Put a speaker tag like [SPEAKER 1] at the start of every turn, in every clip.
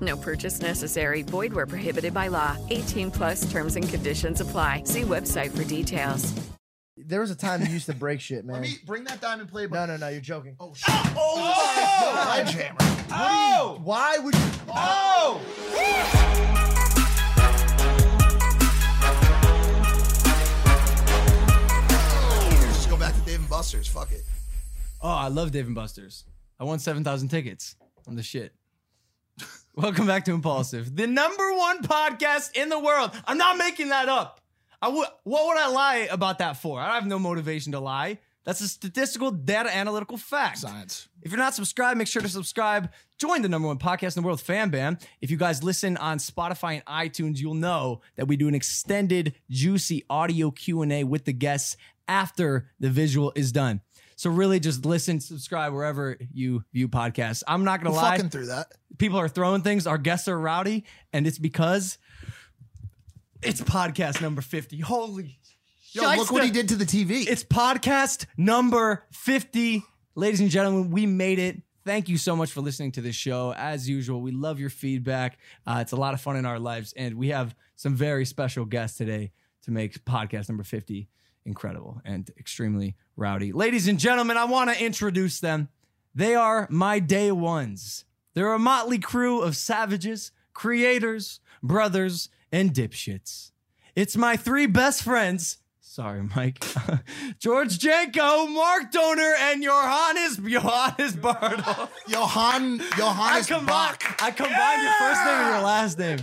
[SPEAKER 1] No purchase necessary. Void where prohibited by law. 18 plus terms and conditions apply. See website for details.
[SPEAKER 2] There was a time you used to break shit, man.
[SPEAKER 3] Let me bring that diamond play
[SPEAKER 2] no,
[SPEAKER 3] button.
[SPEAKER 2] no, no. You're joking.
[SPEAKER 3] Oh, shit. Oh, sledgehammer.
[SPEAKER 4] Oh!
[SPEAKER 2] Why would you?
[SPEAKER 4] Oh!
[SPEAKER 3] Just go back to Dave and Buster's. Fuck it.
[SPEAKER 4] Oh, I love Dave and Buster's. I won 7,000 tickets. I'm the shit. Welcome back to Impulsive, the number one podcast in the world. I'm not making that up. I would. what would I lie about that for? I have no motivation to lie. That's a statistical data analytical fact.
[SPEAKER 3] Science.
[SPEAKER 4] If you're not subscribed, make sure to subscribe. Join the number one podcast in the world, FanBam. If you guys listen on Spotify and iTunes, you'll know that we do an extended, juicy audio Q&A with the guests after the visual is done. So really just listen, subscribe wherever you view podcasts. I'm not going
[SPEAKER 3] Who
[SPEAKER 4] to lie.
[SPEAKER 3] fucking threw that?
[SPEAKER 4] People are throwing things. Our guests are rowdy. And it's because it's podcast number 50. Holy
[SPEAKER 3] Yo, look what he did to the TV.
[SPEAKER 4] it's podcast number 50. Ladies and gentlemen, we made it. Thank you so much for listening to this show. As usual, we love your feedback. Uh, it's a lot of fun in our lives. And we have some very special guests today to make podcast number 50 incredible and extremely rowdy. Ladies and gentlemen, I want to introduce them. They are my day ones. They're a motley crew of savages, creators, brothers, and dipshits. It's my three best friends. Sorry, Mike. George Janko, Mark Doner, and Johannes Johannes Bartle.
[SPEAKER 3] Johan,
[SPEAKER 4] I
[SPEAKER 3] Johannes
[SPEAKER 4] combined,
[SPEAKER 3] Bach.
[SPEAKER 4] I combined your first name and your last name.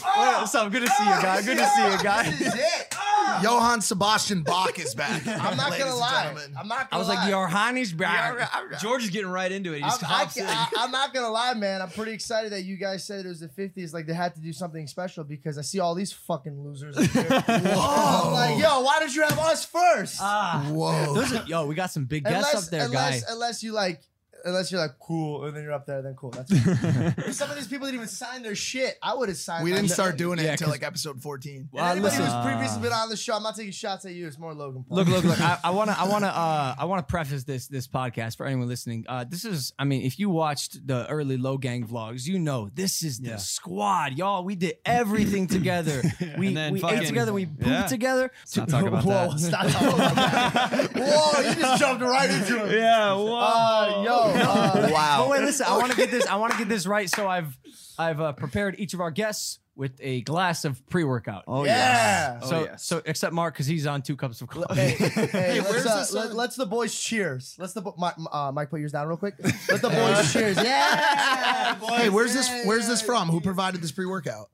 [SPEAKER 4] What up, so good to see you, guy. Good to see you, guy.
[SPEAKER 3] Johann Sebastian Bach is back.
[SPEAKER 5] I'm not
[SPEAKER 3] Ladies
[SPEAKER 5] gonna
[SPEAKER 3] and
[SPEAKER 5] lie.
[SPEAKER 3] gentlemen.
[SPEAKER 5] I'm not gonna
[SPEAKER 4] I was like,
[SPEAKER 5] lie.
[SPEAKER 4] Johannes Bartle.
[SPEAKER 3] Yeah, I'm- I'm-
[SPEAKER 4] George is getting right into it. He
[SPEAKER 2] I'm,
[SPEAKER 4] just
[SPEAKER 2] I,
[SPEAKER 4] hops in.
[SPEAKER 2] I, I'm not gonna lie, man. I'm pretty excited that you guys said it was the 50s. Like they had to do something special because I see all these fucking losers. up here. I'm like, yo, why did you have us first?
[SPEAKER 4] Ah.
[SPEAKER 3] Whoa.
[SPEAKER 4] Those are- yo, we got some big guests up there, guy.
[SPEAKER 2] unless, unless you like, unless you're like cool, and then you're up there, then cool. That's fine. some of these people didn't even sign their shit. I would have signed.
[SPEAKER 3] We
[SPEAKER 2] my
[SPEAKER 3] didn't
[SPEAKER 2] shit.
[SPEAKER 3] start doing it
[SPEAKER 4] Yeah,
[SPEAKER 3] until
[SPEAKER 4] 'cause-
[SPEAKER 3] like episode 14.
[SPEAKER 4] Well,
[SPEAKER 2] Anybody
[SPEAKER 4] listen- Ah.
[SPEAKER 2] who's previously been on the show, I'm not taking shots at you. It's more Logan Paul.
[SPEAKER 4] Look, look, look. I, I wanna, I wanna, uh, I wanna preface this this podcast for anyone listening. Uh, this is, I mean, if you watched the early Low Gang vlogs, you know this is the
[SPEAKER 6] Yeah.
[SPEAKER 4] squad, y'all. We did everything together. We,
[SPEAKER 6] And then
[SPEAKER 4] we ate
[SPEAKER 6] fucking-
[SPEAKER 4] together. We pooped
[SPEAKER 6] Yeah.
[SPEAKER 4] together.
[SPEAKER 6] not talk about
[SPEAKER 2] Whoa,
[SPEAKER 6] that.
[SPEAKER 2] stop talking about that. Whoa, you just jumped right into it.
[SPEAKER 6] Yeah. Whoa.
[SPEAKER 2] Uh, yo, uh,
[SPEAKER 3] Wow.
[SPEAKER 4] But wait, listen. I want to get this. I want to get this right. So I've, I've uh, prepared each of our guests with a glass of pre workout.
[SPEAKER 6] oh
[SPEAKER 2] yeah.
[SPEAKER 6] yes.
[SPEAKER 4] so,
[SPEAKER 6] Oh, yes.
[SPEAKER 4] so except Mark because he's on two cups of coffee.
[SPEAKER 2] Hey, hey,
[SPEAKER 3] where's
[SPEAKER 2] let's,
[SPEAKER 3] the
[SPEAKER 2] uh,
[SPEAKER 3] sun?
[SPEAKER 2] let, us the boys cheers. Let's the bo- Mi- uh, Mike put yours down real quick. Let the boys cheers. Yeah. boys.
[SPEAKER 3] Hey, where's this?
[SPEAKER 2] Yeah,
[SPEAKER 3] Where's
[SPEAKER 2] yeah.
[SPEAKER 3] this from? Who provided this pre-workout?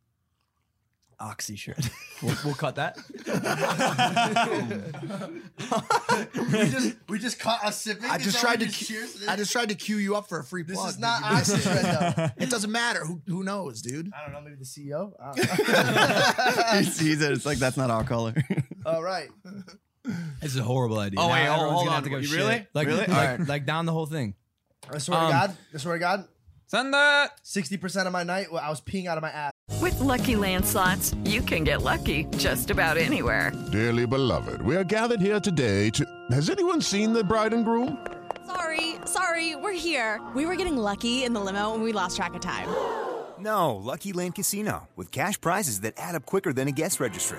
[SPEAKER 4] Oxy shirt. We'll, we'll cut that.
[SPEAKER 2] We just we just caught us sipping.
[SPEAKER 3] I
[SPEAKER 2] Is
[SPEAKER 3] just
[SPEAKER 2] that what
[SPEAKER 3] tried to.
[SPEAKER 2] you cheers?
[SPEAKER 3] cu- I just tried to cue you up for a free
[SPEAKER 2] This
[SPEAKER 3] plug.
[SPEAKER 2] is not
[SPEAKER 3] dude.
[SPEAKER 2] oxy shred though.
[SPEAKER 3] It doesn't matter. Who who knows, dude?
[SPEAKER 2] I don't know. Maybe the E CEO. I don't know.
[SPEAKER 6] he sees it. It's like that's not our color.
[SPEAKER 2] All right.
[SPEAKER 4] This is a horrible idea.
[SPEAKER 6] Oh,
[SPEAKER 4] Now
[SPEAKER 6] wait, hold-
[SPEAKER 4] everyone's
[SPEAKER 6] hold
[SPEAKER 4] gonna
[SPEAKER 6] on.
[SPEAKER 4] have to go
[SPEAKER 6] You
[SPEAKER 4] shit.
[SPEAKER 6] really?
[SPEAKER 4] Like,
[SPEAKER 6] Really?
[SPEAKER 4] like,
[SPEAKER 6] All right.
[SPEAKER 4] like down the whole thing.
[SPEAKER 2] I swear
[SPEAKER 4] Um,
[SPEAKER 2] to God. I swear to God.
[SPEAKER 6] Send that.
[SPEAKER 2] Sixty percent of my night, well, I was peeing out of my ass.
[SPEAKER 1] With Lucky Land slots, you can get lucky just about anywhere.
[SPEAKER 7] Dearly beloved, we are gathered here today to. Has anyone seen the bride and groom?
[SPEAKER 8] Sorry, sorry, we're here. We were getting lucky in the limo and we lost track of time.
[SPEAKER 9] No, Lucky Land Casino, with cash prizes that add up quicker than a guest registry.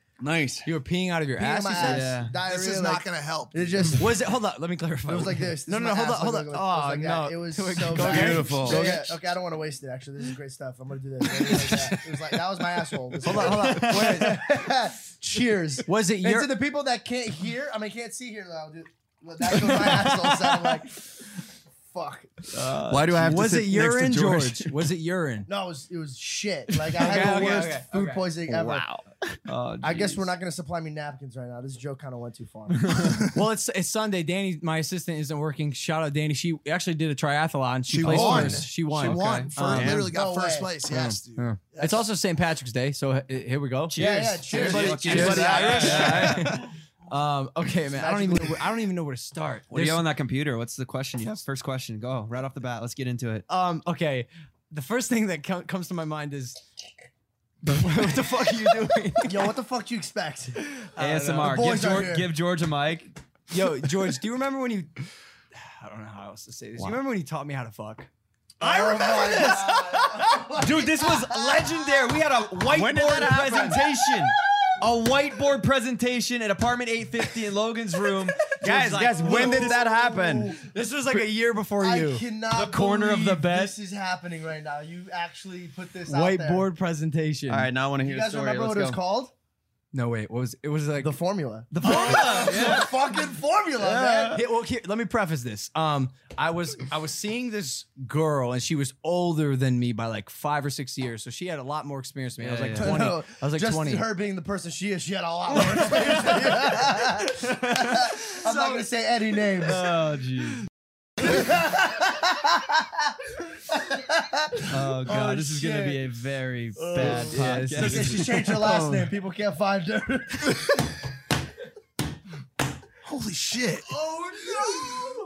[SPEAKER 6] Nice.
[SPEAKER 4] You were peeing out of your
[SPEAKER 2] Peeing
[SPEAKER 4] ass.
[SPEAKER 2] out my
[SPEAKER 4] you said?
[SPEAKER 2] ass.
[SPEAKER 6] Yeah.
[SPEAKER 2] Diarrhea.
[SPEAKER 3] This is
[SPEAKER 2] like,
[SPEAKER 3] not gonna help.
[SPEAKER 2] It just
[SPEAKER 4] Was it? Hold on. Let me clarify.
[SPEAKER 2] It was like this.
[SPEAKER 4] No,
[SPEAKER 2] This
[SPEAKER 4] no,
[SPEAKER 2] is
[SPEAKER 4] hold
[SPEAKER 2] my
[SPEAKER 4] on,
[SPEAKER 2] ass.
[SPEAKER 4] hold
[SPEAKER 2] It
[SPEAKER 4] on.
[SPEAKER 2] was
[SPEAKER 4] Oh
[SPEAKER 2] like that.
[SPEAKER 4] no,
[SPEAKER 2] It was so
[SPEAKER 4] Do Go
[SPEAKER 2] bad.
[SPEAKER 4] get it.
[SPEAKER 6] Beautiful.
[SPEAKER 2] Yeah, yeah. Okay, I don't want to waste it. Actually, this is great stuff. I'm gonna do this. It was like that, It was like- that was my asshole.
[SPEAKER 4] Hold on, hold on. Wait, wait.
[SPEAKER 2] on. Cheers.
[SPEAKER 4] was it
[SPEAKER 2] And
[SPEAKER 4] your?
[SPEAKER 2] to the people that can't hear, I mean, can't see here, though, I'll do- That was my asshole sound like. fuck.
[SPEAKER 6] Why do I have
[SPEAKER 4] Was
[SPEAKER 6] to sit
[SPEAKER 4] it urine,
[SPEAKER 6] next to George?
[SPEAKER 4] George? Was it urine?
[SPEAKER 2] No, it was it was shit. Like I had
[SPEAKER 4] Okay,
[SPEAKER 2] the
[SPEAKER 4] okay,
[SPEAKER 2] worst
[SPEAKER 4] okay,
[SPEAKER 2] food
[SPEAKER 4] okay.
[SPEAKER 2] poisoning ever.
[SPEAKER 6] Oh,
[SPEAKER 2] I guess
[SPEAKER 6] jeez.
[SPEAKER 2] we're not gonna supply me napkins right now. This joke kind of went too far.
[SPEAKER 4] well, it's it's Sunday. Danny, my assistant, isn't working. Shout out, Danny. She actually did a triathlon. She,
[SPEAKER 3] She
[SPEAKER 4] placed
[SPEAKER 3] won.
[SPEAKER 4] first. She won.
[SPEAKER 3] She
[SPEAKER 4] Okay.
[SPEAKER 3] won. First,
[SPEAKER 4] Um,
[SPEAKER 3] literally got
[SPEAKER 2] No
[SPEAKER 3] first
[SPEAKER 2] way.
[SPEAKER 3] place. Yes, dude.
[SPEAKER 4] yeah. It's also St. Patrick's Day, so uh, here we go.
[SPEAKER 2] Yeah, yeah. Cheers.
[SPEAKER 3] Everybody-
[SPEAKER 2] Fuck you.
[SPEAKER 3] everybody
[SPEAKER 6] Yeah.
[SPEAKER 3] Irish.
[SPEAKER 4] Yeah. um, okay, man. I don't even know where, I don't even know where to start.
[SPEAKER 6] What do you
[SPEAKER 4] There's-
[SPEAKER 6] have on that computer? What's the question? You have first question. Go right off the bat. Let's get into it.
[SPEAKER 4] um, okay. The first thing that com- comes to my mind is what the fuck are you doing?
[SPEAKER 2] Yo, what the fuck do you expect?
[SPEAKER 6] ASMR.
[SPEAKER 2] The
[SPEAKER 6] Give
[SPEAKER 2] boys are
[SPEAKER 6] George,
[SPEAKER 2] here.
[SPEAKER 6] give George a mic.
[SPEAKER 4] Yo, George, do you remember when you? I don't know how else to say this. Do you remember when you taught me how to fuck?
[SPEAKER 2] I remember this.
[SPEAKER 6] Dude, this was legendary. We had a whiteboard presentation. A whiteboard presentation at apartment 850 in Logan's room.
[SPEAKER 4] Guys, guys, when did
[SPEAKER 6] that happen?
[SPEAKER 4] This was like a year before
[SPEAKER 2] I
[SPEAKER 4] you.
[SPEAKER 6] The
[SPEAKER 2] cannot.
[SPEAKER 6] corner of the
[SPEAKER 2] believe
[SPEAKER 6] bed.
[SPEAKER 2] This is happening right now. You actually put this out there.
[SPEAKER 4] Whiteboard presentation.
[SPEAKER 6] All right, now I want to hear
[SPEAKER 2] You
[SPEAKER 6] the
[SPEAKER 2] guys
[SPEAKER 6] story.
[SPEAKER 2] remember
[SPEAKER 6] Let's
[SPEAKER 2] what
[SPEAKER 6] go.
[SPEAKER 2] it was called?
[SPEAKER 4] No, wait. What was it? Was like
[SPEAKER 2] The formula.
[SPEAKER 4] the formula.
[SPEAKER 2] The fucking formula, man.
[SPEAKER 4] Here- well, here, let me preface this. Um, I was I was seeing this girl, and she was older than me by like five or six years, so she had a lot more experience than me. I was
[SPEAKER 6] Yeah,
[SPEAKER 4] like
[SPEAKER 6] yeah.
[SPEAKER 4] twenty.
[SPEAKER 2] No,
[SPEAKER 4] I was like
[SPEAKER 2] just
[SPEAKER 4] twenty.
[SPEAKER 2] Her being the person she is, she had a lot more experience than you. I'm not gonna say any names.
[SPEAKER 10] Uh,
[SPEAKER 6] Oh, jeez. oh, God. this is going to
[SPEAKER 2] shit. Oh,
[SPEAKER 6] be a very bad
[SPEAKER 4] yeah, this
[SPEAKER 6] podcast.
[SPEAKER 4] is-
[SPEAKER 2] Listen, she changed her
[SPEAKER 4] Oh.
[SPEAKER 2] last name. People can't find her.
[SPEAKER 3] Holy shit.
[SPEAKER 2] oh no!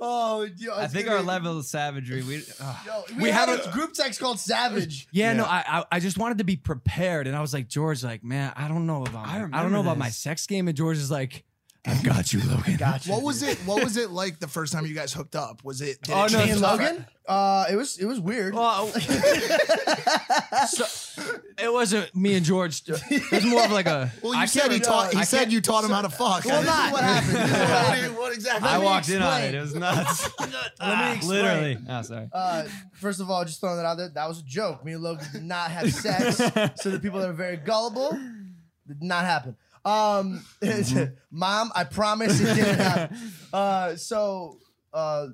[SPEAKER 2] Oh, yo,
[SPEAKER 6] I
[SPEAKER 2] it's
[SPEAKER 6] think
[SPEAKER 2] gonna
[SPEAKER 6] our
[SPEAKER 2] be-
[SPEAKER 6] level of savagery, we. ah, ugh.
[SPEAKER 2] Yo, we,
[SPEAKER 4] We
[SPEAKER 2] had
[SPEAKER 4] have
[SPEAKER 2] a group text called Savage.
[SPEAKER 4] yeah, no, I, I I just wanted to be prepared, and I was like George, like man, I don't know about
[SPEAKER 6] I
[SPEAKER 4] I, I
[SPEAKER 6] remember
[SPEAKER 4] don't know about my
[SPEAKER 6] this.
[SPEAKER 4] sex game, and George is like, I've got you, Logan.
[SPEAKER 2] Gotcha.
[SPEAKER 3] What was it? What was it like the first time you guys hooked up? Was it? did
[SPEAKER 4] Oh,
[SPEAKER 3] it
[SPEAKER 4] no,
[SPEAKER 2] Me
[SPEAKER 3] change
[SPEAKER 2] and
[SPEAKER 3] the-
[SPEAKER 2] Logan? Uh, it was it was weird.
[SPEAKER 4] Well, so- it wasn't me and George. It was more of like a.
[SPEAKER 3] Well, you
[SPEAKER 4] I
[SPEAKER 3] said
[SPEAKER 4] can't
[SPEAKER 3] he
[SPEAKER 4] re-
[SPEAKER 3] taught.
[SPEAKER 4] I
[SPEAKER 3] He said
[SPEAKER 4] can't-
[SPEAKER 3] you taught him how to fuck.
[SPEAKER 2] well, not what happened. This is what happened.
[SPEAKER 3] What exactly?
[SPEAKER 6] I
[SPEAKER 2] me
[SPEAKER 6] walked in on
[SPEAKER 2] explain.
[SPEAKER 6] it. It was nuts.
[SPEAKER 2] Let me explain.
[SPEAKER 6] Literally. Oh, sorry.
[SPEAKER 2] Uh, first of all, just throwing that out there, that was a joke. Me and Logan did not have sex. so the people that are very gullible did not happen. Um,
[SPEAKER 6] Mm-hmm.
[SPEAKER 2] Mom, I promise it didn't happen. Uh, so uh,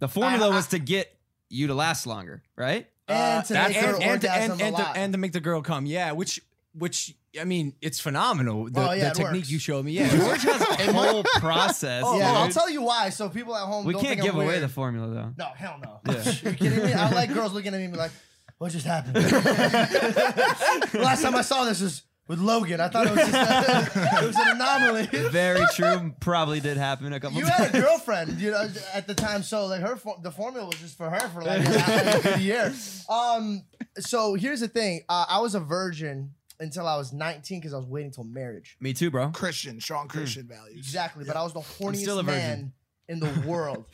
[SPEAKER 6] The formula
[SPEAKER 2] I- I-
[SPEAKER 6] was to get you to last longer, right?
[SPEAKER 2] and to make Uh, her
[SPEAKER 4] Uh, and, and, to,
[SPEAKER 2] orgasm
[SPEAKER 4] and,
[SPEAKER 2] a
[SPEAKER 4] and, to,
[SPEAKER 2] lot.
[SPEAKER 4] and to make the girl come. Yeah, which which I mean, it's phenomenal. The,
[SPEAKER 2] Oh, yeah,
[SPEAKER 4] the
[SPEAKER 2] it
[SPEAKER 4] technique
[SPEAKER 2] works.
[SPEAKER 4] you showed me. Yeah,
[SPEAKER 6] George has a whole process.
[SPEAKER 2] Oh,
[SPEAKER 6] dude.
[SPEAKER 2] I'll tell you why. So people at home,
[SPEAKER 6] we
[SPEAKER 2] don't
[SPEAKER 6] can't
[SPEAKER 2] think I'm
[SPEAKER 6] give away
[SPEAKER 2] weird.
[SPEAKER 6] the formula though.
[SPEAKER 2] No, hell no. you kidding me? I like girls looking at me and be like, what just happened? Last time I saw this was with Logan. I thought it was just it was an anomaly.
[SPEAKER 6] Very true. Probably did happen a couple
[SPEAKER 2] You
[SPEAKER 6] times.
[SPEAKER 2] had a girlfriend, you know, at the time, so like her, for- the formula was just for her for like an hour a year. Um, so here's the thing: uh, I was a virgin until I was 19 because I was waiting till marriage.
[SPEAKER 6] Me too, bro.
[SPEAKER 3] Christian, strong Christian values.
[SPEAKER 2] Exactly, but I was the horniest
[SPEAKER 6] still a virgin.
[SPEAKER 2] man in the world.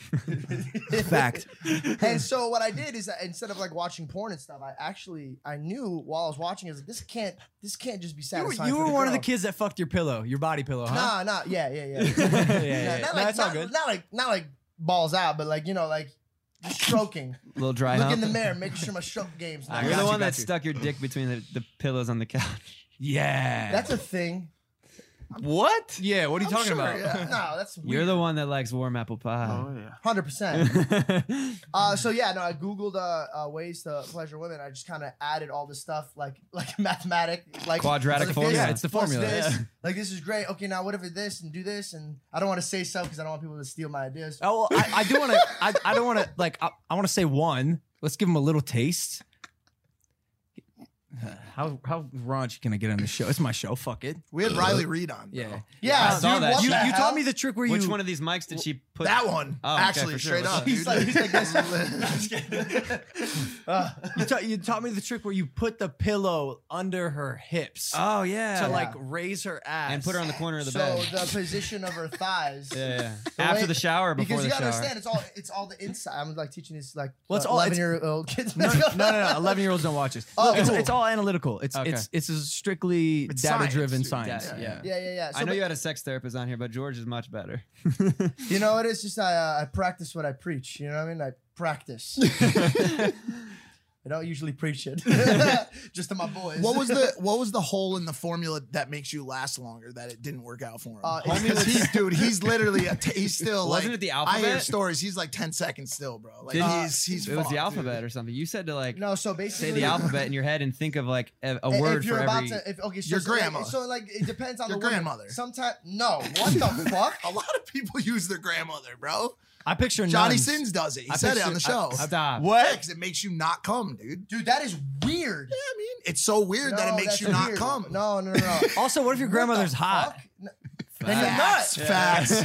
[SPEAKER 6] Fact.
[SPEAKER 2] and so what I did is I- instead of like watching porn and stuff, I actually I knew while I was watching, I was like, this can't this can't just be
[SPEAKER 4] you were,
[SPEAKER 2] satisfying.
[SPEAKER 4] you
[SPEAKER 2] for
[SPEAKER 4] were
[SPEAKER 2] the
[SPEAKER 4] one of the
[SPEAKER 2] girl.
[SPEAKER 4] kids that fucked your pillow, your body pillow,
[SPEAKER 2] Nah,
[SPEAKER 4] huh?
[SPEAKER 2] nah, yeah, yeah, yeah.
[SPEAKER 4] yeah,
[SPEAKER 2] yeah,
[SPEAKER 4] yeah, yeah.
[SPEAKER 2] Not
[SPEAKER 4] No,
[SPEAKER 2] like
[SPEAKER 4] it's all
[SPEAKER 2] not,
[SPEAKER 4] good.
[SPEAKER 2] not like not like balls out, but like you know like just stroking.
[SPEAKER 6] little dry
[SPEAKER 2] Look
[SPEAKER 6] hump.
[SPEAKER 2] in the mirror, making sure my stroke game's not.
[SPEAKER 6] You're
[SPEAKER 4] got
[SPEAKER 6] the
[SPEAKER 4] you,
[SPEAKER 6] one
[SPEAKER 4] got
[SPEAKER 6] that
[SPEAKER 4] you.
[SPEAKER 6] stuck your dick between the, the pillows on the couch.
[SPEAKER 4] Yeah.
[SPEAKER 2] That's a thing.
[SPEAKER 6] What?
[SPEAKER 4] yeah. What are you talking about?
[SPEAKER 2] no, that's
[SPEAKER 6] You're the one that likes warm apple pie.
[SPEAKER 2] hundred percent. Uh, so yeah, no, I googled uh, uh, ways to pleasure women. I just kind of added all this stuff, like like mathematic, like
[SPEAKER 6] Quadratic
[SPEAKER 2] like
[SPEAKER 6] formula.
[SPEAKER 2] this
[SPEAKER 6] Yeah, it's
[SPEAKER 4] the
[SPEAKER 2] plus
[SPEAKER 4] formula,
[SPEAKER 2] this.
[SPEAKER 4] yeah.
[SPEAKER 2] Like this is great. Okay, now what if it this and do this? And I don't want to say so because I don't want people to steal my ideas.
[SPEAKER 4] Oh, well, I, I do want to. I, I don't want to. Like, I, I want to say one. Let's give him a little taste. How how raunchy can I get on the show? It's my show. Fuck it.
[SPEAKER 3] We had Riley Reed on. bro.
[SPEAKER 4] Yeah.
[SPEAKER 2] yeah,
[SPEAKER 6] I saw
[SPEAKER 2] dude,
[SPEAKER 6] that.
[SPEAKER 2] what
[SPEAKER 4] You,
[SPEAKER 2] the hell?
[SPEAKER 4] you taught me the trick where
[SPEAKER 6] Which
[SPEAKER 4] you
[SPEAKER 6] one of these mics did she put?
[SPEAKER 3] That one,
[SPEAKER 6] Oh, okay,
[SPEAKER 3] actually,
[SPEAKER 6] for sure.
[SPEAKER 3] straight up.
[SPEAKER 2] He's
[SPEAKER 3] dude.
[SPEAKER 2] like, he's like this.
[SPEAKER 4] you, taught you taught me the trick where you put the pillow under her hips
[SPEAKER 6] Oh yeah.
[SPEAKER 4] to like raise her ass
[SPEAKER 6] and put her on the corner of the
[SPEAKER 2] so
[SPEAKER 6] bed.
[SPEAKER 2] the position of her thighs.
[SPEAKER 6] yeah, yeah. After
[SPEAKER 2] way-
[SPEAKER 6] the shower, before
[SPEAKER 2] Because you
[SPEAKER 6] the
[SPEAKER 2] gotta
[SPEAKER 6] shower.
[SPEAKER 2] understand, it's all it's all the inside. I'm like teaching these like
[SPEAKER 4] Well, it's all-
[SPEAKER 2] eleven
[SPEAKER 4] it's-
[SPEAKER 2] year old kids.
[SPEAKER 4] No, no, no, no. Eleven year olds don't watch this.
[SPEAKER 2] Oh,
[SPEAKER 4] Look, it's,
[SPEAKER 2] cool.
[SPEAKER 4] it's all analytical. It's
[SPEAKER 6] Okay.
[SPEAKER 4] it's it's a strictly
[SPEAKER 3] It's
[SPEAKER 4] data driven
[SPEAKER 3] science,
[SPEAKER 4] science.
[SPEAKER 6] dude.
[SPEAKER 4] Yeah.
[SPEAKER 6] Yeah.
[SPEAKER 2] Yeah, yeah, yeah. So,
[SPEAKER 6] I know
[SPEAKER 2] but-
[SPEAKER 6] you had a sex therapist on here, but George is much better.
[SPEAKER 2] You know, it is just I, uh, I practice what I preach. You know what I mean? I practice. I don't usually preach it, just to my boys.
[SPEAKER 3] What was the what was the hole in the formula that makes you last longer that it didn't work out for him?
[SPEAKER 2] Uh, it's-
[SPEAKER 3] Homie, he's, dude, he's literally a t- he's still
[SPEAKER 6] Wasn't
[SPEAKER 3] like
[SPEAKER 6] it the
[SPEAKER 3] I hear
[SPEAKER 6] alphabet?
[SPEAKER 3] stories. He's like ten seconds still, bro. Like
[SPEAKER 2] uh,
[SPEAKER 3] uh,
[SPEAKER 6] Didn't-
[SPEAKER 3] he's he's
[SPEAKER 6] it was
[SPEAKER 3] fucked,
[SPEAKER 6] the
[SPEAKER 3] dude.
[SPEAKER 6] alphabet or something. You said to like
[SPEAKER 2] no? So
[SPEAKER 6] say
[SPEAKER 2] basically,
[SPEAKER 6] the alphabet in your head and think of like a, a
[SPEAKER 2] i-
[SPEAKER 6] word
[SPEAKER 2] if you're
[SPEAKER 6] for
[SPEAKER 2] about
[SPEAKER 6] every.
[SPEAKER 2] to, if, okay, so
[SPEAKER 3] Your
[SPEAKER 2] so, like,
[SPEAKER 3] grandma.
[SPEAKER 2] so like it depends on
[SPEAKER 3] Your
[SPEAKER 2] the woman.
[SPEAKER 3] grandmother.
[SPEAKER 2] Sometimes no. What the fuck?
[SPEAKER 3] A lot of people use their grandmother, bro.
[SPEAKER 4] I picture
[SPEAKER 3] Johnny
[SPEAKER 4] nuns.
[SPEAKER 3] Sins does it. He
[SPEAKER 4] I
[SPEAKER 3] said it
[SPEAKER 4] picture-
[SPEAKER 3] on the show.
[SPEAKER 4] I- stop.
[SPEAKER 3] What? Because it makes you not come, dude.
[SPEAKER 2] Dude, that is weird.
[SPEAKER 3] Yeah, I mean, it's so weird that it
[SPEAKER 2] No,
[SPEAKER 3] makes
[SPEAKER 2] that's
[SPEAKER 3] you not
[SPEAKER 2] weird.
[SPEAKER 3] come.
[SPEAKER 2] No, no, no. no.
[SPEAKER 4] Also, what if your grandmother's hot?
[SPEAKER 2] Then you're nuts.
[SPEAKER 3] Facts,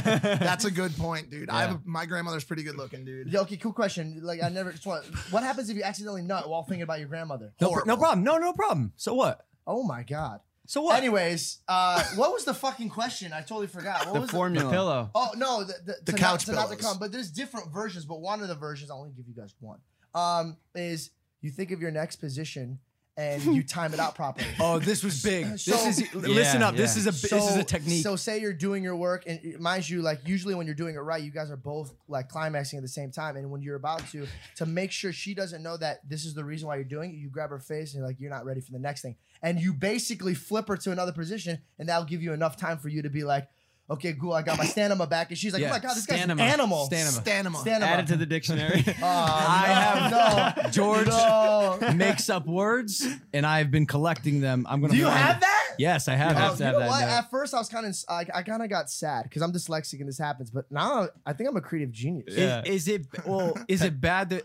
[SPEAKER 3] facts. That's a good point, dude. I have a, my grandmother's pretty good looking, dude.
[SPEAKER 2] Yeah, okay, cool question. Like I never just want. What happens if you accidentally nut while thinking about your grandmother?
[SPEAKER 4] No, pr- no problem. No, no problem. So what?
[SPEAKER 2] Oh my god.
[SPEAKER 4] So what?
[SPEAKER 2] Anyways, uh, what was the fucking question? I totally forgot. What
[SPEAKER 4] the
[SPEAKER 2] was it?
[SPEAKER 4] formula.
[SPEAKER 6] pillow.
[SPEAKER 2] Oh no, the, the,
[SPEAKER 3] The
[SPEAKER 2] to
[SPEAKER 3] couch
[SPEAKER 2] not, to not to
[SPEAKER 3] pillows.
[SPEAKER 2] come. But there's different versions. But one of the versions, I'll only give you guys one. Um, is you think of your next position and you time it out properly.
[SPEAKER 4] Oh, this was big.
[SPEAKER 2] So-
[SPEAKER 4] this is listen up. This
[SPEAKER 6] yeah.
[SPEAKER 4] is a this is a technique.
[SPEAKER 2] So say you're doing your work, and mind you, like usually when you're doing it right, you guys are both like climaxing at the same time. And when you're about to, to make sure she doesn't know that this is the reason why you're doing it, you grab her face and you're like, you're not ready for the next thing, and you basically flip her to another position, and that'll give you enough time for you to be like, okay, cool, I got my stand on my back, and she's like,
[SPEAKER 4] Yeah,
[SPEAKER 2] oh my god, this guy's an
[SPEAKER 6] Stanima.
[SPEAKER 2] animal.
[SPEAKER 4] Stanima.
[SPEAKER 3] Stanima.
[SPEAKER 2] Stanima.
[SPEAKER 6] Add it to the dictionary.
[SPEAKER 2] Oh,
[SPEAKER 4] I
[SPEAKER 2] no, no.
[SPEAKER 4] George
[SPEAKER 2] No.
[SPEAKER 4] makes up words, and I've been collecting them. I'm gonna.
[SPEAKER 2] Do you
[SPEAKER 4] find-
[SPEAKER 2] have that?
[SPEAKER 4] Yes, I have. I
[SPEAKER 2] Oh,
[SPEAKER 4] have
[SPEAKER 2] you
[SPEAKER 4] to have
[SPEAKER 2] know
[SPEAKER 4] that
[SPEAKER 2] what?
[SPEAKER 4] note.
[SPEAKER 2] At first, I was kind of, I, I kind of got sad because I'm dyslexic and this happens. But now I think I'm a creative genius.
[SPEAKER 6] Yeah.
[SPEAKER 4] Is, is it well? Is it bad that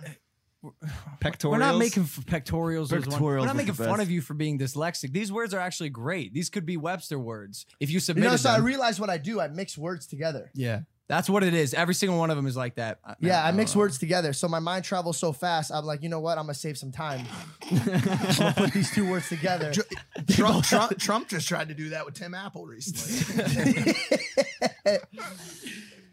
[SPEAKER 6] Pectorials.
[SPEAKER 4] we're not making f- pectorials? was one-
[SPEAKER 6] Pectorials
[SPEAKER 4] We're
[SPEAKER 6] is
[SPEAKER 4] not
[SPEAKER 6] the
[SPEAKER 4] making fun
[SPEAKER 6] best.
[SPEAKER 4] of you for being dyslexic. These words are actually great. These could be Webster words if you
[SPEAKER 2] You
[SPEAKER 4] submit.
[SPEAKER 2] know, so I realized what I do. I mix words together.
[SPEAKER 4] yeah, that's what it is. Every single one of them is like that. Uh,
[SPEAKER 2] Yeah, I
[SPEAKER 4] don't
[SPEAKER 2] mix
[SPEAKER 4] know.
[SPEAKER 2] words together. So my mind travels so fast. I'm like, you know what? I'm gonna save some time. I'm gonna put these two words together.
[SPEAKER 3] Ju- Trump, Trump, Trump just tried to do that with Tim Apple recently.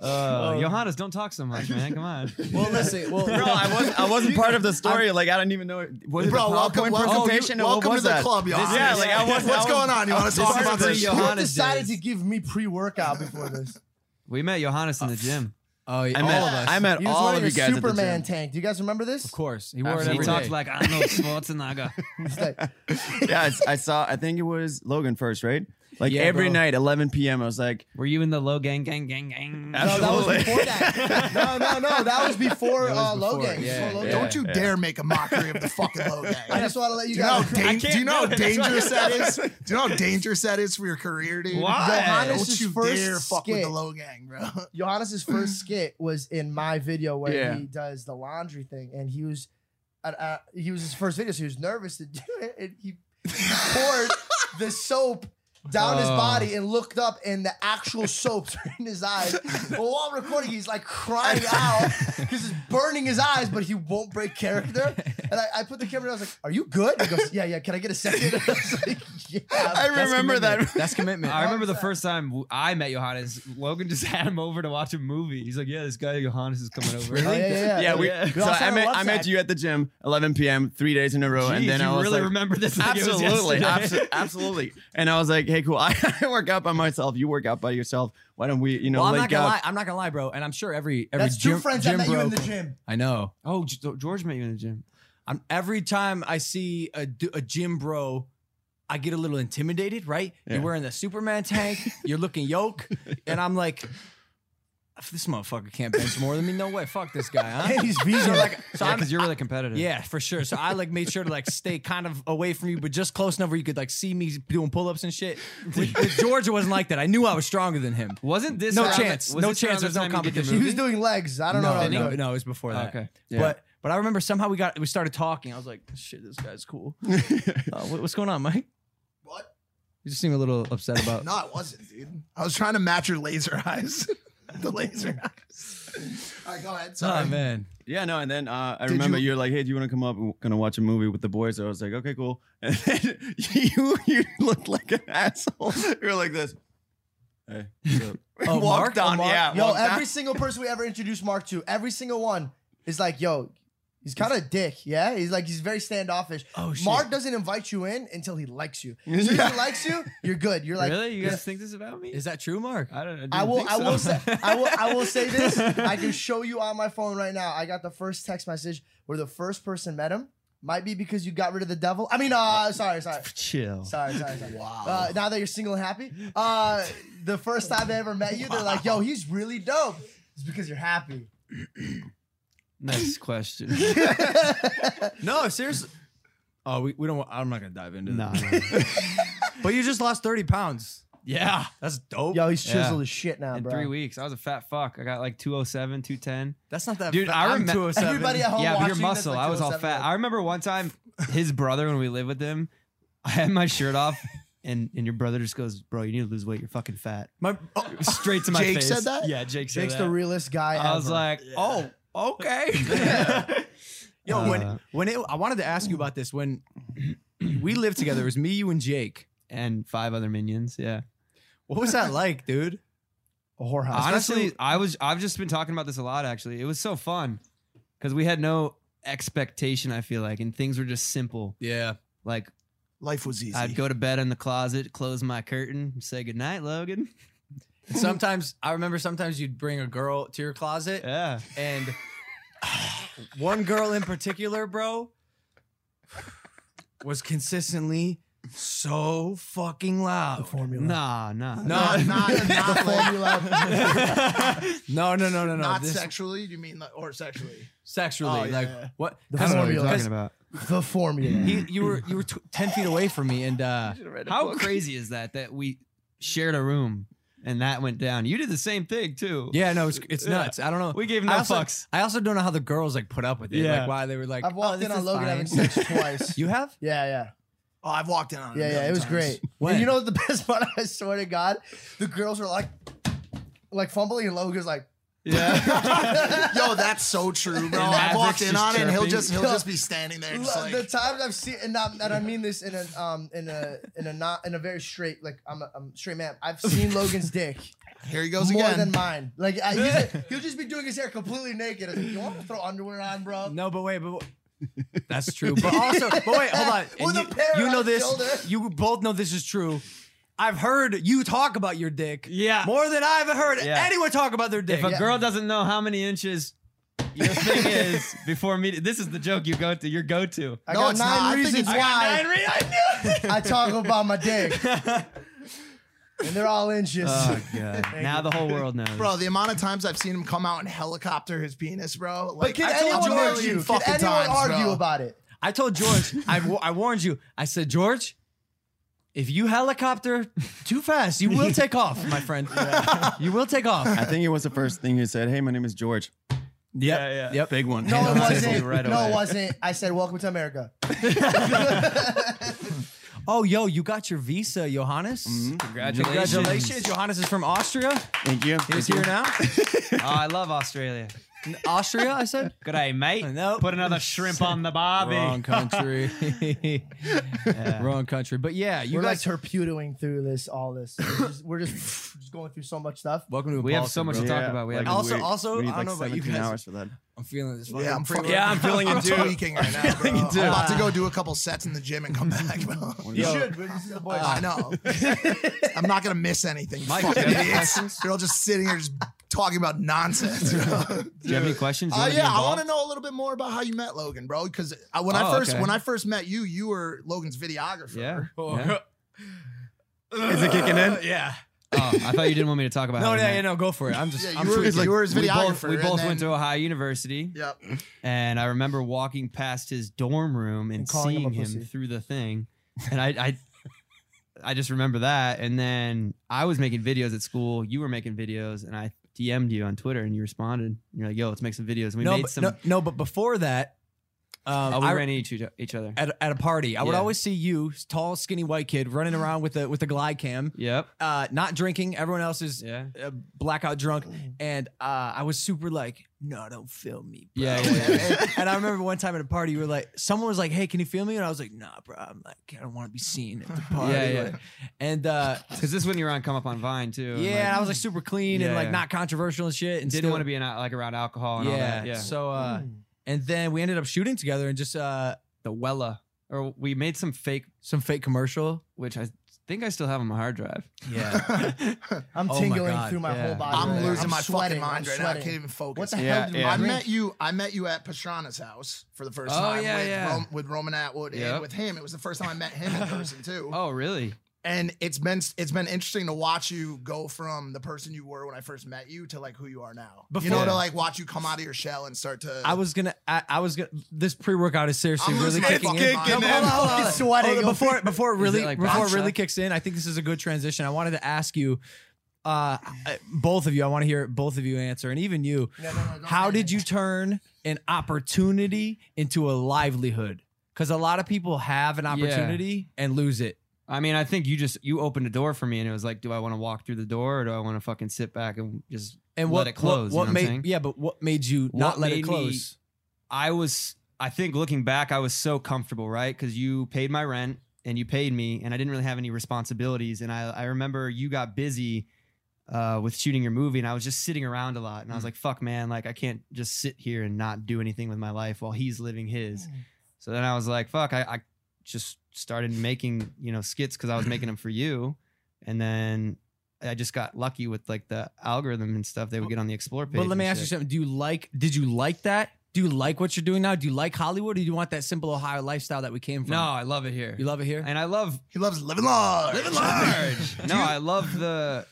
[SPEAKER 6] Uh, Johannes, don't talk so much, man. Come on.
[SPEAKER 4] Well, listen. Well,
[SPEAKER 5] Bro, I wasn't. I wasn't part of the story. like I didn't even know. it- Was it
[SPEAKER 3] Bro,
[SPEAKER 5] a
[SPEAKER 3] welcome,
[SPEAKER 5] PowerPoint
[SPEAKER 3] welcome,
[SPEAKER 5] presentation?
[SPEAKER 3] Oh, you-
[SPEAKER 5] or what
[SPEAKER 3] welcome
[SPEAKER 5] was
[SPEAKER 3] to the
[SPEAKER 5] that?
[SPEAKER 3] club, y'all.
[SPEAKER 5] yeah, like I was.
[SPEAKER 3] What's
[SPEAKER 5] I was-
[SPEAKER 3] going on? You want to talk
[SPEAKER 5] is
[SPEAKER 3] about
[SPEAKER 5] the
[SPEAKER 3] this?
[SPEAKER 6] yo-
[SPEAKER 2] Who
[SPEAKER 6] Johannes
[SPEAKER 2] decided
[SPEAKER 6] days.
[SPEAKER 2] to give me pre-workout before this?
[SPEAKER 6] We met Johannes in the gym.
[SPEAKER 4] oh, yeah,
[SPEAKER 5] I
[SPEAKER 4] all
[SPEAKER 5] met,
[SPEAKER 4] of us.
[SPEAKER 5] I
[SPEAKER 2] He
[SPEAKER 5] met
[SPEAKER 2] was
[SPEAKER 5] all
[SPEAKER 2] wearing
[SPEAKER 5] of
[SPEAKER 2] a
[SPEAKER 5] you guys
[SPEAKER 2] Superman
[SPEAKER 5] at the
[SPEAKER 2] tank. Do you guys remember this?
[SPEAKER 4] of course, he wore it
[SPEAKER 6] He
[SPEAKER 4] every
[SPEAKER 6] talked
[SPEAKER 4] day.
[SPEAKER 6] like Arnold Schwarzenegger.
[SPEAKER 2] It's like,
[SPEAKER 5] gym. yeah, I, I saw. I think it was Logan first, right? Like
[SPEAKER 4] Yeah,
[SPEAKER 5] every
[SPEAKER 4] bro.
[SPEAKER 5] night, 11 p.m. I was like,
[SPEAKER 6] Were you in the low gang gang gang gang?
[SPEAKER 2] no, that was
[SPEAKER 5] Absolutely.
[SPEAKER 2] before that. No, no, no, that was before, uh, Logan.
[SPEAKER 4] yeah,
[SPEAKER 2] Before Logan.
[SPEAKER 5] yeah.
[SPEAKER 3] Don't you dare make a mockery of the fucking low gang.
[SPEAKER 2] I just want to let you
[SPEAKER 3] do you know how,
[SPEAKER 2] guys.
[SPEAKER 3] dan- do you know how
[SPEAKER 5] do it. That's why I
[SPEAKER 3] dangerous that is? Do you know how dangerous that is for your career, dude?
[SPEAKER 5] Why?
[SPEAKER 3] Don't
[SPEAKER 2] Johannes'
[SPEAKER 3] you
[SPEAKER 2] first
[SPEAKER 3] dare fuck with
[SPEAKER 2] skit.
[SPEAKER 3] the low gang, bro.
[SPEAKER 2] Johannes's first skit was in my video where
[SPEAKER 5] Yeah.
[SPEAKER 2] he does the laundry thing, and he was, uh, uh, he was his first video, so he was nervous to do it, and he poured the soap down his
[SPEAKER 5] Oh.
[SPEAKER 2] body and looked up, and the actual soaps were in his eyes. But while recording, he's like crying out because it's burning his eyes, but he won't break character. And I, I put the camera down. I was like, "Are you good?" He goes, "Yeah, yeah. Can I get a second? I was like, "Yeah."
[SPEAKER 5] I remember that.
[SPEAKER 4] That's commitment.
[SPEAKER 6] I remember the first time w- I met Johannes, Logan just had him over to watch a movie. He's like, "Yeah, this guy Johannes is coming over."
[SPEAKER 2] Oh, yeah, yeah,
[SPEAKER 5] Yeah, we.
[SPEAKER 6] Yeah.
[SPEAKER 5] So
[SPEAKER 2] all
[SPEAKER 5] I
[SPEAKER 2] sat
[SPEAKER 5] met.
[SPEAKER 2] on
[SPEAKER 5] I met
[SPEAKER 2] WhatsApp.
[SPEAKER 5] you at the gym, 11 p.m. three days in a row,
[SPEAKER 6] Jeez,
[SPEAKER 5] and then I
[SPEAKER 6] you
[SPEAKER 5] was
[SPEAKER 6] really
[SPEAKER 5] like,
[SPEAKER 6] remember this? Like it was
[SPEAKER 5] absolutely,
[SPEAKER 6] yesterday.
[SPEAKER 5] abso- absolutely. And I was like, hey, cool. I, I work out by myself. You work out by yourself. Why don't we, you know, uh,
[SPEAKER 4] Well, I'm
[SPEAKER 5] link
[SPEAKER 4] not gonna
[SPEAKER 5] up?
[SPEAKER 4] lie. I'm not gonna lie, bro. And I'm sure every every
[SPEAKER 2] That's
[SPEAKER 4] gym,
[SPEAKER 2] two friends
[SPEAKER 4] gym
[SPEAKER 2] that met
[SPEAKER 4] bro,
[SPEAKER 2] you in the gym.
[SPEAKER 4] I know.
[SPEAKER 6] Oh, G- George met you in the gym.
[SPEAKER 4] I'm every time I see a, d- a gym bro, I get a little intimidated, right?
[SPEAKER 5] Yeah.
[SPEAKER 4] You're wearing the Superman tank, you're looking yoke, and I'm like, "If this motherfucker can't bench more than me, no way. Fuck this guy, huh?
[SPEAKER 2] He's vegan.
[SPEAKER 4] So
[SPEAKER 6] yeah,
[SPEAKER 4] I'm,
[SPEAKER 6] because you're really competitive.
[SPEAKER 4] yeah, for sure. So I like made sure to like stay kind of away from you, but just close enough where you could like see me doing pull ups and shit. With, with George, it wasn't like that. I knew I was stronger than him.
[SPEAKER 6] Wasn't this
[SPEAKER 4] No
[SPEAKER 6] around the-
[SPEAKER 4] chance.
[SPEAKER 6] was
[SPEAKER 4] No
[SPEAKER 6] this around
[SPEAKER 4] chance. There's
[SPEAKER 6] the
[SPEAKER 4] no
[SPEAKER 6] time you did the
[SPEAKER 4] competition.
[SPEAKER 2] He
[SPEAKER 6] movie?
[SPEAKER 2] was doing legs. I don't know.
[SPEAKER 4] no,
[SPEAKER 2] what
[SPEAKER 4] no,
[SPEAKER 2] I'm doing.
[SPEAKER 4] no, it was before that.
[SPEAKER 6] Okay.
[SPEAKER 5] Yeah.
[SPEAKER 4] But but I remember somehow we got we started talking. I was like, shit, this guy's cool. uh, what, what's going on, Mike?
[SPEAKER 3] What?
[SPEAKER 4] You just seem a little upset about.
[SPEAKER 3] No, it wasn't, dude. I was trying to match your laser eyes. the laser eyes. All right, go ahead. Sorry.
[SPEAKER 4] oh man,
[SPEAKER 5] Yeah, no, and then uh, I remember
[SPEAKER 3] you-
[SPEAKER 5] you, are like, "Hey, do you want to come up? We're gonna watch a movie with the boys." I was like, "Okay, cool." And then you you looked like an asshole. You were like this. Hey, what's up?
[SPEAKER 4] Oh, Mark?
[SPEAKER 5] walked
[SPEAKER 4] Oh,
[SPEAKER 5] on,
[SPEAKER 4] Mark?
[SPEAKER 5] yeah.
[SPEAKER 2] Yo,
[SPEAKER 5] walked
[SPEAKER 2] every
[SPEAKER 5] down.
[SPEAKER 2] single person we ever introduced Mark to, every single one is like, yo, he's kind of a dick. Yeah, he's like, he's very standoffish.
[SPEAKER 4] Oh, shit.
[SPEAKER 2] Mark doesn't invite you in until he likes you. So
[SPEAKER 5] Yeah.
[SPEAKER 2] if he likes you, you're good. You're like,
[SPEAKER 6] really? You guys think this about me?
[SPEAKER 4] is that true, Mark?
[SPEAKER 6] I don't. I, didn't
[SPEAKER 2] I will.
[SPEAKER 6] think
[SPEAKER 2] I will
[SPEAKER 6] so.
[SPEAKER 2] say. I will. I will say this. I can show you on my phone right now. I got the first text message where the first person met him. Might be because you got rid of the devil. I mean, uh, sorry, sorry.
[SPEAKER 4] Chill.
[SPEAKER 2] Sorry, sorry, sorry. Wow. Uh, now that you're single and happy, uh, the first time they ever met you, they're like, yo, he's really dope. It's because you're happy.
[SPEAKER 5] Next question.
[SPEAKER 4] no, seriously. Oh, we, we don't. wa- I'm not gonna dive into
[SPEAKER 5] Nah,
[SPEAKER 4] that. but you just lost 30 pounds. Yeah, that's dope.
[SPEAKER 2] Yo, he's
[SPEAKER 4] Yeah.
[SPEAKER 2] chiseled as shit now,
[SPEAKER 10] in
[SPEAKER 2] bro.
[SPEAKER 10] three weeks. I was a fat fuck. I got like 207, 210.
[SPEAKER 4] That's not that.
[SPEAKER 10] Dude,
[SPEAKER 4] fat.
[SPEAKER 10] I
[SPEAKER 4] I'm
[SPEAKER 10] remember
[SPEAKER 4] 207.
[SPEAKER 2] Everybody at home
[SPEAKER 10] Yeah, but your
[SPEAKER 2] Oh, watching that's
[SPEAKER 10] muscle.
[SPEAKER 2] like
[SPEAKER 10] I was all
[SPEAKER 2] 207,
[SPEAKER 10] fat.
[SPEAKER 2] like-
[SPEAKER 10] I remember one time his brother when we lived with him, I had my shirt off, and and your brother just goes, "Bro, you need to lose weight. You're fucking fat."
[SPEAKER 4] My
[SPEAKER 10] Straight to my
[SPEAKER 2] Jake
[SPEAKER 10] face.
[SPEAKER 2] said that?
[SPEAKER 10] Yeah, Jake said
[SPEAKER 2] Jake's
[SPEAKER 10] that.
[SPEAKER 2] the realest guy
[SPEAKER 10] I was
[SPEAKER 2] ever.
[SPEAKER 10] like, "Oh, okay."
[SPEAKER 4] Yo,
[SPEAKER 10] Uh,
[SPEAKER 4] when when it, I wanted to ask you about this when we lived together, it was me, you, and Jake.
[SPEAKER 10] and five other minions. Yeah.
[SPEAKER 4] What was that like, dude?
[SPEAKER 2] a whorehouse.
[SPEAKER 10] Honestly,
[SPEAKER 4] Especially-
[SPEAKER 10] I was I've just been talking about this a lot actually. It was so fun cuz we had no expectation I feel like and things were just simple.
[SPEAKER 4] Yeah,
[SPEAKER 10] Like
[SPEAKER 3] Life was easy.
[SPEAKER 10] I'd go to bed in the closet, close my curtain, say goodnight, Logan.
[SPEAKER 4] And sometimes I remember sometimes you'd bring a girl to your closet,
[SPEAKER 10] Yeah.
[SPEAKER 4] and one girl in particular, bro, was consistently so fucking loud.
[SPEAKER 2] formula.
[SPEAKER 10] Nah, nah.
[SPEAKER 4] No,
[SPEAKER 3] not, not,
[SPEAKER 2] The
[SPEAKER 3] not, like,
[SPEAKER 2] formula.
[SPEAKER 4] no, no, no, no, no.
[SPEAKER 3] not
[SPEAKER 4] This-
[SPEAKER 3] sexually. Do you mean like, or sexually?
[SPEAKER 4] sexually,
[SPEAKER 3] Oh, yeah,
[SPEAKER 4] like
[SPEAKER 3] yeah.
[SPEAKER 4] what?
[SPEAKER 2] The
[SPEAKER 4] Cause,
[SPEAKER 2] formula.
[SPEAKER 4] cause
[SPEAKER 10] about?
[SPEAKER 2] the formula.
[SPEAKER 4] he, you were you were t- ten feet away from me, and uh,
[SPEAKER 10] How crazy is that that we shared a room and that went down? You did the same thing too.
[SPEAKER 4] yeah, no, it's it's nuts. I don't know.
[SPEAKER 10] We gave
[SPEAKER 4] I
[SPEAKER 10] no
[SPEAKER 4] also,
[SPEAKER 10] fucks.
[SPEAKER 4] I also don't know how the girls like put up with it.
[SPEAKER 10] Yeah.
[SPEAKER 4] Like why they were like,
[SPEAKER 2] I've
[SPEAKER 4] oh,
[SPEAKER 2] walked
[SPEAKER 4] this
[SPEAKER 2] in on
[SPEAKER 4] is
[SPEAKER 2] Logan
[SPEAKER 4] fine.
[SPEAKER 2] having sex twice.
[SPEAKER 4] You have?
[SPEAKER 2] yeah, yeah.
[SPEAKER 3] Oh, I've walked in on. it a
[SPEAKER 2] Yeah, yeah,
[SPEAKER 3] million
[SPEAKER 2] it was
[SPEAKER 3] times.
[SPEAKER 2] great.
[SPEAKER 4] When?
[SPEAKER 2] And you know what the best part? I swear to God, the girls were like, like fumbling, and Logan's like,
[SPEAKER 3] Yo, that's so true, bro.
[SPEAKER 10] And
[SPEAKER 3] I
[SPEAKER 10] Maverick's
[SPEAKER 3] walked in
[SPEAKER 10] just
[SPEAKER 3] on it, and he'll
[SPEAKER 10] chirping.
[SPEAKER 3] just he'll just be standing there, just
[SPEAKER 2] "Look, the
[SPEAKER 3] like
[SPEAKER 2] times I've seen, and, i and I mean this in a um in a in a not in a very straight like I'm a, I'm a straight man. I've seen Logan's dick
[SPEAKER 3] here he goes
[SPEAKER 2] more
[SPEAKER 3] again.
[SPEAKER 2] than mine. Like I, he's like, he'll just be doing his hair completely naked. I was like, you want to throw underwear on, bro?
[SPEAKER 4] No, but wait, but that's true. But also, but wait, hold on.
[SPEAKER 2] With
[SPEAKER 4] And
[SPEAKER 2] a pair
[SPEAKER 4] you, you know
[SPEAKER 2] on
[SPEAKER 4] this.
[SPEAKER 2] shoulder.
[SPEAKER 4] You both know this is true. I've heard you talk about your dick.
[SPEAKER 10] Yeah.
[SPEAKER 4] More than I've heard
[SPEAKER 10] Yeah.
[SPEAKER 4] anyone talk about their dick.
[SPEAKER 10] If a girl doesn't know how many inches your thing is before meeting, this is the joke you go to. Your go to.
[SPEAKER 2] I
[SPEAKER 3] No,
[SPEAKER 2] got
[SPEAKER 3] it's
[SPEAKER 2] nine
[SPEAKER 3] not. I think
[SPEAKER 2] reasons
[SPEAKER 3] it's- I got
[SPEAKER 2] why
[SPEAKER 3] nine
[SPEAKER 2] I talk about my dick, and they're all inches.
[SPEAKER 10] Oh,
[SPEAKER 3] Uh,
[SPEAKER 10] god! now the whole world knows.
[SPEAKER 3] Bro, the amount of times I've seen him come out and helicopter his penis, bro. Like,
[SPEAKER 2] but can
[SPEAKER 3] I
[SPEAKER 2] anyone
[SPEAKER 3] told you a million
[SPEAKER 2] argue? Can
[SPEAKER 3] fucking
[SPEAKER 2] anyone
[SPEAKER 3] times, bro.
[SPEAKER 2] argue about it?
[SPEAKER 4] I told George, I, wa- I warned you. I said, George, if you helicopter too fast, you will take off, my friend. You will take off.
[SPEAKER 5] I think it was the first thing you said. Hey, my name is George.
[SPEAKER 4] Yeah, yeah. Yep.
[SPEAKER 5] Big one.
[SPEAKER 2] No, it wasn't.
[SPEAKER 10] right
[SPEAKER 2] no,
[SPEAKER 10] away.
[SPEAKER 2] it wasn't. I said, "Welcome to America."
[SPEAKER 4] Oh, yo, you got your visa, Johannes.
[SPEAKER 10] Congratulations.
[SPEAKER 4] Mm-hmm. Congratulations. Johannes is from Austria.
[SPEAKER 5] Thank you.
[SPEAKER 4] He's
[SPEAKER 5] Thank you.
[SPEAKER 4] here now.
[SPEAKER 10] Oh, I love Australia.
[SPEAKER 4] Austria, I said.
[SPEAKER 10] Good day, mate.
[SPEAKER 4] Nope.
[SPEAKER 10] Put another shrimp on the barbie.
[SPEAKER 4] Wrong country. Wrong country. But yeah, you
[SPEAKER 2] we're like
[SPEAKER 4] guys.
[SPEAKER 2] torpedoing through this, all this. We're just, we're just, just going through so much stuff.
[SPEAKER 4] welcome to
[SPEAKER 10] We have so much
[SPEAKER 4] Boston,
[SPEAKER 10] to
[SPEAKER 4] bro.
[SPEAKER 10] talk about. We have
[SPEAKER 4] I'll- Also- also,
[SPEAKER 5] we need
[SPEAKER 4] I
[SPEAKER 5] like
[SPEAKER 4] don't know about you
[SPEAKER 5] 17
[SPEAKER 4] guys.
[SPEAKER 5] hours for that.
[SPEAKER 4] I'm feeling this.
[SPEAKER 3] Yeah, I'm
[SPEAKER 4] fucking-
[SPEAKER 3] fucking. I'm tweaking right now. Bro. I'm
[SPEAKER 5] too.
[SPEAKER 3] about to go do a couple sets in the gym and come back. Bro.
[SPEAKER 2] You should. but This is the boys.
[SPEAKER 3] I know. I'm not gonna miss anything. fucking idiots. They're all just sitting here, just talking about nonsense. Bro.
[SPEAKER 10] Do you have any questions? You
[SPEAKER 3] Uh,
[SPEAKER 10] wanna be
[SPEAKER 3] yeah, I
[SPEAKER 10] involved?
[SPEAKER 3] want to know a little bit more about how you met Logan, bro. Because when
[SPEAKER 10] Oh,
[SPEAKER 3] I first
[SPEAKER 10] okay.
[SPEAKER 3] when I first met you, you were Logan's videographer.
[SPEAKER 10] Yeah.
[SPEAKER 4] Oh,
[SPEAKER 10] yeah.
[SPEAKER 5] Is it kicking in?
[SPEAKER 4] Yeah.
[SPEAKER 10] Oh, I thought you didn't want me to talk about.
[SPEAKER 4] No,
[SPEAKER 10] how
[SPEAKER 4] no,
[SPEAKER 10] we met.
[SPEAKER 4] yeah, no, go for it. I'm just.
[SPEAKER 3] Yeah, you,
[SPEAKER 4] I'm
[SPEAKER 3] were,
[SPEAKER 4] freaking-
[SPEAKER 3] you were his
[SPEAKER 10] We both,
[SPEAKER 3] videographer.
[SPEAKER 10] we both
[SPEAKER 3] and
[SPEAKER 10] went
[SPEAKER 3] then-
[SPEAKER 10] to Ohio University,
[SPEAKER 3] Yep.
[SPEAKER 10] and I remember walking past his dorm room and,
[SPEAKER 2] And calling him
[SPEAKER 10] seeing
[SPEAKER 2] a
[SPEAKER 10] him,
[SPEAKER 2] pussy.
[SPEAKER 10] through the thing, and I, I, I just remember that. And then I was making videos at school. You were making videos, and I DM'd you on Twitter, and you responded. And you're like, "Yo, let's make some videos." And we
[SPEAKER 4] no,
[SPEAKER 10] made
[SPEAKER 4] but,
[SPEAKER 10] some.
[SPEAKER 4] no, no, but before that, um,
[SPEAKER 10] oh, we
[SPEAKER 4] I-
[SPEAKER 10] ran into each- each other.
[SPEAKER 4] at, at a party, I would
[SPEAKER 10] Yeah.
[SPEAKER 4] always see you, tall, skinny, white kid, running around with a with a glide cam,
[SPEAKER 10] Yep.
[SPEAKER 4] uh, not drinking. Everyone else is
[SPEAKER 10] Yeah.
[SPEAKER 4] uh, blackout drunk,
[SPEAKER 3] Mm.
[SPEAKER 4] and uh, I was super like, "No, don't film me." Bro.
[SPEAKER 10] Yeah, yeah, yeah.
[SPEAKER 4] and, and I remember one time at a party, you were like, someone was like, "Hey, can you film me?" And I was like, "Nah, bro. I'm like, I don't want to be seen at the party."
[SPEAKER 10] Yeah, yeah.
[SPEAKER 4] And uh,
[SPEAKER 10] Because this is when you were on Come Up on Vine too.
[SPEAKER 4] yeah, and I was like super clean and
[SPEAKER 10] Yeah,
[SPEAKER 4] like
[SPEAKER 10] yeah.
[SPEAKER 4] not controversial and shit, and
[SPEAKER 10] didn't
[SPEAKER 4] still-
[SPEAKER 10] want to be in, uh, like around alcohol and
[SPEAKER 4] yeah.
[SPEAKER 10] all that. Yeah.
[SPEAKER 4] So, uh,
[SPEAKER 3] Mm.
[SPEAKER 4] and then we ended up shooting together and just uh,
[SPEAKER 10] the Wella, or we made some fake,
[SPEAKER 4] some fake commercial.
[SPEAKER 10] which I think I still have on my hard drive.
[SPEAKER 4] Yeah.
[SPEAKER 2] I'm
[SPEAKER 10] Oh my
[SPEAKER 2] tingling
[SPEAKER 10] God,
[SPEAKER 2] through my
[SPEAKER 10] yeah.
[SPEAKER 2] whole body.
[SPEAKER 3] I'm
[SPEAKER 2] right now.
[SPEAKER 3] losing my
[SPEAKER 2] sweating,
[SPEAKER 3] fucking mind
[SPEAKER 2] I'm
[SPEAKER 3] right now. I
[SPEAKER 2] sweating.
[SPEAKER 3] can't even focus.
[SPEAKER 2] What the
[SPEAKER 10] Yeah,
[SPEAKER 2] hell did
[SPEAKER 10] yeah.
[SPEAKER 2] we
[SPEAKER 3] I
[SPEAKER 2] drink?
[SPEAKER 3] met you. I met you at Pastrana's house for the first
[SPEAKER 10] Oh,
[SPEAKER 3] time
[SPEAKER 10] yeah,
[SPEAKER 3] with,
[SPEAKER 10] yeah.
[SPEAKER 3] Rom- with Roman Atwood
[SPEAKER 10] Yep.
[SPEAKER 3] and with him. It was the first time I met him in person too.
[SPEAKER 10] Oh, really?
[SPEAKER 3] And it's been it's been interesting to watch you go from the person you were when I first met you to like who you are now. you know,
[SPEAKER 4] Before-
[SPEAKER 3] to like watch you come out of your shell and start to.
[SPEAKER 4] I was gonna. I, I was gonna. This pre workout is seriously
[SPEAKER 3] I'm
[SPEAKER 4] really
[SPEAKER 3] losing my
[SPEAKER 4] kicking in.
[SPEAKER 3] fucking mind.
[SPEAKER 4] No, hold on, hold on, hold on.
[SPEAKER 2] Fucking sweating.
[SPEAKER 4] Hold on, Before before it
[SPEAKER 10] Is it
[SPEAKER 4] really
[SPEAKER 10] like
[SPEAKER 4] before it
[SPEAKER 10] matcha?
[SPEAKER 4] really kicks in, I think this is a good transition. I wanted to ask you, uh, I- both of you. I want to hear both of you answer, and even you. How did you turn an opportunity into a livelihood? Because a lot of people have an opportunity and lose it.
[SPEAKER 10] I mean, I think you just you opened a door for me, and it was like, do I want to walk through the door, or do I want to fucking sit back and just
[SPEAKER 4] And
[SPEAKER 10] let
[SPEAKER 4] what
[SPEAKER 10] it
[SPEAKER 4] What, what
[SPEAKER 10] close? you know what I'm
[SPEAKER 4] made
[SPEAKER 10] saying?
[SPEAKER 4] yeah? But what made you not
[SPEAKER 10] What
[SPEAKER 4] let it
[SPEAKER 10] made me-
[SPEAKER 4] close?
[SPEAKER 10] I was, I think looking back, I was so comfortable, right? Because you paid my rent and you paid me, and I didn't really have any responsibilities. And I, I remember you got busy uh, with shooting your movie, and I was just sitting around a lot. And I
[SPEAKER 4] Mm.
[SPEAKER 10] was like, fuck, man, like I can't just sit here and not do anything with my life while he's living
[SPEAKER 4] Mm.
[SPEAKER 10] his. So then I was like, fuck, I, I just started making, you know, skits because I was making them for you. And then I just got lucky with like the algorithm and stuff they would get on the explore page.
[SPEAKER 4] But let me
[SPEAKER 10] and
[SPEAKER 4] ask you
[SPEAKER 10] shit.
[SPEAKER 4] something. Do you like? Did you like that? Do you like what you're doing now? Do you like Hollywood? Or do you want that simple Ohio lifestyle that we came from?
[SPEAKER 10] No, I love it here.
[SPEAKER 4] You love it here?
[SPEAKER 10] and I love
[SPEAKER 3] He loves living large.
[SPEAKER 10] Living large. no, I love the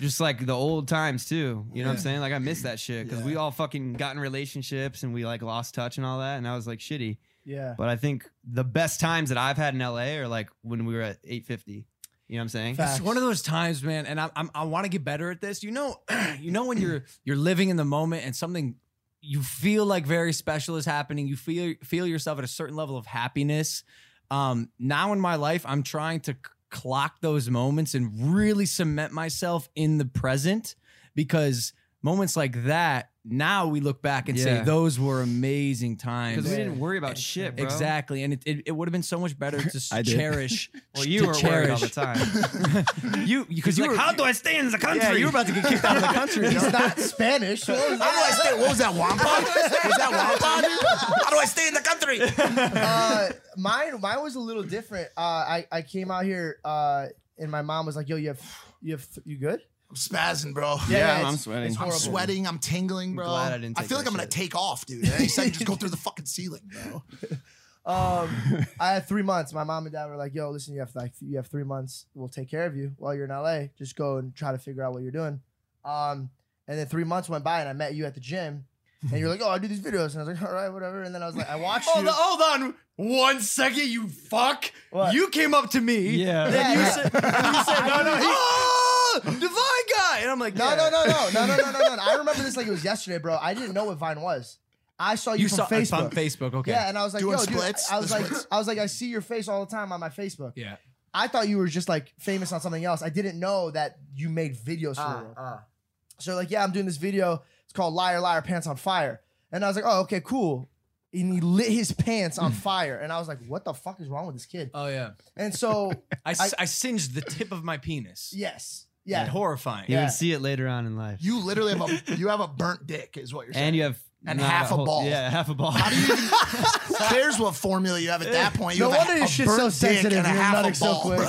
[SPEAKER 10] just like the old times too. You know what I'm saying? Like I miss that shit because we all fucking got in relationships and we like lost touch and all that, and I was like shitty.
[SPEAKER 2] Yeah.
[SPEAKER 10] But I think the best times that I've had in LA are like when we were at 850. You know what I'm saying?
[SPEAKER 4] It's one of those times, man, and I, I'm, I want to get better at this. You know, you know when you're you're living in the moment and something you feel like very special is happening. You feel feel yourself at a certain level of happiness. Um, now in my life, I'm trying to c- clock those moments and really cement myself in the present because moments like that. Now we look back and say
[SPEAKER 10] Yeah.
[SPEAKER 4] those were amazing times.
[SPEAKER 10] Because we didn't worry about shit, bro.
[SPEAKER 4] Exactly, and it, it, it would have been so much better to s-
[SPEAKER 5] I did.
[SPEAKER 4] cherish.
[SPEAKER 10] Well, you
[SPEAKER 4] to
[SPEAKER 10] were worried all
[SPEAKER 4] cherish.
[SPEAKER 10] the time.
[SPEAKER 4] You because you
[SPEAKER 10] like,
[SPEAKER 4] were
[SPEAKER 10] how do I stay in the country?
[SPEAKER 4] yeah, you were about to get kicked out of the country.
[SPEAKER 2] He's not Spanish. So what was
[SPEAKER 3] How do I
[SPEAKER 2] that?
[SPEAKER 3] stay? What was that wampa? was that wampa? How do I stay in the country?
[SPEAKER 2] uh, mine, mine was a little different. Uh, I, I came out here, uh, and my mom was like, "Yo, you have, you have, you good?"
[SPEAKER 3] I'm spazzing, bro.
[SPEAKER 2] Yeah,
[SPEAKER 5] I'm
[SPEAKER 2] it's-
[SPEAKER 5] sweating.
[SPEAKER 2] It's
[SPEAKER 5] I'm
[SPEAKER 3] I'm
[SPEAKER 2] horrible.
[SPEAKER 3] sweating. I'm tingling, bro.
[SPEAKER 10] glad I didn't take
[SPEAKER 3] feel
[SPEAKER 10] that
[SPEAKER 3] like I'm gonna
[SPEAKER 10] shit.
[SPEAKER 3] take off, dude. Any second, just go through the fucking ceiling, bro.
[SPEAKER 2] Um, I had three months. My mom and dad were like, "Yo, listen, you have like you have three months. We'll take care of you while you're in LA. Just go and try to figure out what you're doing." Um, and then three months went by, and I met you at the gym, and you're like, "Oh, I do these videos," and I was like, "All right, whatever." And then I was like, I watched you.
[SPEAKER 4] hold on one second, you fuck!
[SPEAKER 2] What?
[SPEAKER 4] You came up to me.
[SPEAKER 10] Yeah.
[SPEAKER 4] And
[SPEAKER 2] Yeah,
[SPEAKER 4] you
[SPEAKER 2] yeah.
[SPEAKER 4] said, and you said, no, no, he, oh, divine guy, and I'm like,
[SPEAKER 2] No,
[SPEAKER 4] yeah.
[SPEAKER 2] no, no, no, no, no, no, no, no. I remember this like it was yesterday, bro. I didn't know what Vine was. I saw you,
[SPEAKER 4] You
[SPEAKER 2] from
[SPEAKER 4] saw
[SPEAKER 2] Facebook.
[SPEAKER 4] on Facebook, okay?
[SPEAKER 2] Yeah, and I was like,
[SPEAKER 3] Doing
[SPEAKER 2] yo,
[SPEAKER 3] splits,
[SPEAKER 2] dude. I- I was
[SPEAKER 3] the
[SPEAKER 2] like,
[SPEAKER 3] splits.
[SPEAKER 2] I was like, I see your face all the time on my Facebook.
[SPEAKER 4] Yeah.
[SPEAKER 2] I thought you were just like famous on something else. I didn't know that you made videos for
[SPEAKER 3] Ah,
[SPEAKER 2] real. So like, yeah, I'm doing this video. It's called Liar Liar Pants on Fire. And I was like, oh, okay, cool. And he lit his pants on fire. And I was like, what the fuck is wrong with this kid?
[SPEAKER 4] Oh yeah.
[SPEAKER 2] And so,
[SPEAKER 4] I, s- I singed the tip of my penis.
[SPEAKER 2] yes.
[SPEAKER 4] And
[SPEAKER 2] Yeah.
[SPEAKER 4] horrifying.
[SPEAKER 10] You
[SPEAKER 2] Yeah.
[SPEAKER 10] would see it later on in life.
[SPEAKER 3] You literally have a you have a burnt dick, is what you're saying.
[SPEAKER 10] and you have
[SPEAKER 3] And
[SPEAKER 10] not
[SPEAKER 3] half a
[SPEAKER 10] whole-
[SPEAKER 3] ball.
[SPEAKER 10] Yeah, half a ball.
[SPEAKER 3] Who cares what formula you have at that point? You
[SPEAKER 2] No
[SPEAKER 3] have
[SPEAKER 2] wonder
[SPEAKER 3] a,
[SPEAKER 2] your
[SPEAKER 3] a
[SPEAKER 2] shit's so
[SPEAKER 3] burnt dick
[SPEAKER 2] sensitive
[SPEAKER 3] and a
[SPEAKER 2] and you're
[SPEAKER 3] half a
[SPEAKER 2] nutting so
[SPEAKER 3] ball,
[SPEAKER 2] quick.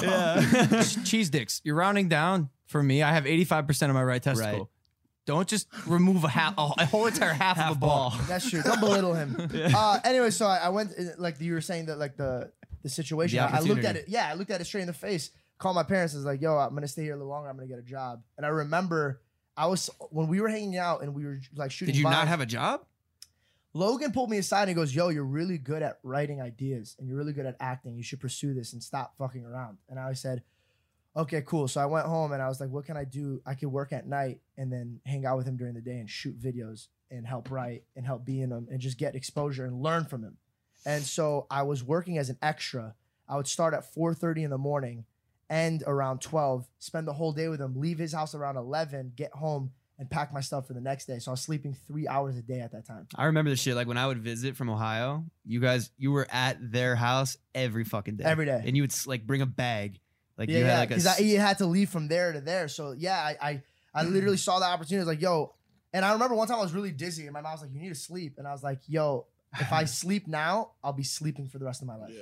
[SPEAKER 3] bro.
[SPEAKER 4] cheese dicks. You're rounding down for me. I have 85% of my right testicle.
[SPEAKER 10] Right.
[SPEAKER 4] Don't just remove a, half, a whole entire half, of a ball.
[SPEAKER 2] That's true. Don't belittle him. Uh, anyway, so I, I went uh, like you were saying that like the the situation.
[SPEAKER 10] The
[SPEAKER 2] I- I looked at
[SPEAKER 10] opportunity.
[SPEAKER 2] it. Yeah, I looked at it straight in the face. Called my parents. I was like, "Yo, I'm gonna stay here a little longer. I'm gonna get a job." And I remember I was when we were hanging out and we were like shooting.
[SPEAKER 10] Did you not
[SPEAKER 2] vines,
[SPEAKER 10] have a job?
[SPEAKER 2] Logan pulled me aside and goes, "Yo, you're really good at writing ideas and you're really good at acting. You should pursue this and stop fucking around." And I said, "Okay, cool." So I went home and I was like, "What can I do? I could work at night and then hang out with him during the day and shoot videos and help write and help be in them and just get exposure and learn from him." And so I was working as an extra. I would start at 4:30 in the morning, end around 12, spend the whole day with him, leave his house around 11, get home and pack my stuff for the next day. So I was sleeping 3 hours a day at that time.
[SPEAKER 10] I remember the shit. Like when I would visit from Ohio, you guys, you were at their house every fucking day.
[SPEAKER 2] Every day.
[SPEAKER 10] And you would like bring a bag. Like
[SPEAKER 2] yeah,
[SPEAKER 10] you had
[SPEAKER 2] yeah,
[SPEAKER 10] like a.
[SPEAKER 2] because
[SPEAKER 10] s-
[SPEAKER 2] I you had to leave from there to there. So yeah, I I, I literally saw the opportunity. I was like, yo, and I remember one time I was really dizzy, and my mom was like, you need to sleep, and I was like, yo, if I sleep now, I'll be sleeping for the rest of my life.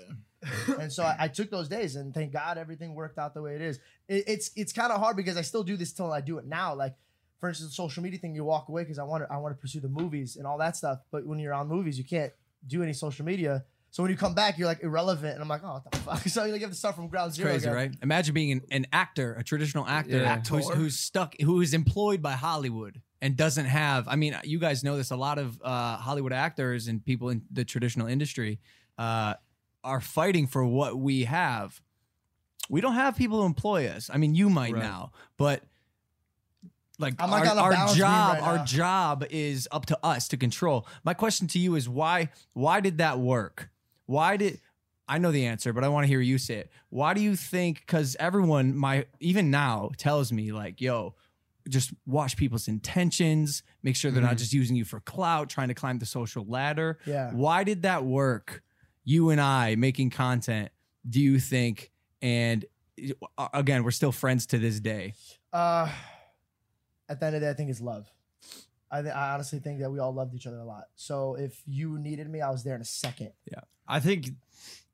[SPEAKER 2] and so I, I took those days, and thank God everything worked out the way it is. It, it's it's kind of hard because I still do this till I do it now. Like for instance, the social media thing, you walk away because I want to I want to pursue the movies and all that stuff. But when you're on movies, you can't do any social media. So when you come back, you're like irrelevant, and I'm like, oh, what the fuck? So you like, have to start from ground
[SPEAKER 4] It's
[SPEAKER 2] zero.
[SPEAKER 4] crazy,
[SPEAKER 2] again.
[SPEAKER 4] right? Imagine being an, an actor, a traditional actor,
[SPEAKER 2] Yeah.
[SPEAKER 4] Who's,
[SPEAKER 2] Actor.
[SPEAKER 4] who's stuck, who is employed by Hollywood and doesn't have. I mean, you guys know this. A lot of uh, Hollywood actors and people in the traditional industry uh, are fighting for what we have. We don't have people who employ us. I mean, you might now, but like
[SPEAKER 2] I'm
[SPEAKER 4] our,
[SPEAKER 2] like on a
[SPEAKER 4] our
[SPEAKER 2] balance beam
[SPEAKER 4] job,
[SPEAKER 2] right
[SPEAKER 4] our
[SPEAKER 2] now.
[SPEAKER 4] job is up to us to control. My question to you is why? Why did that work? Why did? I know the answer, but I want to hear you say it. Why do you think? Because everyone, my even now, tells me like, "Yo, just watch people's intentions. Make sure they're not
[SPEAKER 10] Mhm.
[SPEAKER 4] just using you for clout, trying to climb the social ladder."
[SPEAKER 2] Yeah.
[SPEAKER 4] Why did that work? You and I making content. Do you think? And uh, again, we're still friends to this day.
[SPEAKER 2] Uh, at the end of the day, I think it's love. I, th- I honestly think that we all loved each other a lot. So if you needed me, I was there in a second.
[SPEAKER 10] I think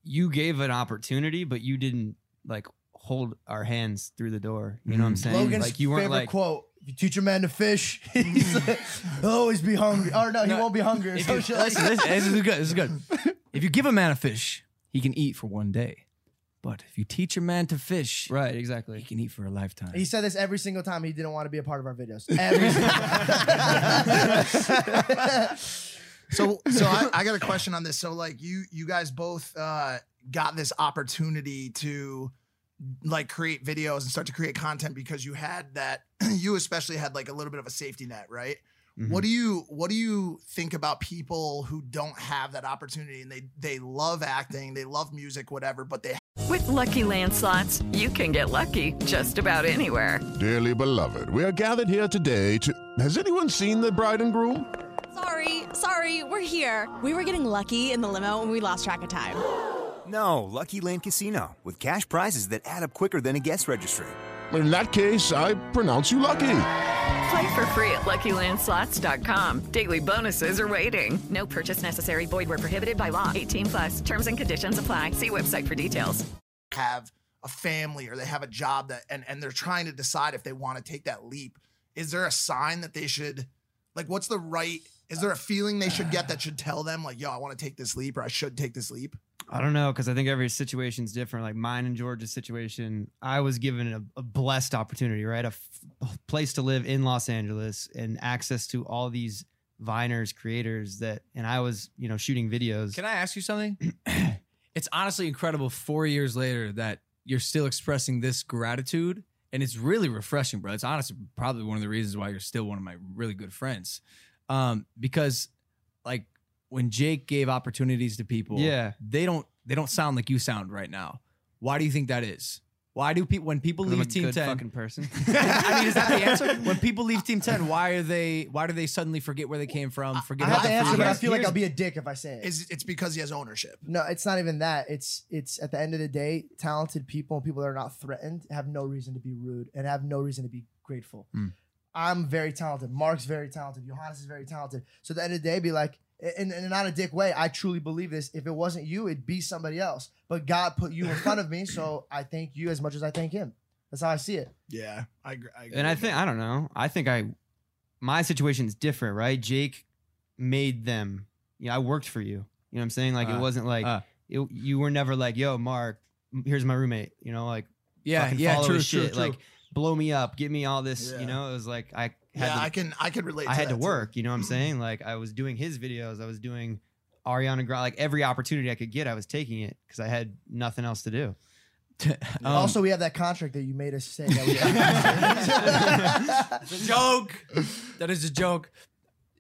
[SPEAKER 10] you gave an opportunity, but you didn't like hold our hands through the door. You know what I'm saying?
[SPEAKER 2] Logan's
[SPEAKER 10] like you
[SPEAKER 2] favorite
[SPEAKER 10] weren't like
[SPEAKER 2] quote: "If you teach a man to fish, he's like, he'll always be hungry." Or no, he won't be hungry. or
[SPEAKER 4] If
[SPEAKER 2] some
[SPEAKER 4] you-
[SPEAKER 2] shit like
[SPEAKER 4] listen, listen, this is good. This is good. If you give a man a fish, he can eat for one day. But if you teach a man to fish,
[SPEAKER 10] right, exactly,
[SPEAKER 4] he can eat for a lifetime.
[SPEAKER 2] He said this every single time he didn't want to be a part of our videos. Every single
[SPEAKER 3] So so I, I got a question on this. So like you you guys both uh, got this opportunity to like create videos and start to create content because you had that you especially had like a little bit of a safety net, right? What do you what do you think about people who don't have that opportunity and they they love acting, they love music, whatever, but they
[SPEAKER 1] With Lucky Land slots, you can get lucky just about anywhere.
[SPEAKER 7] Dearly beloved, we are gathered here today to. Has anyone seen the bride and groom?
[SPEAKER 8] Sorry, sorry, we're here. We were getting lucky in the limo and we lost track of time.
[SPEAKER 4] Oh,
[SPEAKER 9] No, Lucky Land Casino with cash prizes that add up quicker than a guest registry.
[SPEAKER 7] In that case, I pronounce you lucky.
[SPEAKER 1] Play for free at LuckyLandSlots.com. Daily bonuses are waiting. No purchase necessary. Void were prohibited by law. 18 plus. Terms and conditions apply. See website for details.
[SPEAKER 3] have a family or they have a job that and and they're trying to decide if they want to take that leap is there a sign that they should like what's the right is there a feeling they should get that should tell them like yo i want to take this leap or i should take this leap
[SPEAKER 10] I don't know because I think every situation's different. Like mine and George's situation, I was given a, a blessed opportunity, right? A, f- a place to live in Los Angeles and access to all these viners, creators that, and I was, you know, shooting videos.
[SPEAKER 4] Can I ask you something? it's honestly incredible four years later that you're still expressing this gratitude. And it's really refreshing, bro. It's honestly probably one of the reasons why you're still one of my really good friends. Um, because like when Jake gave opportunities to people,
[SPEAKER 10] Yeah.
[SPEAKER 4] they don't they don't sound like you sound right now. Why do you think that is? Why do people when people leave
[SPEAKER 10] I'm a
[SPEAKER 4] Team
[SPEAKER 10] good
[SPEAKER 4] Ten?
[SPEAKER 10] fucking person.
[SPEAKER 4] I mean, is that the answer? When people leave Team Ten, why are they? Why do they suddenly forget where they came from?
[SPEAKER 2] I
[SPEAKER 4] Forget
[SPEAKER 2] have
[SPEAKER 4] how
[SPEAKER 2] to
[SPEAKER 4] they
[SPEAKER 2] answer,
[SPEAKER 4] feel?
[SPEAKER 2] but I feel like I'll be a dick if I say it.
[SPEAKER 3] is it's because he has ownership
[SPEAKER 2] no, it's not even that. It's it's at the end of the day, talented people and people that are not threatened have no reason to be rude and have no reason to be grateful.
[SPEAKER 4] Mm.
[SPEAKER 2] I'm very talented. Mark's very talented. Johannes is very talented. So at the end of the day, be like, and, and not a dick way. I truly believe this. If it wasn't you, it'd be somebody else. But God put you in front of me, so I thank you as much as I thank Him. That's how I see it.
[SPEAKER 3] yeah i agree, I agree
[SPEAKER 10] and I
[SPEAKER 3] with
[SPEAKER 10] think
[SPEAKER 3] that.
[SPEAKER 10] I don't know. I think I my situation's different, right? Jake made them. You know, I worked for you. You know what I'm saying? Like
[SPEAKER 4] Uh,
[SPEAKER 10] it wasn't like
[SPEAKER 4] uh.
[SPEAKER 10] it, you were never like, "Yo, Mark, m- here's my roommate." You know, like
[SPEAKER 4] yeah,
[SPEAKER 10] fucking
[SPEAKER 4] yeah,
[SPEAKER 10] follow
[SPEAKER 4] true,
[SPEAKER 10] his
[SPEAKER 4] true,
[SPEAKER 10] shit,
[SPEAKER 4] true.
[SPEAKER 10] like blow me up, give me all this.
[SPEAKER 3] Yeah.
[SPEAKER 10] You know, it was like I had
[SPEAKER 3] yeah
[SPEAKER 10] to,
[SPEAKER 3] i can i can relate
[SPEAKER 10] I had
[SPEAKER 3] that
[SPEAKER 10] to
[SPEAKER 3] too.
[SPEAKER 10] work. You know what I'm saying? Like I was doing his videos, I was doing Ariana Grande, like every opportunity I could get, I was taking it because I had nothing else to do.
[SPEAKER 4] Um,
[SPEAKER 2] also, we have that contract that you made us say. That
[SPEAKER 4] It's a joke. That is a joke.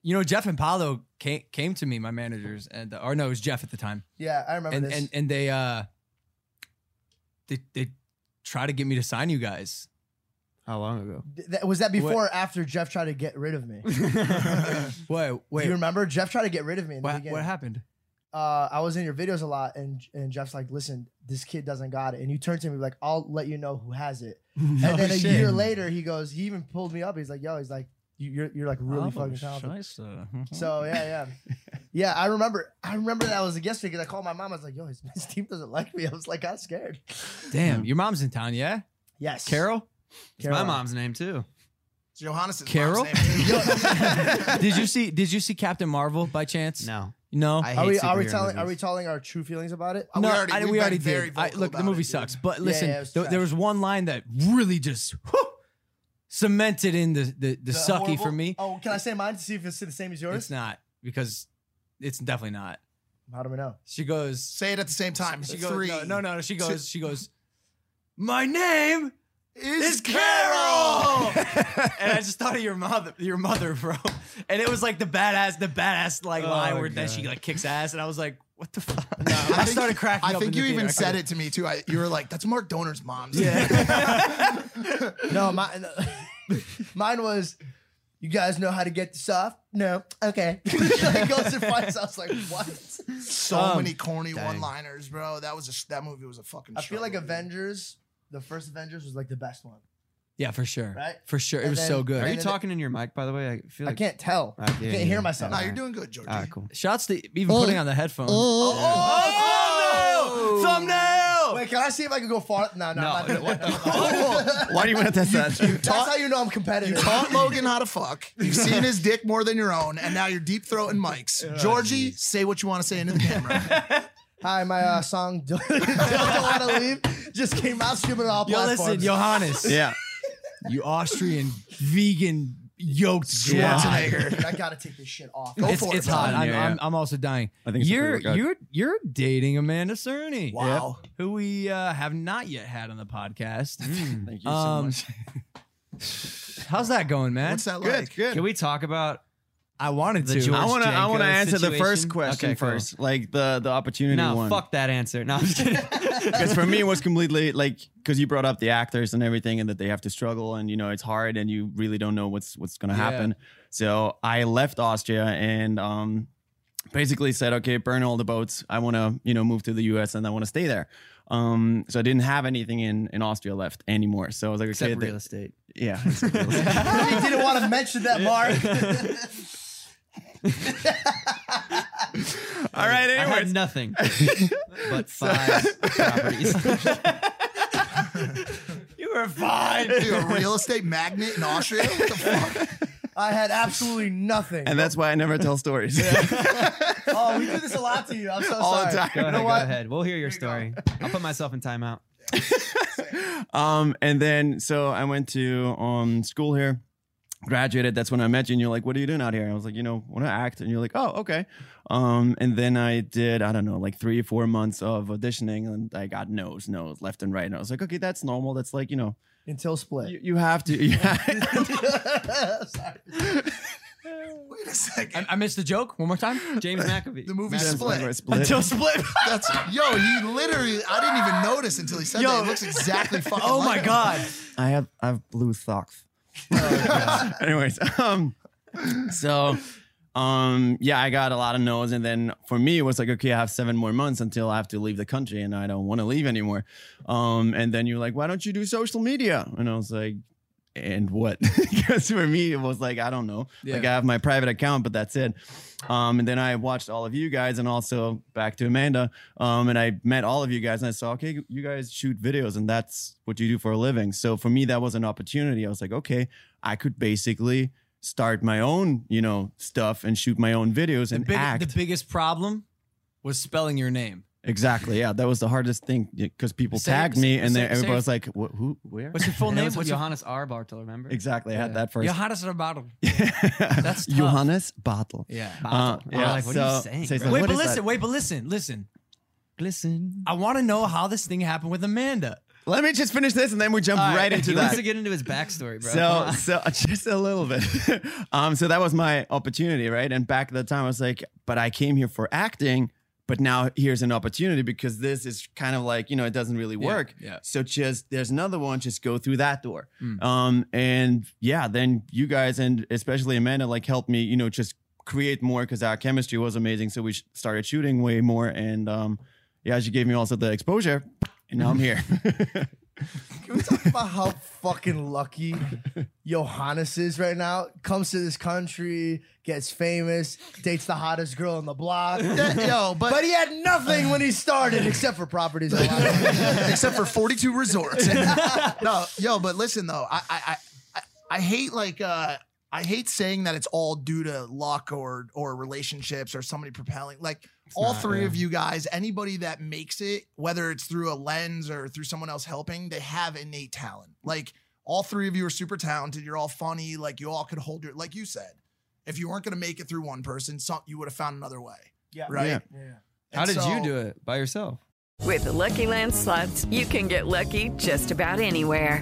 [SPEAKER 4] You know, Jeff and Paolo came came to me, my managers, and or no, it was Jeff at the time,
[SPEAKER 2] we, yeah, I remember
[SPEAKER 4] and
[SPEAKER 2] this.
[SPEAKER 4] and and they uh, they they try to get me to sign you guys.
[SPEAKER 10] How long ago?
[SPEAKER 2] Th- that, was that before
[SPEAKER 4] What-
[SPEAKER 2] or after Jeff tried to get rid of me?
[SPEAKER 4] Wait,
[SPEAKER 2] Do
[SPEAKER 4] wait,
[SPEAKER 2] you remember Jeff tried to get rid of me in the
[SPEAKER 4] what,
[SPEAKER 2] beginning?
[SPEAKER 4] what happened?
[SPEAKER 2] Uh, I was in your videos a lot, and and Jeff's like, "Listen, this kid doesn't got it." And you turned to me like, "I'll let you know who has it." and then a year later, he goes, he even Oh,
[SPEAKER 7] Oh,
[SPEAKER 2] pulled me up. He's like, "Yo," he's like, "You- "You're you're like really fucking talented." So yeah, yeah, Yeah, I remember. I remember that was yesterday because I called my mom. I was like, "Yo, his, his team doesn't like me." I was like, "I'm scared."
[SPEAKER 7] Damn, your mom's in town, yeah?
[SPEAKER 2] Yes.
[SPEAKER 7] Carol?
[SPEAKER 10] It's my mom's name too.
[SPEAKER 3] Johannes'
[SPEAKER 7] Carol?
[SPEAKER 3] mom's name.
[SPEAKER 7] did you see did you see Captain Marvel by chance?
[SPEAKER 10] No.
[SPEAKER 7] No.
[SPEAKER 10] I hate
[SPEAKER 2] oh, Are we, are we
[SPEAKER 10] superhero
[SPEAKER 2] telling? Are we
[SPEAKER 10] movies.
[SPEAKER 2] telling our true feelings about it?
[SPEAKER 3] Uh,
[SPEAKER 7] no,
[SPEAKER 3] we already-
[SPEAKER 7] I,
[SPEAKER 3] we've
[SPEAKER 7] we
[SPEAKER 3] been
[SPEAKER 7] already
[SPEAKER 3] very
[SPEAKER 7] did. I,
[SPEAKER 3] vocal
[SPEAKER 7] look, the
[SPEAKER 3] about
[SPEAKER 7] movie
[SPEAKER 3] it, dude.
[SPEAKER 7] sucks, but
[SPEAKER 2] Yeah,
[SPEAKER 7] listen,
[SPEAKER 2] yeah, it was
[SPEAKER 7] th- there
[SPEAKER 2] trash.
[SPEAKER 7] was one line that really just whew, cemented in the the, the, sucky
[SPEAKER 2] horrible-
[SPEAKER 7] for me.
[SPEAKER 2] Oh, can I say mine to see if it's the same as
[SPEAKER 7] It's
[SPEAKER 2] yours?
[SPEAKER 7] not because it's definitely not.
[SPEAKER 2] How do we know?
[SPEAKER 7] She goes.
[SPEAKER 3] Say it at the same time.
[SPEAKER 7] She goes.
[SPEAKER 3] Three.
[SPEAKER 7] No, no, no. She goes. She goes. My name is Carol, and I just thought of your mother, your mother, bro. And it was like the badass, the badass like line where then she like kicks ass, and I was like, what the fuck? I,
[SPEAKER 3] think-
[SPEAKER 7] started cracking.
[SPEAKER 3] Oh, I
[SPEAKER 7] up
[SPEAKER 3] think
[SPEAKER 7] in
[SPEAKER 3] you
[SPEAKER 7] the
[SPEAKER 3] even
[SPEAKER 7] theater. I
[SPEAKER 3] said
[SPEAKER 7] couldn't-
[SPEAKER 3] it to me too. I, you were like, "That's Mark Doner's mom's."
[SPEAKER 2] No, my, mine was. You guys know how to get this off? No. Okay. Like, goes and finds. I was like, what?
[SPEAKER 3] So
[SPEAKER 7] Um,
[SPEAKER 3] many corny one-liners, bro. That was a that movie was a fucking.
[SPEAKER 2] I feel like
[SPEAKER 3] struggle, dude.
[SPEAKER 2] Avengers, the first Avengers was like the best one.
[SPEAKER 7] Yeah, for sure.
[SPEAKER 2] Right?
[SPEAKER 7] For sure, it
[SPEAKER 2] And
[SPEAKER 7] was
[SPEAKER 2] then-
[SPEAKER 7] so good.
[SPEAKER 10] Are
[SPEAKER 2] and
[SPEAKER 10] you
[SPEAKER 2] then-
[SPEAKER 10] talking in your mic, by the way? I feel
[SPEAKER 2] I
[SPEAKER 10] like
[SPEAKER 2] can't tell.
[SPEAKER 10] Ah,
[SPEAKER 2] I
[SPEAKER 10] yeah,
[SPEAKER 2] can't
[SPEAKER 10] yeah, yeah.
[SPEAKER 2] hear myself.
[SPEAKER 3] No,
[SPEAKER 10] Alright.
[SPEAKER 3] you're doing good, Georgie.
[SPEAKER 10] All right, cool. Uh,
[SPEAKER 7] Shots to even putting on the headphones.
[SPEAKER 10] Oh, thumbnail!
[SPEAKER 2] Wait, can I see if I can go far? No, no, I'm not-
[SPEAKER 10] what the
[SPEAKER 4] Why do you want to test that?
[SPEAKER 2] That's how you know I'm competitive.
[SPEAKER 3] Taught Logan how to fuck. You've seen his dick more than your own, and now you're deep throating mics. Georgie, say what you want to say into the camera.
[SPEAKER 2] Hi, my uh, song "Don't, Don't Wanna Leave" just came out streaming on all
[SPEAKER 7] Yo,
[SPEAKER 2] platforms.
[SPEAKER 7] listen, Johannes.
[SPEAKER 4] yeah.
[SPEAKER 7] You Austrian vegan yoked swine.
[SPEAKER 3] Schwarzenegger.
[SPEAKER 2] Dude, I gotta take this shit off.
[SPEAKER 7] it's
[SPEAKER 3] for it,
[SPEAKER 7] it's hot.
[SPEAKER 4] man.
[SPEAKER 7] I'm,
[SPEAKER 4] Yeah,
[SPEAKER 7] I'm,
[SPEAKER 4] yeah.
[SPEAKER 7] I'm also dying.
[SPEAKER 4] I think it's a
[SPEAKER 7] you're
[SPEAKER 4] pretty good-
[SPEAKER 7] you're you're dating Amanda Cerny.
[SPEAKER 3] Wow.
[SPEAKER 7] Who we uh, have not yet had on the podcast.
[SPEAKER 4] Thank you
[SPEAKER 7] Um,
[SPEAKER 4] so much.
[SPEAKER 7] How's that going, man?
[SPEAKER 3] What's that like?
[SPEAKER 4] Good, good.
[SPEAKER 10] Can we talk about
[SPEAKER 7] I wanted
[SPEAKER 10] The
[SPEAKER 7] to.
[SPEAKER 10] George-
[SPEAKER 7] I
[SPEAKER 4] I
[SPEAKER 7] wa-
[SPEAKER 4] want to. I want to
[SPEAKER 10] Janko
[SPEAKER 4] answer the first
[SPEAKER 10] situation?
[SPEAKER 4] question
[SPEAKER 10] Okay, cool.
[SPEAKER 4] first, like the the opportunity
[SPEAKER 10] no?
[SPEAKER 4] one.
[SPEAKER 10] Fuck that answer. No, I'm just kidding.
[SPEAKER 4] Because for me, it was completely like because you brought up the actors and everything, and that they have to struggle, and you know it's hard, and you really don't know what's what's gonna
[SPEAKER 7] Yeah.
[SPEAKER 4] happen. So I left Austria and um, basically said, okay, burn all the boats. I want to you know move to the U.S. and I want to stay there. Um, so I didn't have anything in in Austria left anymore. So I was like, okay,
[SPEAKER 10] Except
[SPEAKER 4] the-
[SPEAKER 10] real estate.
[SPEAKER 4] yeah,
[SPEAKER 2] he didn't want to mention that, Mark.
[SPEAKER 4] all right.
[SPEAKER 10] I had
[SPEAKER 4] Anyways,
[SPEAKER 10] nothing but five properties.
[SPEAKER 4] you were fine.
[SPEAKER 3] Dude, a real estate magnet in Austria? What the fuck?
[SPEAKER 2] I had absolutely nothing.
[SPEAKER 4] And that's why I never tell stories.
[SPEAKER 2] oh, we do this a lot to you. I'm so
[SPEAKER 4] All the
[SPEAKER 2] sorry.
[SPEAKER 4] time.
[SPEAKER 10] Go
[SPEAKER 2] You
[SPEAKER 10] ahead,
[SPEAKER 2] know
[SPEAKER 10] go
[SPEAKER 2] what?
[SPEAKER 10] ahead. We'll hear your story. I'll put myself in timeout.
[SPEAKER 4] um, and then so I went to um school here, graduated. That's when I met you. And you're like, "What are you doing out here?" And I was like, "You know, want to act." And you're like, "Oh, okay." Um, and then I did I don't know like three four months of auditioning, and I got no's, no's left and right. And I was like, "Okay, that's normal. That's like you know,
[SPEAKER 2] Until split.
[SPEAKER 4] you, you have to." Yeah.
[SPEAKER 2] Sorry.
[SPEAKER 3] Wait a second.
[SPEAKER 7] I, I missed the joke. One more time.
[SPEAKER 10] James McAfee.
[SPEAKER 3] The movie Split.
[SPEAKER 7] Until split.
[SPEAKER 3] That's yo. He literally. I didn't even notice until he said
[SPEAKER 7] Yo.
[SPEAKER 3] that. It looks exactly fucking.
[SPEAKER 7] oh my
[SPEAKER 3] like him.
[SPEAKER 7] god.
[SPEAKER 4] I have I have blue socks. Anyways, um, so um, yeah, I got a lot of no's, and then for me it was like, okay, I have seven more months until I have to leave the country, and I don't want to leave anymore. Um, and then you're like, why don't you do social media? And I was like. And what? Because for me, it was like, I don't know. Like, I have my private account, but that's it. Um, and then I watched all of you guys and also back to Amanda. Um, and I met all of you guys and I saw, okay, you guys shoot videos and that's what you do for a living. So for me, that was an opportunity. I was like, okay, I could basically start my own, you know, stuff and shoot my own videos
[SPEAKER 7] The,
[SPEAKER 4] and
[SPEAKER 7] big,
[SPEAKER 4] act.
[SPEAKER 7] the biggest problem was spelling your name.
[SPEAKER 4] exactly. Yeah. That was the hardest thing because people
[SPEAKER 7] Say-
[SPEAKER 4] tagged me and
[SPEAKER 7] say-
[SPEAKER 4] then
[SPEAKER 7] say-
[SPEAKER 4] everybody was like, "Wh- who, where?
[SPEAKER 7] What's your full
[SPEAKER 10] And it
[SPEAKER 7] name?
[SPEAKER 10] was
[SPEAKER 7] What's your
[SPEAKER 10] Johannes R. Bartel, remember?
[SPEAKER 4] Exactly. I had that first.
[SPEAKER 7] Johannes Rabatel. That's tough.
[SPEAKER 4] Johannes Bartel.
[SPEAKER 7] Yeah.
[SPEAKER 4] Uh,
[SPEAKER 10] I was like, what are you saying,
[SPEAKER 4] so he's
[SPEAKER 10] bro?
[SPEAKER 4] like,
[SPEAKER 7] wait,
[SPEAKER 4] "What
[SPEAKER 7] but
[SPEAKER 4] is that?"
[SPEAKER 7] listen, wait, but listen, listen.
[SPEAKER 10] Listen.
[SPEAKER 7] I want to know how this thing happened with Amanda.
[SPEAKER 4] Let me just finish this and then we jump right, into
[SPEAKER 10] he
[SPEAKER 4] that.
[SPEAKER 10] wants to get into his backstory, bro. Come
[SPEAKER 4] So,
[SPEAKER 10] on.
[SPEAKER 4] so just a little bit. um, so that was my opportunity, right? And back at the time, I was like, but I came here for acting, but now here's an opportunity because this is kind of like, you know, it doesn't really work.
[SPEAKER 7] yeah.
[SPEAKER 4] So just there's another one, just go through that door.
[SPEAKER 10] Mm.
[SPEAKER 4] Um, and yeah, then you guys and especially Amanda like helped me, you know, just create more because our chemistry was amazing. So we sh- started shooting way more, and um, yeah, she gave me also the exposure, and now I'm here.
[SPEAKER 2] Can we talk about how fucking lucky Johannes is right now? Comes to this country, gets famous, dates the hottest girl on the block.
[SPEAKER 3] yo, but-
[SPEAKER 2] he had nothing when he started except for properties. and wives.
[SPEAKER 3] except for 42 resorts. no, yo, but listen though, I I I- I, I hate like uh I hate saying that it's all due to luck or or relationships or somebody propelling like all
[SPEAKER 5] not,
[SPEAKER 3] three
[SPEAKER 5] yeah.
[SPEAKER 3] of you guys, anybody that makes it, whether it's through a lens or through someone else helping, they have innate talent. Like all three of you are super talented. You're all funny. Like you all could hold your, like you said, if you weren't going to make it through one person, some, you would have found another way.
[SPEAKER 2] Yeah.
[SPEAKER 3] Right.
[SPEAKER 5] Yeah.
[SPEAKER 10] How
[SPEAKER 3] And
[SPEAKER 10] did
[SPEAKER 3] so-
[SPEAKER 10] you do it by yourself?
[SPEAKER 1] With the Lucky Land slots, you can get lucky just about anywhere.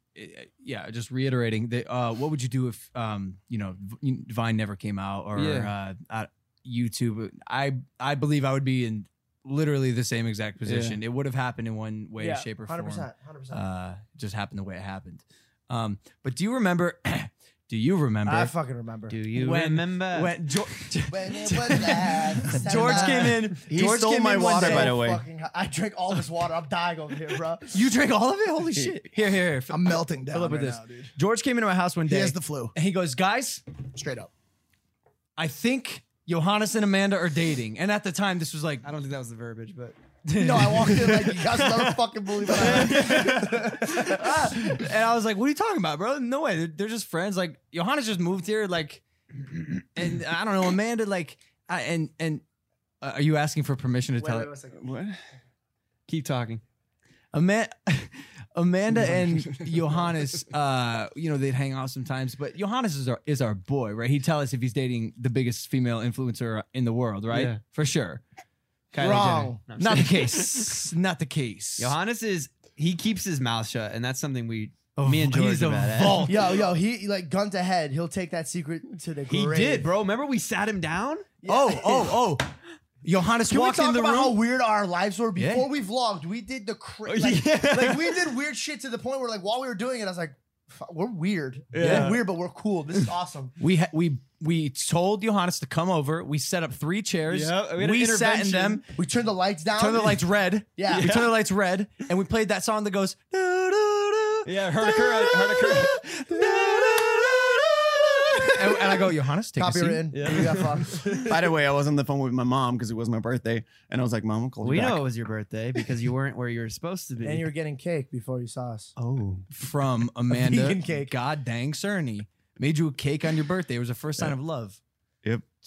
[SPEAKER 4] uh, yeah, just reiterating that. Uh, what would you do if um, you know V- Vine never came out or
[SPEAKER 10] Yeah.
[SPEAKER 4] uh, uh, YouTube? I I believe I would be in literally the same exact position. It would have happened in one way,
[SPEAKER 2] Yeah,
[SPEAKER 4] shape, or form.
[SPEAKER 2] 100%, 100%.
[SPEAKER 4] Uh, it just happened the way it happened. Um, but do you remember? do you remember?
[SPEAKER 2] I fucking remember.
[SPEAKER 10] Do you
[SPEAKER 4] When-
[SPEAKER 10] remember?
[SPEAKER 4] when George,
[SPEAKER 2] When it was last
[SPEAKER 4] George
[SPEAKER 2] summer.
[SPEAKER 4] came in,
[SPEAKER 5] He
[SPEAKER 4] George
[SPEAKER 5] stole
[SPEAKER 4] came
[SPEAKER 5] my
[SPEAKER 4] in one
[SPEAKER 5] water,
[SPEAKER 4] day-
[SPEAKER 5] by the way.
[SPEAKER 2] Fucking hell. I drink all this water. I'm dying over here, bro.
[SPEAKER 4] You drank all of it? Holy shit! Here, here, here.
[SPEAKER 3] I'm melting down
[SPEAKER 4] Fill up with
[SPEAKER 3] right
[SPEAKER 4] this.
[SPEAKER 3] now, dude.
[SPEAKER 4] George came into my house one day.
[SPEAKER 3] He has the flu,
[SPEAKER 4] and he goes, guys,
[SPEAKER 3] straight up.
[SPEAKER 4] I think Johannes and Amanda are dating. And at the time, this was like,
[SPEAKER 10] I don't think that was the verbiage, but
[SPEAKER 2] No, I walked in like you guys never fucking believe it.
[SPEAKER 4] and I was like, what are you talking about, bro? No way. They're, they're just friends. Like, Johannes just moved here. Like, and I don't know, Amanda, like, I, and, and, uh, are you asking for permission to tell it?
[SPEAKER 5] What?
[SPEAKER 10] keep talking.
[SPEAKER 4] Ama- Amanda and Johannes, uh, you know, they'd hang out sometimes, but Johannes is our is our boy, right? He'd tell us if he's dating the biggest female influencer in the world, right?
[SPEAKER 10] Yeah.
[SPEAKER 4] For sure.
[SPEAKER 10] Kylie
[SPEAKER 2] Wrong.
[SPEAKER 10] Jenner. No, I'm
[SPEAKER 4] Not
[SPEAKER 10] just
[SPEAKER 4] the case. Not the case.
[SPEAKER 10] kidding. Johannes is he keeps his mouth shut, and that's something we
[SPEAKER 4] A
[SPEAKER 10] me and
[SPEAKER 4] v-
[SPEAKER 10] George
[SPEAKER 4] Oh, he's
[SPEAKER 10] are
[SPEAKER 4] a
[SPEAKER 10] bad at.
[SPEAKER 4] vault.
[SPEAKER 2] Yo, yo, he like gun to head. He'll take that secret to the
[SPEAKER 10] He
[SPEAKER 2] grave.
[SPEAKER 10] did, bro. Remember we sat him down?
[SPEAKER 4] Oh, oh, oh. Johannes
[SPEAKER 2] Can
[SPEAKER 4] walked
[SPEAKER 2] we talk
[SPEAKER 4] in the
[SPEAKER 2] about
[SPEAKER 4] room.
[SPEAKER 2] how weird our lives were
[SPEAKER 4] Yeah.
[SPEAKER 2] before we vlogged? We did the cra- like, like, we did weird shit to the point where like while we were doing it, I was like, "F- "We're weird.
[SPEAKER 4] Yeah.
[SPEAKER 2] We're weird, but we're cool. This is awesome."
[SPEAKER 4] we ha- we we told Johannes to come over. We set up three chairs.
[SPEAKER 10] Yeah, we
[SPEAKER 4] we
[SPEAKER 10] had an
[SPEAKER 4] sat in
[SPEAKER 10] intervention.
[SPEAKER 4] them.
[SPEAKER 2] We turned the lights down.
[SPEAKER 4] Turn the lights red.
[SPEAKER 2] Yeah.
[SPEAKER 4] We turned the lights red, and we played that song that goes.
[SPEAKER 10] Yeah, Hurricane,
[SPEAKER 4] And, and I go, Johannes, take a seat.
[SPEAKER 2] Copywritten. Yeah. We got fucked.
[SPEAKER 5] By the way, I was on the phone with my mom because it was my birthday, and I was like, "Mom, I'm calling
[SPEAKER 10] We
[SPEAKER 5] back."
[SPEAKER 10] know it was your birthday because you weren't where you were supposed to be.
[SPEAKER 2] and you were getting cake before you saw us.
[SPEAKER 5] Oh,
[SPEAKER 4] From Amanda.
[SPEAKER 2] vegan cake.
[SPEAKER 4] God dang, Cerny. Made you a cake on your birthday. It was the first sign of love.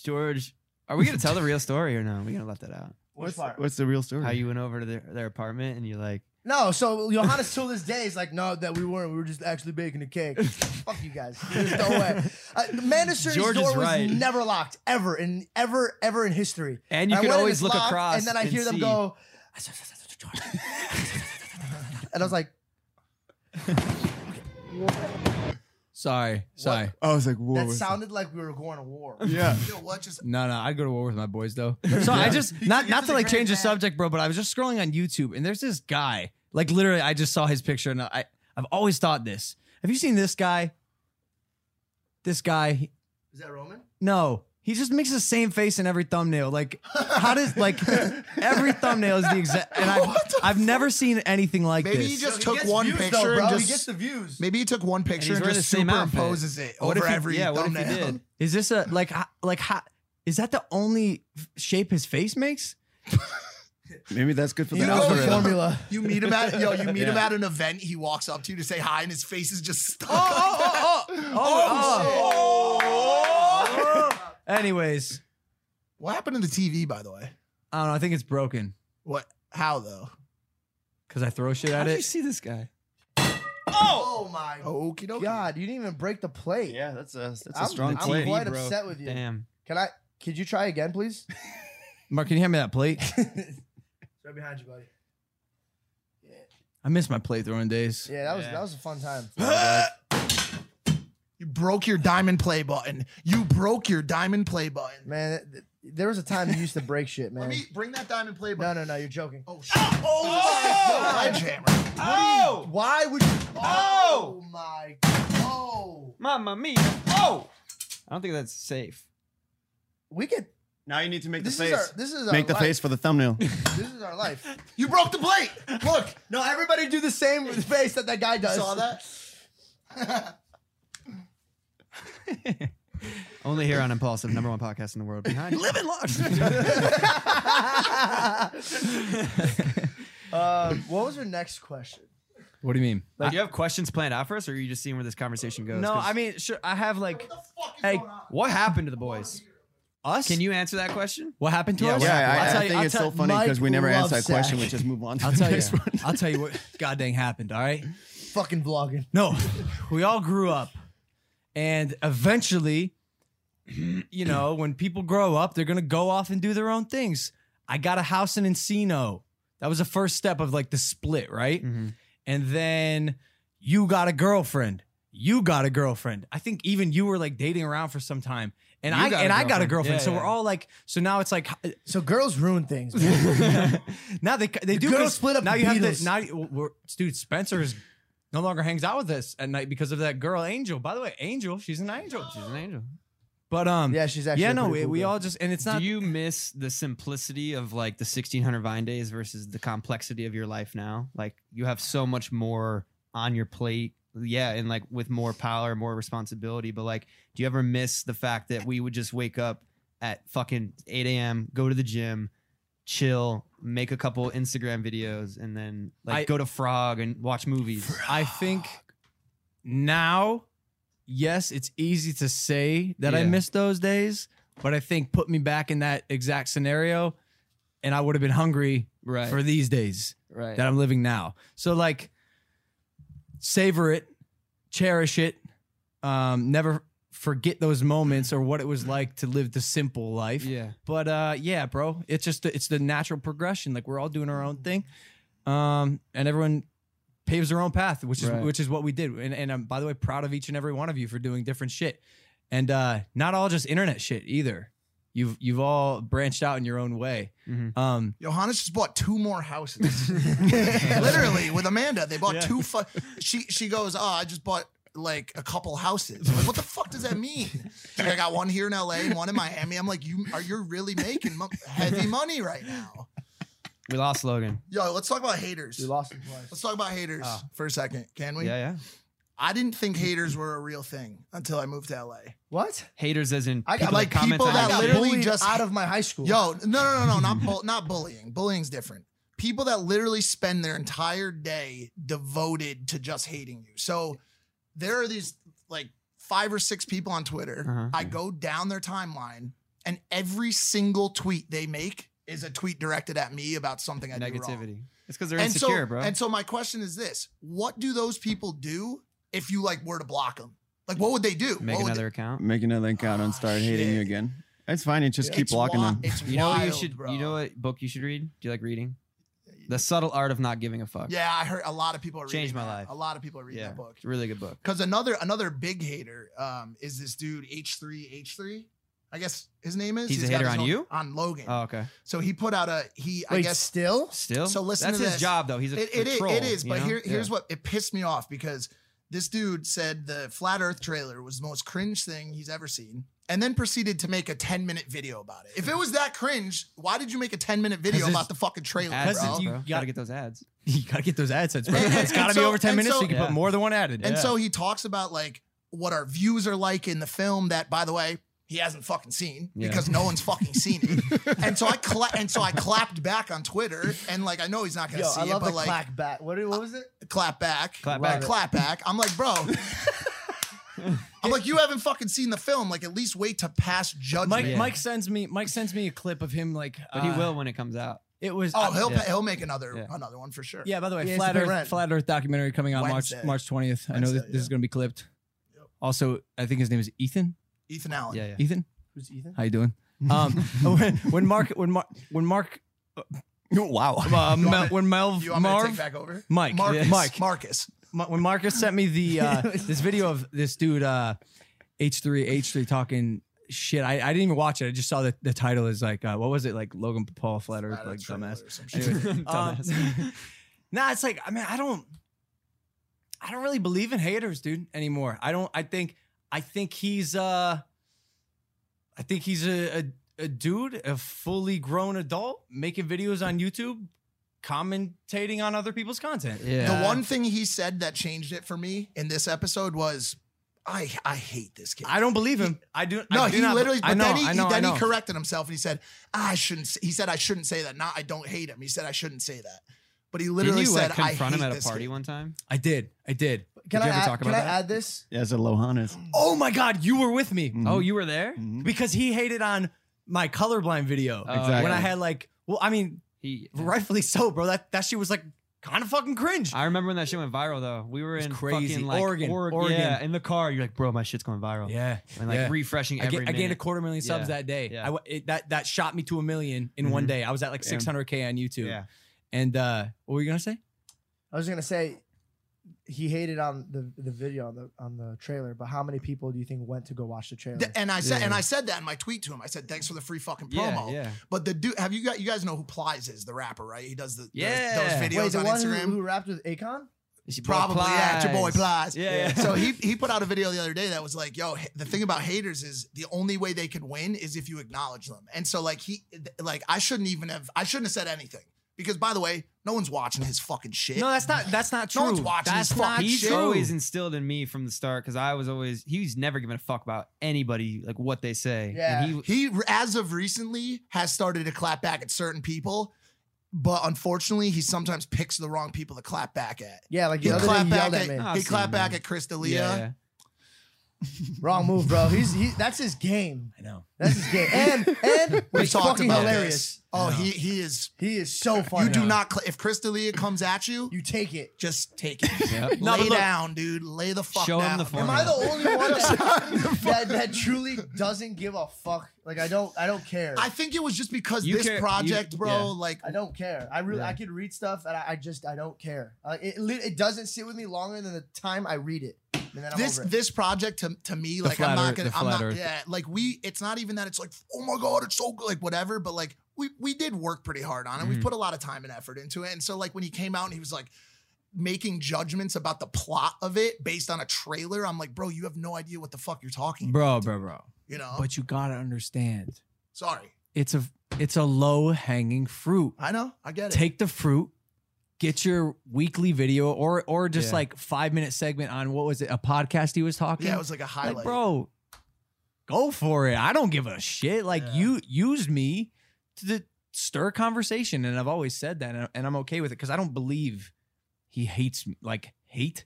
[SPEAKER 10] George, are we gonna tell the real story or no? We're gonna let that out.
[SPEAKER 2] Which part?
[SPEAKER 5] what's the real story?
[SPEAKER 10] How you went over to their, their apartment and you like
[SPEAKER 2] No, so Johannes till this day is like, no, that we weren't. We were just actually baking a cake. Fuck you guys. There's no way. Uh, Mandister's door
[SPEAKER 10] George is
[SPEAKER 2] was
[SPEAKER 10] right.
[SPEAKER 2] never locked ever in ever ever in history.
[SPEAKER 10] And you
[SPEAKER 2] I
[SPEAKER 10] could
[SPEAKER 2] went in,
[SPEAKER 10] always
[SPEAKER 2] it's
[SPEAKER 10] look
[SPEAKER 2] locked,
[SPEAKER 10] across
[SPEAKER 2] and then I
[SPEAKER 10] and
[SPEAKER 2] hear them
[SPEAKER 10] see.
[SPEAKER 2] go. and I was like,
[SPEAKER 4] Sorry. Sorry.
[SPEAKER 5] I was like, "Whoa."
[SPEAKER 2] that
[SPEAKER 5] was-
[SPEAKER 2] sounded like we were going to war.
[SPEAKER 5] yeah.
[SPEAKER 3] Yo, what just
[SPEAKER 4] No, no, I'd go to war with my boys though. So I just not not to like change the subject, bro, but I was just scrolling on YouTube and there's this guy. Like literally, I just saw his picture and I I've always thought this. Have you seen this guy? This guy. he-
[SPEAKER 2] Is that Roman?
[SPEAKER 4] No, he just makes the same face in every thumbnail. Like how does like every thumbnail is the exact? And I've I've never seen anything like
[SPEAKER 3] Maybe
[SPEAKER 4] this.
[SPEAKER 3] he just
[SPEAKER 2] He
[SPEAKER 3] took
[SPEAKER 2] gets
[SPEAKER 3] one
[SPEAKER 2] views,
[SPEAKER 3] picture
[SPEAKER 2] though, bro.
[SPEAKER 3] and
[SPEAKER 2] he gets
[SPEAKER 3] just
[SPEAKER 2] the views.
[SPEAKER 3] maybe he took one picture
[SPEAKER 10] he's
[SPEAKER 3] and
[SPEAKER 10] wearing
[SPEAKER 3] just
[SPEAKER 10] the same outfit.
[SPEAKER 3] superimposes it
[SPEAKER 10] What if
[SPEAKER 3] over
[SPEAKER 10] he-
[SPEAKER 3] every
[SPEAKER 10] yeah, what if he
[SPEAKER 3] thumbnail.
[SPEAKER 10] did?
[SPEAKER 4] is this a like ho- like how is that the only f- shape his face makes?
[SPEAKER 5] Maybe that's good for
[SPEAKER 2] You
[SPEAKER 5] the
[SPEAKER 2] know
[SPEAKER 3] Oh,
[SPEAKER 2] the
[SPEAKER 5] algorithm.
[SPEAKER 2] formula.
[SPEAKER 3] You meet him at yo, you meet him at an event. He walks up to you to say hi, and his face is just stuck.
[SPEAKER 4] oh, oh, oh, Anyways,
[SPEAKER 3] What happened to the TV, by the way?
[SPEAKER 4] I don't know. I think it's broken.
[SPEAKER 3] What? How though?
[SPEAKER 4] Because I throw shit at
[SPEAKER 10] How did you
[SPEAKER 4] it.
[SPEAKER 10] see this guy?
[SPEAKER 2] Oh, my
[SPEAKER 3] Okie dokie.
[SPEAKER 2] god! You didn't even break the plate.
[SPEAKER 5] Yeah, that's a that's a
[SPEAKER 2] I'm,
[SPEAKER 5] strong
[SPEAKER 2] I'm
[SPEAKER 5] play.
[SPEAKER 2] quite
[SPEAKER 10] bro.
[SPEAKER 2] upset with you.
[SPEAKER 10] Damn.
[SPEAKER 2] Can I? Could you try again, please?
[SPEAKER 4] Mark, can you hand me that plate?
[SPEAKER 2] right behind you, buddy.
[SPEAKER 4] I miss my playthrowing days.
[SPEAKER 2] Yeah, that was that was a fun time.
[SPEAKER 3] you broke your diamond play button. You broke your diamond play button.
[SPEAKER 2] Man, th- th- there was a time you used to break shit, man.
[SPEAKER 3] Let me bring that diamond play
[SPEAKER 2] no,
[SPEAKER 3] button.
[SPEAKER 2] no, no, you're joking.
[SPEAKER 3] Oh shit! Oh, sledgehammer.
[SPEAKER 6] Oh!
[SPEAKER 2] Why would you?
[SPEAKER 6] Oh!
[SPEAKER 2] my! Oh!
[SPEAKER 10] Mamma mia. Oh! I don't think that's safe.
[SPEAKER 2] We get
[SPEAKER 5] Now you need to make
[SPEAKER 2] this
[SPEAKER 5] the
[SPEAKER 2] is
[SPEAKER 5] face.
[SPEAKER 2] our this is our
[SPEAKER 5] make the
[SPEAKER 2] life.
[SPEAKER 5] face for the thumbnail.
[SPEAKER 2] This is our life.
[SPEAKER 3] You broke the plate. Look,
[SPEAKER 2] No, everybody do the same face that that guy does.
[SPEAKER 3] saw that.
[SPEAKER 10] Only here on Impulsive, number one podcast in the world. Behind you.
[SPEAKER 2] Uh, what was your next question?
[SPEAKER 4] What do you mean?
[SPEAKER 10] Like, do you have questions planned out for us, or are you just seeing where this conversation goes?
[SPEAKER 4] no,
[SPEAKER 10] 'Cause
[SPEAKER 4] I mean, sure. I have like, hey,
[SPEAKER 10] what happened to the boys?
[SPEAKER 4] us.
[SPEAKER 10] Can you answer that question?
[SPEAKER 4] What happened to
[SPEAKER 5] yeah,
[SPEAKER 4] us?
[SPEAKER 5] I, I
[SPEAKER 4] tell you-
[SPEAKER 5] think
[SPEAKER 4] I'll
[SPEAKER 5] it's
[SPEAKER 4] tell-
[SPEAKER 5] so funny because we
[SPEAKER 2] Mike
[SPEAKER 5] never
[SPEAKER 2] loves
[SPEAKER 5] answer that question.
[SPEAKER 2] Zach.
[SPEAKER 5] We just move on. To
[SPEAKER 4] I'll
[SPEAKER 5] the
[SPEAKER 4] tell you.
[SPEAKER 5] next one.
[SPEAKER 4] I'll tell you what god dang happened. All right.
[SPEAKER 2] Fucking vlogging.
[SPEAKER 4] No, we all grew up, and eventually, you know, when people grow up, they're gonna go off and do their own things. I got a house in Encino. That was the first step of like the split, right?
[SPEAKER 10] Mm-hmm.
[SPEAKER 4] And then you got a girlfriend. You got a girlfriend. I think even you were like dating around for some time, and
[SPEAKER 10] You
[SPEAKER 4] I
[SPEAKER 10] got a
[SPEAKER 4] and I got a
[SPEAKER 10] girlfriend.
[SPEAKER 4] girlfriend.
[SPEAKER 10] Yeah,
[SPEAKER 4] so
[SPEAKER 10] yeah.
[SPEAKER 4] we're all like, so now it's like
[SPEAKER 2] So girls ruin things. man.
[SPEAKER 4] now they they do
[SPEAKER 2] girls
[SPEAKER 4] cons-
[SPEAKER 2] split up
[SPEAKER 4] Now
[SPEAKER 2] the
[SPEAKER 4] you have
[SPEAKER 2] Beatles.
[SPEAKER 4] to now you- we're, dude. Spencer is no longer hangs out with us at night because of that girl Angel. By the way, Angel, she's an angel.
[SPEAKER 10] She's an angel.
[SPEAKER 4] But um,
[SPEAKER 2] Yeah, she's actually
[SPEAKER 4] yeah.
[SPEAKER 2] a
[SPEAKER 4] No,
[SPEAKER 2] pretty
[SPEAKER 4] we,
[SPEAKER 2] cool
[SPEAKER 4] we
[SPEAKER 2] girl.
[SPEAKER 4] all just and it's not.
[SPEAKER 10] Do you miss the simplicity of like the 1600 Vine days versus the complexity of your life now? Like you have so much more on your plate. Yeah, and like with more power, more responsibility. But like, do you ever miss the fact that we would just wake up at fucking 8 a.m., go to the gym, chill, make a couple Instagram videos, and then like
[SPEAKER 4] I-
[SPEAKER 10] go to Frog and watch movies?
[SPEAKER 4] I think now, yes, it's easy to say that I
[SPEAKER 10] Yeah.
[SPEAKER 4] miss those days, but I think put me back in that exact scenario, and I would have been hungry
[SPEAKER 10] Right.
[SPEAKER 4] for these days.
[SPEAKER 10] right.
[SPEAKER 4] that I'm living now. So like savor it, cherish it, um, never forget those moments or what it was like to live the simple life.
[SPEAKER 10] yeah.
[SPEAKER 4] But uh yeah, bro, it's just it's the natural progression. Like we're all doing our own
[SPEAKER 3] Mm-hmm.
[SPEAKER 4] thing. Um and everyone paves their own path, which is
[SPEAKER 10] Right.
[SPEAKER 4] which is what we did. And and I'm by the way proud of each and every one of you for doing different shit. And uh not all just internet shit either. You've you've all branched out in your own way.
[SPEAKER 10] Mhm.
[SPEAKER 4] Um
[SPEAKER 3] Johannes just bought two more houses. Literally, with Amanda, they bought two. Fu- she she goes, oh, I just bought like a couple houses. I'm like, what the fuck does that mean? She's Like, I got one here in LA and one in Miami. I'm like, you are you really making mo- heavy money right now?
[SPEAKER 10] We lost Logan.
[SPEAKER 3] Yo, let's talk about haters.
[SPEAKER 2] We lost him twice.
[SPEAKER 3] Let's talk about haters for a second, can we?
[SPEAKER 10] Yeah, yeah.
[SPEAKER 3] I didn't think haters were a real thing until I moved to LA.
[SPEAKER 2] What?
[SPEAKER 10] Haters, as in
[SPEAKER 2] I got-
[SPEAKER 10] that
[SPEAKER 3] like,
[SPEAKER 10] comment
[SPEAKER 3] people
[SPEAKER 10] on
[SPEAKER 3] that
[SPEAKER 10] your shit.
[SPEAKER 2] I
[SPEAKER 3] literally
[SPEAKER 2] bullied
[SPEAKER 3] just-
[SPEAKER 2] out of my high school.
[SPEAKER 3] Yo, no, no, no, no, not bull, not bullying. Bullying's different. People that literally spend their entire day devoted to just hating you. So there are these like five or six people on Twitter.
[SPEAKER 10] Uh-huh.
[SPEAKER 3] I go down their timeline, and every single tweet they make is a tweet directed at me about something I do wrong.
[SPEAKER 10] negativity. It's because they're insecure,
[SPEAKER 3] so,
[SPEAKER 10] bro.
[SPEAKER 3] And so my question is this: What do those people do if you like were to block them? Like, what would they do?
[SPEAKER 10] Make
[SPEAKER 3] What would
[SPEAKER 10] another account.
[SPEAKER 5] Make another account and
[SPEAKER 3] Ah,
[SPEAKER 5] start hating
[SPEAKER 3] shit.
[SPEAKER 5] you again. It's fine. You just
[SPEAKER 3] they-
[SPEAKER 5] keep
[SPEAKER 3] It's
[SPEAKER 5] blocking
[SPEAKER 3] wi-
[SPEAKER 5] them.
[SPEAKER 3] It's
[SPEAKER 10] You know what you
[SPEAKER 3] wild,
[SPEAKER 10] should.
[SPEAKER 3] bro.
[SPEAKER 10] You know what book you should read? Do you like reading? The subtle art of not giving a fuck.
[SPEAKER 3] Yeah, I heard a lot of people are
[SPEAKER 10] Changed
[SPEAKER 3] reading
[SPEAKER 10] my
[SPEAKER 3] that.
[SPEAKER 10] life.
[SPEAKER 3] A lot of people are reading
[SPEAKER 10] yeah.
[SPEAKER 3] that book.
[SPEAKER 10] It's a really good book.
[SPEAKER 3] Because another another big hater um, is this dude H three H three. I guess his name is.
[SPEAKER 10] He's a
[SPEAKER 3] got
[SPEAKER 10] hater
[SPEAKER 3] his
[SPEAKER 10] on
[SPEAKER 3] own-
[SPEAKER 10] you?
[SPEAKER 3] on Logan.
[SPEAKER 10] Oh, okay.
[SPEAKER 3] so he put out a he.
[SPEAKER 2] Wait,
[SPEAKER 3] I guess
[SPEAKER 2] still?
[SPEAKER 10] Still.
[SPEAKER 3] So listen
[SPEAKER 10] That's
[SPEAKER 3] to
[SPEAKER 10] his
[SPEAKER 3] this.
[SPEAKER 10] job, though. He's a,
[SPEAKER 3] it,
[SPEAKER 10] a
[SPEAKER 3] it, i-
[SPEAKER 10] troll,
[SPEAKER 3] it is.
[SPEAKER 10] you
[SPEAKER 3] But
[SPEAKER 10] know?
[SPEAKER 3] here here's
[SPEAKER 10] Yeah.
[SPEAKER 3] what it pissed me off because this dude said the flat Earth trailer was the most cringe thing he's ever seen. And then proceeded to make a 10 minute video about it. If it was that cringe, why did you make a 10 minute video
[SPEAKER 4] Because
[SPEAKER 3] about
[SPEAKER 4] it's-
[SPEAKER 3] the fucking trailer,
[SPEAKER 10] Ads,
[SPEAKER 3] bro?
[SPEAKER 4] Because
[SPEAKER 10] you
[SPEAKER 4] you
[SPEAKER 10] got
[SPEAKER 4] gotta-
[SPEAKER 10] to get those ads.
[SPEAKER 4] You gotta get those AdSense, bro.
[SPEAKER 3] And-
[SPEAKER 4] It's gotta
[SPEAKER 3] and
[SPEAKER 4] be
[SPEAKER 3] so-
[SPEAKER 4] over ten
[SPEAKER 3] and
[SPEAKER 4] minutes, so,
[SPEAKER 3] so-
[SPEAKER 4] you can
[SPEAKER 10] yeah.
[SPEAKER 4] put more than one added.
[SPEAKER 3] And so he talks about like what our views are like in the film that by the way, he hasn't fucking seen
[SPEAKER 10] Yeah.
[SPEAKER 3] because no one's fucking seen it. and so I cla- and so I clapped back on Twitter and like I know he's not gonna
[SPEAKER 2] Yo,
[SPEAKER 3] see
[SPEAKER 2] I love
[SPEAKER 3] it,
[SPEAKER 2] the
[SPEAKER 3] but like
[SPEAKER 2] clack back. What, what was it?
[SPEAKER 3] clap back.
[SPEAKER 10] Clap
[SPEAKER 3] Right.
[SPEAKER 10] back.
[SPEAKER 3] Clap back. I'm like, bro. I'm like, you haven't fucking seen the film. Like, at least wait to pass judgment.
[SPEAKER 4] Mike
[SPEAKER 10] Yeah.
[SPEAKER 4] Mike sends me Mike sends me a clip of him like
[SPEAKER 10] But
[SPEAKER 4] uh,
[SPEAKER 10] he will when it comes out.
[SPEAKER 4] It was
[SPEAKER 3] oh, he'll
[SPEAKER 10] Yeah.
[SPEAKER 3] he'll make another
[SPEAKER 10] Yeah.
[SPEAKER 3] another one for sure.
[SPEAKER 4] yeah. By the way,
[SPEAKER 2] Yeah, it's
[SPEAKER 4] flat
[SPEAKER 2] the big
[SPEAKER 4] Earth
[SPEAKER 2] rent.
[SPEAKER 4] flat Earth documentary coming out
[SPEAKER 3] Wednesday.
[SPEAKER 4] March March twentieth. I know that
[SPEAKER 3] Wednesday,
[SPEAKER 4] this
[SPEAKER 3] yeah.
[SPEAKER 4] is gonna be clipped. Also, I think his name is Ethan.
[SPEAKER 3] Ethan Allen.
[SPEAKER 10] Yeah, yeah.
[SPEAKER 4] Ethan,
[SPEAKER 2] Who's Ethan?
[SPEAKER 4] how you doing? Um, when, when Mark when Mark when Mark wow.
[SPEAKER 2] Uh,
[SPEAKER 3] You want
[SPEAKER 2] Mel-
[SPEAKER 3] me-
[SPEAKER 2] when Mel,
[SPEAKER 3] you want me to
[SPEAKER 2] Marv,
[SPEAKER 3] take back over?
[SPEAKER 2] Mike,
[SPEAKER 3] Marcus.
[SPEAKER 2] yeah, Mike,
[SPEAKER 3] Marcus.
[SPEAKER 2] Ma- when Marcus sent me the uh, this video of this dude uh, H3 H3 talking shit, I, I didn't even watch it. I just saw the, the title is like uh, what was it like Logan Paul flat earth like dumbass. Anyway, um, nah, it's like I mean I don't I don't really believe in haters, dude, anymore. I don't. I think I think he's uh I think he's a, a a dude, a fully grown adult making videos on YouTube, commentating on other people's content.
[SPEAKER 3] The one thing he said that changed it for me in this episode was, I I hate this kid.
[SPEAKER 2] I don't believe him. I do.
[SPEAKER 3] No,
[SPEAKER 2] I do
[SPEAKER 3] he
[SPEAKER 2] not-
[SPEAKER 3] literally. But
[SPEAKER 2] I know,
[SPEAKER 3] then, he,
[SPEAKER 2] I know,
[SPEAKER 3] he, then
[SPEAKER 2] I know.
[SPEAKER 3] he corrected himself and he said, "Ah, "I shouldn't." s- He said, "I shouldn't say that." Not, I don't hate him. He said, "I shouldn't say that." But he literally
[SPEAKER 10] Didn't you
[SPEAKER 3] said,
[SPEAKER 10] like,
[SPEAKER 3] "I
[SPEAKER 10] confront
[SPEAKER 3] hate
[SPEAKER 10] him at a
[SPEAKER 3] this
[SPEAKER 10] party
[SPEAKER 3] kid."
[SPEAKER 10] one time?
[SPEAKER 2] I did. I did.
[SPEAKER 10] Did
[SPEAKER 8] Can I
[SPEAKER 10] you ever
[SPEAKER 8] add,
[SPEAKER 10] talk
[SPEAKER 8] can
[SPEAKER 10] about
[SPEAKER 8] I
[SPEAKER 10] that?
[SPEAKER 8] add this?
[SPEAKER 4] Yeah, it's a Lohanis.
[SPEAKER 2] Oh my God, you were with me
[SPEAKER 4] Mm-hmm.
[SPEAKER 10] Oh, you were there?
[SPEAKER 2] because he hated on my colorblind video
[SPEAKER 4] Exactly.
[SPEAKER 2] when I had like. Well, I mean,
[SPEAKER 10] He,
[SPEAKER 2] rightfully so, bro. That that shit was like kind of fucking cringe.
[SPEAKER 10] I remember when that shit went viral though. We were
[SPEAKER 2] It's
[SPEAKER 10] in
[SPEAKER 2] crazy.
[SPEAKER 10] fucking like
[SPEAKER 2] Oregon,
[SPEAKER 10] Oreg-
[SPEAKER 2] Oregon.
[SPEAKER 10] yeah, in the car. You're like, bro, my shit's going viral.
[SPEAKER 2] Yeah,
[SPEAKER 10] and like
[SPEAKER 2] yeah.
[SPEAKER 10] refreshing
[SPEAKER 2] I, ga-
[SPEAKER 10] every.
[SPEAKER 2] I gained a
[SPEAKER 10] minute.
[SPEAKER 2] quarter million subs
[SPEAKER 10] Yeah.
[SPEAKER 2] that day.
[SPEAKER 10] Yeah.
[SPEAKER 2] I w it, that that shot me to a million in one day. I was at like 600k on YouTube.
[SPEAKER 10] Yeah.
[SPEAKER 2] And uh, what were you gonna say?
[SPEAKER 8] I was gonna say he hated on the the video on the on the trailer, but how many people do you think went to go watch the trailer?
[SPEAKER 3] Th- And I said, and I said that in my tweet to him. I said, "Thanks for the free fucking
[SPEAKER 10] Yeah,
[SPEAKER 3] promo."
[SPEAKER 10] yeah.
[SPEAKER 3] But the dude, have you got? You guys know who Plies is, the rapper, right? He does the, the-
[SPEAKER 10] Yeah.
[SPEAKER 3] those videos
[SPEAKER 8] Wait, the
[SPEAKER 3] on
[SPEAKER 8] one who,
[SPEAKER 3] Instagram.
[SPEAKER 8] who rapped with Akon?
[SPEAKER 10] It's your boy
[SPEAKER 3] Probably, yeah, it's your boy Plies.
[SPEAKER 10] Yeah, yeah.
[SPEAKER 3] So he he put out a video the other day that was like, "Yo, h- the thing about haters is the only way they could win is if you acknowledge them." And so like he th- like I shouldn't even have I shouldn't have said anything because by the way, no one's watching his fucking shit.
[SPEAKER 2] No, that's not that's not true.
[SPEAKER 3] No one's watching
[SPEAKER 2] that's
[SPEAKER 3] this
[SPEAKER 2] not
[SPEAKER 3] fucking
[SPEAKER 10] He's
[SPEAKER 3] shit.
[SPEAKER 2] true.
[SPEAKER 10] always instilled in me from the start because I was always he's never given a fuck about anybody like what they say. And
[SPEAKER 8] Yeah.
[SPEAKER 10] he,
[SPEAKER 3] he as of recently has started to clap back at certain people, but unfortunately, he sometimes picks the wrong people to clap back at.
[SPEAKER 8] Yeah, like
[SPEAKER 3] He
[SPEAKER 8] the other day
[SPEAKER 3] clapped
[SPEAKER 8] he
[SPEAKER 3] back
[SPEAKER 8] yelled at
[SPEAKER 3] at,
[SPEAKER 8] me.
[SPEAKER 10] I've
[SPEAKER 3] he
[SPEAKER 10] seen
[SPEAKER 3] clapped
[SPEAKER 10] that.
[SPEAKER 3] back at Chris D'Elia.
[SPEAKER 10] yeah. yeah.
[SPEAKER 8] Wrong move, bro. He's he, that's his game.
[SPEAKER 2] I know.
[SPEAKER 8] That's his game. And and
[SPEAKER 3] We
[SPEAKER 8] he's
[SPEAKER 3] talked
[SPEAKER 8] fucking
[SPEAKER 3] about
[SPEAKER 8] hilarious.
[SPEAKER 3] this. Oh, he he is.
[SPEAKER 8] He is so funny.
[SPEAKER 3] You do not. Cl- if Chris D'Elia comes at you,
[SPEAKER 8] You take it.
[SPEAKER 3] just take it.
[SPEAKER 10] Yep.
[SPEAKER 2] No, but
[SPEAKER 3] Lay
[SPEAKER 2] look-
[SPEAKER 3] down, dude. Lay the fuck
[SPEAKER 10] Show
[SPEAKER 3] down.
[SPEAKER 10] him the
[SPEAKER 8] Am
[SPEAKER 10] formula.
[SPEAKER 8] I the only one that, that, that truly doesn't give a fuck? Like I don't I don't care.
[SPEAKER 3] I think it was just because
[SPEAKER 10] You
[SPEAKER 3] this
[SPEAKER 10] care-
[SPEAKER 3] project,
[SPEAKER 10] you-
[SPEAKER 3] bro.
[SPEAKER 10] yeah.
[SPEAKER 3] Like,
[SPEAKER 8] I don't care. I really
[SPEAKER 10] Yeah.
[SPEAKER 8] I could read stuff and I, I just I don't care. Like it lit- it doesn't sit with me longer than the time I read it. And then I'm
[SPEAKER 3] this
[SPEAKER 8] over it.
[SPEAKER 3] this project to, to me like
[SPEAKER 2] flat
[SPEAKER 3] i'm not
[SPEAKER 2] earth-
[SPEAKER 3] gonna
[SPEAKER 2] the
[SPEAKER 3] i'm
[SPEAKER 2] flat
[SPEAKER 3] not
[SPEAKER 2] earth.
[SPEAKER 3] yeah like we it's not even that it's like oh my god it's so good like whatever but like we we did work pretty hard on it we put a lot of time and effort into it and so like when he came out and he was like making judgments about the plot of it based on a trailer i'm like bro you have no idea what the fuck you're talking about
[SPEAKER 2] Bro, bro, bro.
[SPEAKER 3] you know
[SPEAKER 2] But you gotta understand.
[SPEAKER 3] sorry
[SPEAKER 2] It's a it's a low hanging fruit.
[SPEAKER 3] i know i get it
[SPEAKER 2] take the fruit get your weekly video or or just
[SPEAKER 10] Yeah.
[SPEAKER 2] like five minute segment on what was it a podcast he was talking
[SPEAKER 3] yeah it was like a highlight
[SPEAKER 2] like bro go for it i don't give a shit like you used me to the- stir conversation and i've always said that and- and i'm okay with it because i don't believe he hates me like hate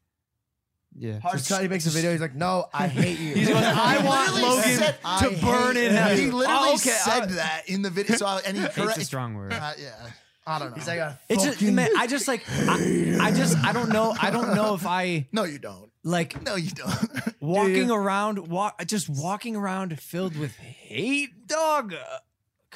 [SPEAKER 10] Yeah.
[SPEAKER 8] Hard cut. He makes a video. He's like, "No, I hate you."
[SPEAKER 2] He's like, "I
[SPEAKER 3] He
[SPEAKER 2] want
[SPEAKER 3] literally
[SPEAKER 2] Logan
[SPEAKER 3] said-
[SPEAKER 8] I
[SPEAKER 2] to
[SPEAKER 8] hate
[SPEAKER 2] burn in
[SPEAKER 8] you."
[SPEAKER 2] hell."
[SPEAKER 3] he literally
[SPEAKER 2] Oh, okay,
[SPEAKER 3] said
[SPEAKER 2] I-
[SPEAKER 3] that in the video so I, and he
[SPEAKER 10] Hate's a
[SPEAKER 3] correct,
[SPEAKER 10] strong word.
[SPEAKER 3] uh, yeah i don't know
[SPEAKER 8] He's like, "I
[SPEAKER 2] it's just
[SPEAKER 8] fucking
[SPEAKER 2] man i just like I, I just i don't know i don't know if i
[SPEAKER 3] no you don't
[SPEAKER 2] like
[SPEAKER 3] no you don't
[SPEAKER 2] walking around walk just walking around filled with hate dog uh,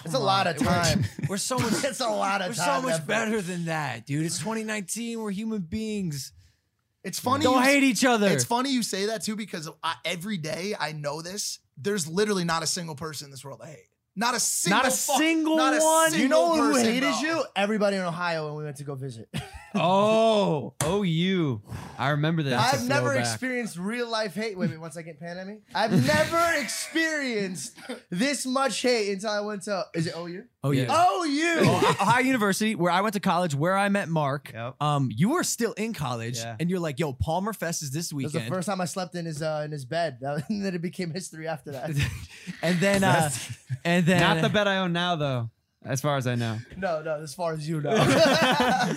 [SPEAKER 8] It's
[SPEAKER 2] come
[SPEAKER 8] a lot
[SPEAKER 2] on.
[SPEAKER 8] of time.
[SPEAKER 2] we're so much
[SPEAKER 8] It's a lot of
[SPEAKER 2] we're
[SPEAKER 8] time
[SPEAKER 2] so
[SPEAKER 8] and
[SPEAKER 2] much
[SPEAKER 8] effort.
[SPEAKER 2] better than that dude it's 2019 we're human beings
[SPEAKER 3] It's funny.
[SPEAKER 2] don't
[SPEAKER 3] you-
[SPEAKER 2] hate each other
[SPEAKER 3] It's funny you say that too because I, every day I know this. There's literally not a single person in this world I hate. Not a single.
[SPEAKER 2] Not a
[SPEAKER 3] fuck-
[SPEAKER 2] single
[SPEAKER 3] not a
[SPEAKER 2] one?
[SPEAKER 3] single
[SPEAKER 8] You know who
[SPEAKER 3] person,
[SPEAKER 8] hated
[SPEAKER 3] bro.
[SPEAKER 8] you? Everybody in Ohio when we went to go visit.
[SPEAKER 10] Oh, oh, you. I remember that.
[SPEAKER 8] I've never experienced real life hate. Wait, wait, one second, pan at me. I've never experienced this much hate until I went to. Is it OU?
[SPEAKER 2] oh yeah,
[SPEAKER 8] OU.
[SPEAKER 2] Ohio Oh, University, where I went to college, where I met Mark.
[SPEAKER 10] Yep.
[SPEAKER 2] Um, you were still in college,
[SPEAKER 10] Yeah.
[SPEAKER 2] and you're like, "Yo, Palmer Fest is this
[SPEAKER 8] That was the
[SPEAKER 2] weekend."
[SPEAKER 8] first time I slept in his uh, in his bed. That was- and then it became history after that.
[SPEAKER 2] and then, uh, and then,
[SPEAKER 10] Not the bet I own now, though, as far as I know.
[SPEAKER 8] No, no, as far as you know.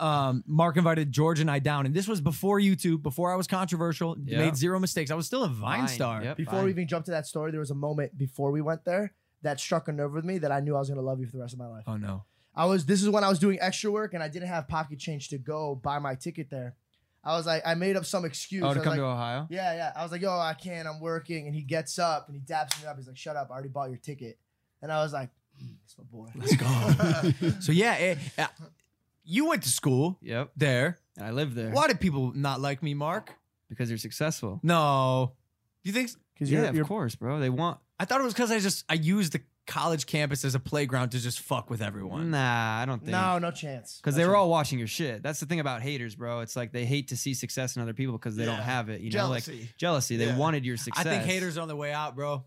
[SPEAKER 2] um, Mark invited George and I down, and this was before YouTube, before I was controversial,
[SPEAKER 10] Yeah.
[SPEAKER 2] made zero mistakes. I was still a Vine,
[SPEAKER 10] Fine.
[SPEAKER 2] star.
[SPEAKER 10] Yep,
[SPEAKER 8] before
[SPEAKER 10] fine.
[SPEAKER 8] we even jumped to that story, there was a moment before we went there that struck a nerve with me that I knew I was gonna love you for the rest of my life.
[SPEAKER 2] Oh no.
[SPEAKER 8] I was this is when I was doing extra work and I didn't have pocket change to go buy my ticket there. I was like, I made up some excuse. I
[SPEAKER 10] Oh, to
[SPEAKER 8] was
[SPEAKER 10] come
[SPEAKER 8] like,
[SPEAKER 10] to Ohio?
[SPEAKER 8] yeah, yeah. I was like, yo, I can't, I'm working. And he gets up and he daps me up. He's like, shut up, I already bought your ticket. And I was like,
[SPEAKER 3] That's "Hmm, my boy.
[SPEAKER 2] Let's go. so yeah, it, uh, you went to school.
[SPEAKER 10] Yep.
[SPEAKER 2] There.
[SPEAKER 10] And I live there.
[SPEAKER 2] Why do people not like me, Mark?
[SPEAKER 10] Because you're successful.
[SPEAKER 2] No. Do you think?
[SPEAKER 10] Because yeah, of course, bro. They want.
[SPEAKER 2] I thought it was because I just I used the college campus as a playground to just fuck with
[SPEAKER 10] Mm,
[SPEAKER 2] everyone.
[SPEAKER 10] Nah, I don't think.
[SPEAKER 3] No, no chance.
[SPEAKER 10] Because they were all watching your shit. That's the thing about haters, bro. It's like they hate to see success in other people because they don't
[SPEAKER 11] Yeah.
[SPEAKER 10] have it. You know,
[SPEAKER 11] Jealousy.
[SPEAKER 10] like jealousy. They
[SPEAKER 11] Yeah.
[SPEAKER 10] wanted your success.
[SPEAKER 2] I think haters are on their way out, bro.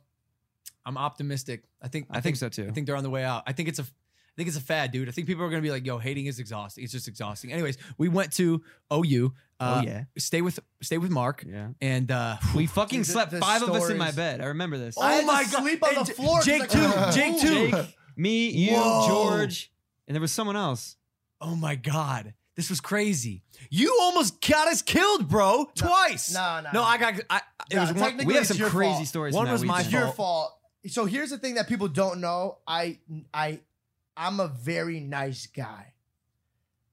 [SPEAKER 2] I'm optimistic. I think.
[SPEAKER 10] I think so, too.
[SPEAKER 2] I think they're on the way out. I think it's a. I think it's a fad, dude. I think people are gonna be like, "Yo, hating is exhausting. It's just exhausting." Anyways, we went to OU. Uh,
[SPEAKER 10] Oh, yeah.
[SPEAKER 2] Stay with stay with Mark.
[SPEAKER 10] Yeah.
[SPEAKER 2] And uh,
[SPEAKER 10] We fucking
[SPEAKER 3] Dude, the-
[SPEAKER 10] slept
[SPEAKER 3] the
[SPEAKER 10] five of us in my
[SPEAKER 3] stories.
[SPEAKER 10] bed. I remember this.
[SPEAKER 3] I had
[SPEAKER 2] Oh my
[SPEAKER 3] to
[SPEAKER 2] God.
[SPEAKER 3] Sleep on
[SPEAKER 2] And
[SPEAKER 3] the
[SPEAKER 2] J-
[SPEAKER 3] floor. 'cause
[SPEAKER 2] Jake
[SPEAKER 3] I couldn't
[SPEAKER 2] too.
[SPEAKER 3] move.
[SPEAKER 2] Jake too.
[SPEAKER 10] Jake, me, you,
[SPEAKER 3] Whoa.
[SPEAKER 10] George, and there was someone else.
[SPEAKER 2] oh my god, this was crazy. You almost got us killed, bro, twice.
[SPEAKER 3] no, no,
[SPEAKER 2] no.
[SPEAKER 3] no.
[SPEAKER 2] I got. I, I- it
[SPEAKER 3] No,
[SPEAKER 2] was one.
[SPEAKER 3] technically
[SPEAKER 10] We have
[SPEAKER 3] it's
[SPEAKER 10] some
[SPEAKER 3] your
[SPEAKER 10] crazy
[SPEAKER 3] fault.
[SPEAKER 10] stories.
[SPEAKER 2] One
[SPEAKER 10] from that
[SPEAKER 2] was my
[SPEAKER 10] weekend.
[SPEAKER 3] It's your fault. So here's the thing that people don't know. I I I'm a very nice guy,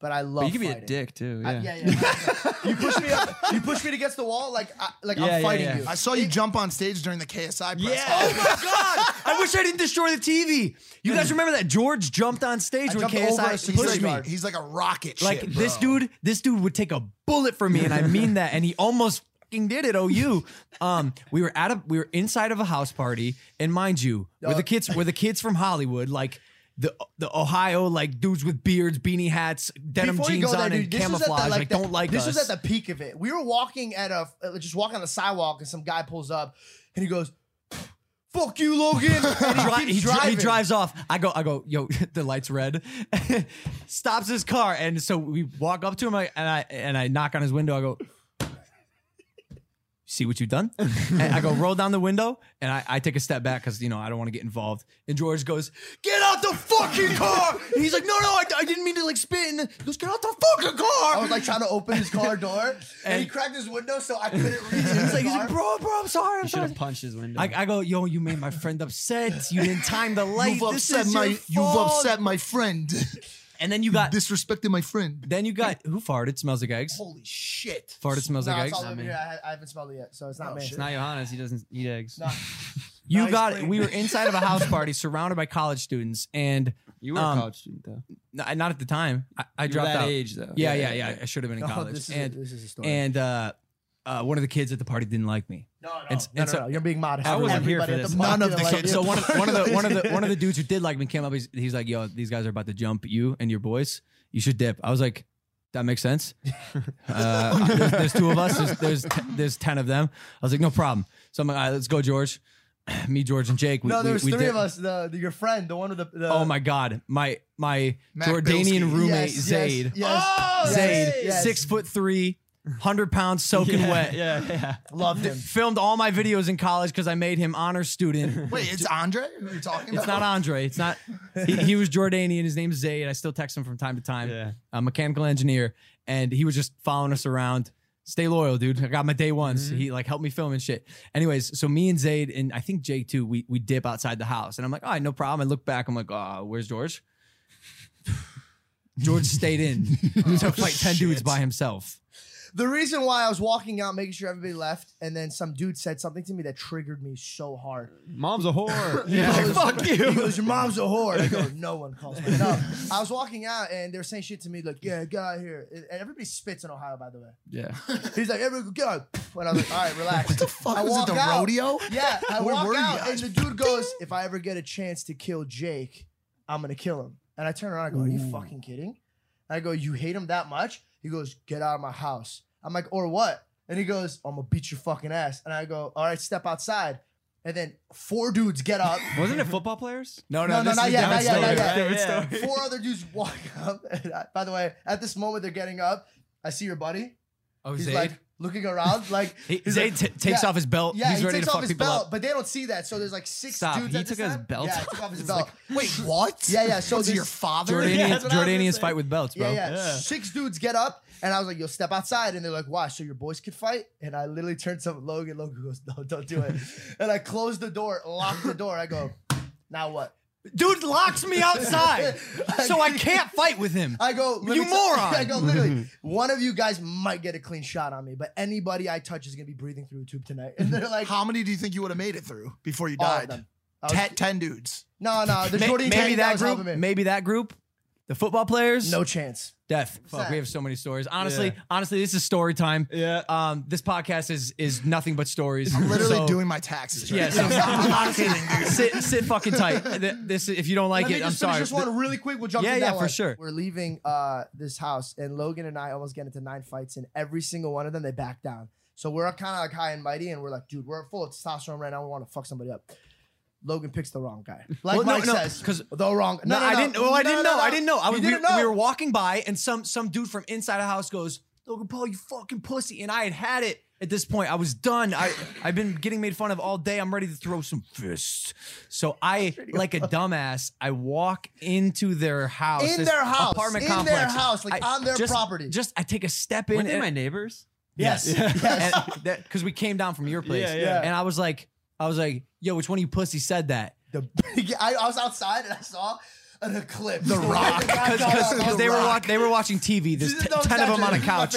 [SPEAKER 3] but I love.
[SPEAKER 10] But you could be a
[SPEAKER 3] fighting.
[SPEAKER 10] dick too.
[SPEAKER 3] I-
[SPEAKER 10] Yeah.
[SPEAKER 3] yeah, yeah. you push me up. You push me against the wall like I, like
[SPEAKER 10] Yeah, yeah,
[SPEAKER 3] I'm fighting
[SPEAKER 10] yeah.
[SPEAKER 3] you.
[SPEAKER 11] I saw you jump on stage during the KSI press.
[SPEAKER 2] Oh my god! I wish I didn't destroy the TV. You guys remember that George jumped on stage
[SPEAKER 3] I
[SPEAKER 2] when
[SPEAKER 3] jumped over a
[SPEAKER 2] KSI
[SPEAKER 3] security
[SPEAKER 2] pushed me.
[SPEAKER 3] guard.
[SPEAKER 11] He's like a rocket
[SPEAKER 2] Like
[SPEAKER 11] ship,
[SPEAKER 2] this
[SPEAKER 11] bro.
[SPEAKER 2] dude, this dude would take a bullet for me, and I mean that. And he almost fucking did it. OU. Um, we were at a we were inside of a house party, and mind you,
[SPEAKER 3] Uh.
[SPEAKER 2] were the kids were the kids from Hollywood, like the the Ohio like dudes with beards, beanie hats, denim
[SPEAKER 3] Before you
[SPEAKER 2] jeans
[SPEAKER 3] go
[SPEAKER 2] on,
[SPEAKER 3] there,
[SPEAKER 2] and
[SPEAKER 3] dude, this was at the,
[SPEAKER 2] camouflage.
[SPEAKER 3] like,
[SPEAKER 2] like,
[SPEAKER 3] the-
[SPEAKER 2] don't like
[SPEAKER 3] this
[SPEAKER 2] us.
[SPEAKER 3] was at the peak of it. We were walking at a uh, just walking on the sidewalk, and some guy pulls up, and he goes, "Fuck you, Logan!" And he,
[SPEAKER 2] Dri-
[SPEAKER 3] keeps
[SPEAKER 2] he, dri-
[SPEAKER 3] driving.
[SPEAKER 2] he drives off. I go, I go, yo, the light's red. Stops his car. And so we walk up to him I, and I and I knock on his window. I go, see what you've done? and I go, roll down the window, and I, I take a step back because you know I don't want to get involved. And George goes, get out the fucking car. And he's like, no, no, I, I didn't mean to like spit. And he goes, get out the fucking car.
[SPEAKER 3] I was like trying to open his car door, and, he
[SPEAKER 2] And-
[SPEAKER 3] cracked his window, so I couldn't reach. his
[SPEAKER 2] he's like, he's
[SPEAKER 3] car.
[SPEAKER 2] like, bro, bro, I'm sorry. I'm
[SPEAKER 10] You should
[SPEAKER 2] sorry.
[SPEAKER 10] have punched his window.
[SPEAKER 2] I, I go, yo, you made my friend upset. You didn't time the light.
[SPEAKER 11] You've
[SPEAKER 2] this
[SPEAKER 11] upset
[SPEAKER 2] is
[SPEAKER 11] my.
[SPEAKER 2] your
[SPEAKER 11] You've
[SPEAKER 2] fault."
[SPEAKER 11] upset my friend.
[SPEAKER 2] And then you got
[SPEAKER 11] Disrespected my friend.
[SPEAKER 2] Then you got who farted? Smells like eggs.
[SPEAKER 11] Holy shit!
[SPEAKER 2] Farted smells
[SPEAKER 3] Nah,
[SPEAKER 2] like
[SPEAKER 3] it's
[SPEAKER 2] eggs. Oh,
[SPEAKER 3] all over here. I, ha- I haven't smelled it yet, so it's not me.
[SPEAKER 10] it's not Johannes. He doesn't eat eggs.
[SPEAKER 3] No.
[SPEAKER 2] You
[SPEAKER 3] Nice
[SPEAKER 2] got it.
[SPEAKER 3] clean.
[SPEAKER 2] We were inside of a house party, surrounded by college students, and
[SPEAKER 10] You were
[SPEAKER 2] Um,
[SPEAKER 10] a college student though.
[SPEAKER 2] n- not at the time. I, I
[SPEAKER 10] You were
[SPEAKER 2] dropped
[SPEAKER 10] that
[SPEAKER 2] out.
[SPEAKER 10] age though.
[SPEAKER 2] Yeah, yeah, yeah, I should have been in
[SPEAKER 3] No,
[SPEAKER 2] college.
[SPEAKER 3] Oh, this, is
[SPEAKER 2] and
[SPEAKER 3] a, this is a story.
[SPEAKER 2] and uh, uh, one of the kids at the party didn't like me.
[SPEAKER 3] no, no,
[SPEAKER 2] it's-
[SPEAKER 3] no,
[SPEAKER 2] it's
[SPEAKER 3] no,
[SPEAKER 2] a-
[SPEAKER 3] no, you're being modest.
[SPEAKER 10] I wasn't here
[SPEAKER 3] Everybody
[SPEAKER 10] for
[SPEAKER 3] at
[SPEAKER 10] this.
[SPEAKER 3] party
[SPEAKER 11] None of
[SPEAKER 3] didn't
[SPEAKER 11] the
[SPEAKER 3] like
[SPEAKER 11] kids-
[SPEAKER 2] So
[SPEAKER 3] you.
[SPEAKER 2] one of, one of the one of the one of the dudes who did like me came up. He's, he's like, "Yo, these guys are about to jump you and your boys. You should dip." I was like, "That makes sense." Uh, there's, there's two of us. There's there's, te- there's ten of them. I was like, "No problem." So I'm like, "All right, let's go, George." me, George, and Jake. We,
[SPEAKER 3] no,
[SPEAKER 2] we-
[SPEAKER 3] there was
[SPEAKER 2] we
[SPEAKER 3] three
[SPEAKER 2] dip.
[SPEAKER 3] of us. The, the your friend, the one with the, the
[SPEAKER 2] Oh my God, my my
[SPEAKER 11] Matt
[SPEAKER 2] Jordanian
[SPEAKER 11] Bilski.
[SPEAKER 2] roommate
[SPEAKER 3] yes,
[SPEAKER 2] Zaid.
[SPEAKER 3] Yes, yes, yes,
[SPEAKER 2] Zaid,
[SPEAKER 3] yes.
[SPEAKER 2] six foot three, hundred pounds soaking
[SPEAKER 10] yeah,
[SPEAKER 2] wet.
[SPEAKER 10] Yeah, yeah.
[SPEAKER 3] Loved him.
[SPEAKER 2] Filmed all my videos in college because I made him honor student.
[SPEAKER 11] Wait, it's Andre. Who are you talking about?
[SPEAKER 2] It's not Andre. It's not. He, he was Jordanian. His name's Zayd. I still text him from time to time.
[SPEAKER 10] Yeah.
[SPEAKER 2] A mechanical engineer, and he was just following us around. Stay loyal, dude. I got my day ones. He like helped me film and shit. Anyways, so me and Zayd and I think Jake too. We we dip outside the house, and I'm like, all right, no problem. I look back. I'm like, oh, where's George? George stayed in to fight ten dudes by himself.
[SPEAKER 3] The reason why I was walking out, making sure everybody left, and then some dude said something to me that triggered me so hard.
[SPEAKER 10] Mom's a whore.
[SPEAKER 3] He goes, Fuck you. He goes, Your mom's a whore. I go, No one calls me. No. I was walking out and they were saying shit to me, like, Yeah, get out of here. And and everybody spits in Ohio, by the way.
[SPEAKER 10] Yeah.
[SPEAKER 3] He's like, Everybody, go, get out. And I was like, All right, relax. What the fuck? I
[SPEAKER 11] Was it
[SPEAKER 3] walk
[SPEAKER 11] the
[SPEAKER 3] out.
[SPEAKER 11] rodeo?
[SPEAKER 3] Yeah, I
[SPEAKER 11] Where
[SPEAKER 3] walk
[SPEAKER 11] were you
[SPEAKER 3] out
[SPEAKER 11] guys?
[SPEAKER 3] and the dude goes, If I ever get a chance to kill Jake, I'm going to kill him. And I turn around and go, Are you fucking kidding? And I go, You hate him that much? He goes, Get out of my house. I'm like, Or what? And he goes, I'm going to beat your fucking ass. And I go, All right, step outside. And then four dudes get up.
[SPEAKER 10] Wasn't it football players?
[SPEAKER 2] No,
[SPEAKER 3] No,
[SPEAKER 2] no,
[SPEAKER 3] no,
[SPEAKER 2] this
[SPEAKER 3] not
[SPEAKER 2] is
[SPEAKER 3] yet,
[SPEAKER 2] a
[SPEAKER 3] not
[SPEAKER 2] different
[SPEAKER 3] yet, not
[SPEAKER 2] story.
[SPEAKER 3] yet.
[SPEAKER 2] Different
[SPEAKER 10] Yeah.
[SPEAKER 2] story.
[SPEAKER 3] Four other dudes walk up. And I, by the way, at this moment they're getting up. I see your buddy.
[SPEAKER 2] Oh,
[SPEAKER 3] He's
[SPEAKER 2] Zayd.
[SPEAKER 3] like looking around, like
[SPEAKER 2] He-
[SPEAKER 3] he's
[SPEAKER 2] Zayd
[SPEAKER 3] like,
[SPEAKER 2] t- takes
[SPEAKER 3] yeah.
[SPEAKER 2] off his belt.
[SPEAKER 3] Yeah,
[SPEAKER 2] he's
[SPEAKER 3] he
[SPEAKER 2] ready
[SPEAKER 3] takes
[SPEAKER 2] to fuck
[SPEAKER 3] off his
[SPEAKER 2] people
[SPEAKER 3] belt,
[SPEAKER 2] up.
[SPEAKER 3] but they don't see that. So there's like six
[SPEAKER 10] Stop,
[SPEAKER 3] dudes.
[SPEAKER 10] he
[SPEAKER 3] at this
[SPEAKER 10] took his
[SPEAKER 3] time.
[SPEAKER 10] belt
[SPEAKER 3] Yeah, he
[SPEAKER 10] off.
[SPEAKER 3] took off his
[SPEAKER 10] It's
[SPEAKER 3] belt.
[SPEAKER 11] Wait, what?
[SPEAKER 3] yeah, yeah. So
[SPEAKER 11] Was it
[SPEAKER 3] there's
[SPEAKER 11] your father?
[SPEAKER 2] Jordanians,
[SPEAKER 3] Yeah, that's what I was gonna
[SPEAKER 2] Jordanians
[SPEAKER 3] say.
[SPEAKER 2] fight with belts, bro.
[SPEAKER 3] Yeah, yeah, Six dudes get up, and I was like, "Yo, step outside." And they're like, "Why?" So your boys could fight. And I literally turned to Logan. Logan goes, "No, don't do it." and I closed the door, locked the door. I go, "Now what?"
[SPEAKER 2] Dude locks me outside, so I can't fight with him.
[SPEAKER 3] I go, let
[SPEAKER 2] You
[SPEAKER 3] me tell-
[SPEAKER 2] moron.
[SPEAKER 3] I go, literally, one of you guys might get a clean shot on me, but anybody I touch is gonna be breathing through a tube tonight. And they're like,
[SPEAKER 11] How many do you think you would have made it through before you
[SPEAKER 3] all
[SPEAKER 11] died?
[SPEAKER 3] of them. I was-
[SPEAKER 7] Ten, ten dudes.
[SPEAKER 3] No, no, Uh, the
[SPEAKER 2] May-
[SPEAKER 3] Jordan
[SPEAKER 2] maybe
[SPEAKER 3] Kane guy
[SPEAKER 2] that
[SPEAKER 3] was
[SPEAKER 2] group.
[SPEAKER 3] helping me.
[SPEAKER 2] Maybe that group. The football players.
[SPEAKER 3] No chance.
[SPEAKER 2] Death. Fuck, we have so many stories. Honestly, honestly, this is story time. Yeah. Um, this podcast is is nothing but stories.
[SPEAKER 7] I'm literally
[SPEAKER 2] So-
[SPEAKER 7] doing my taxes. Right
[SPEAKER 2] Yeah.
[SPEAKER 7] now. I'm
[SPEAKER 2] So,
[SPEAKER 7] not kidding, dude.
[SPEAKER 2] sit sit fucking tight. Th- This if you don't like
[SPEAKER 3] Let me
[SPEAKER 2] it, I'm
[SPEAKER 3] just
[SPEAKER 2] sorry.
[SPEAKER 3] Finish this one really quick. We'll jump.
[SPEAKER 2] Yeah,
[SPEAKER 3] to that
[SPEAKER 2] yeah, for
[SPEAKER 3] one.
[SPEAKER 2] sure.
[SPEAKER 3] We're leaving uh, this house, and Logan and I almost get into nine fights, and every single one of them they back down. So we're kind of like high and mighty, and we're like, dude, we're full of testosterone right now. We want to fuck somebody up. Logan picks the wrong guy. Like
[SPEAKER 2] Well, no,
[SPEAKER 3] Mike
[SPEAKER 2] no,
[SPEAKER 3] says,
[SPEAKER 2] 'cause-
[SPEAKER 3] the wrong. No,
[SPEAKER 2] No,
[SPEAKER 3] no,
[SPEAKER 2] I
[SPEAKER 3] no.
[SPEAKER 2] didn't. Oh, I
[SPEAKER 3] No,
[SPEAKER 2] didn't
[SPEAKER 3] no,
[SPEAKER 2] know.
[SPEAKER 3] no.
[SPEAKER 2] I didn't know. I
[SPEAKER 3] You
[SPEAKER 2] was.
[SPEAKER 3] didn't
[SPEAKER 2] we,
[SPEAKER 3] know.
[SPEAKER 2] we were walking by, and some some dude from inside the house goes, "Logan Paul, you fucking pussy!" And I had had it at this point. I was done. I I've been getting made fun of all day. I'm ready to throw some fists. So I, like a dumbass, I walk into their house,
[SPEAKER 3] In
[SPEAKER 2] this
[SPEAKER 3] their house.
[SPEAKER 2] apartment
[SPEAKER 3] In their
[SPEAKER 2] complex,
[SPEAKER 3] house, like, on their
[SPEAKER 2] just-
[SPEAKER 3] property.
[SPEAKER 2] Just I take a step in.
[SPEAKER 10] Weren't they
[SPEAKER 2] and-
[SPEAKER 10] my neighbors?
[SPEAKER 2] Yes.
[SPEAKER 3] Yes.
[SPEAKER 2] Because we came down from your place.
[SPEAKER 10] Yeah,
[SPEAKER 3] yeah.
[SPEAKER 2] And I was like, I was like, yo, which one of you pussy said that?
[SPEAKER 3] The big, I, I was outside and I saw an eclipse. The
[SPEAKER 2] rock because they were watch, they were watching TV. There's t- ten of them on a couch.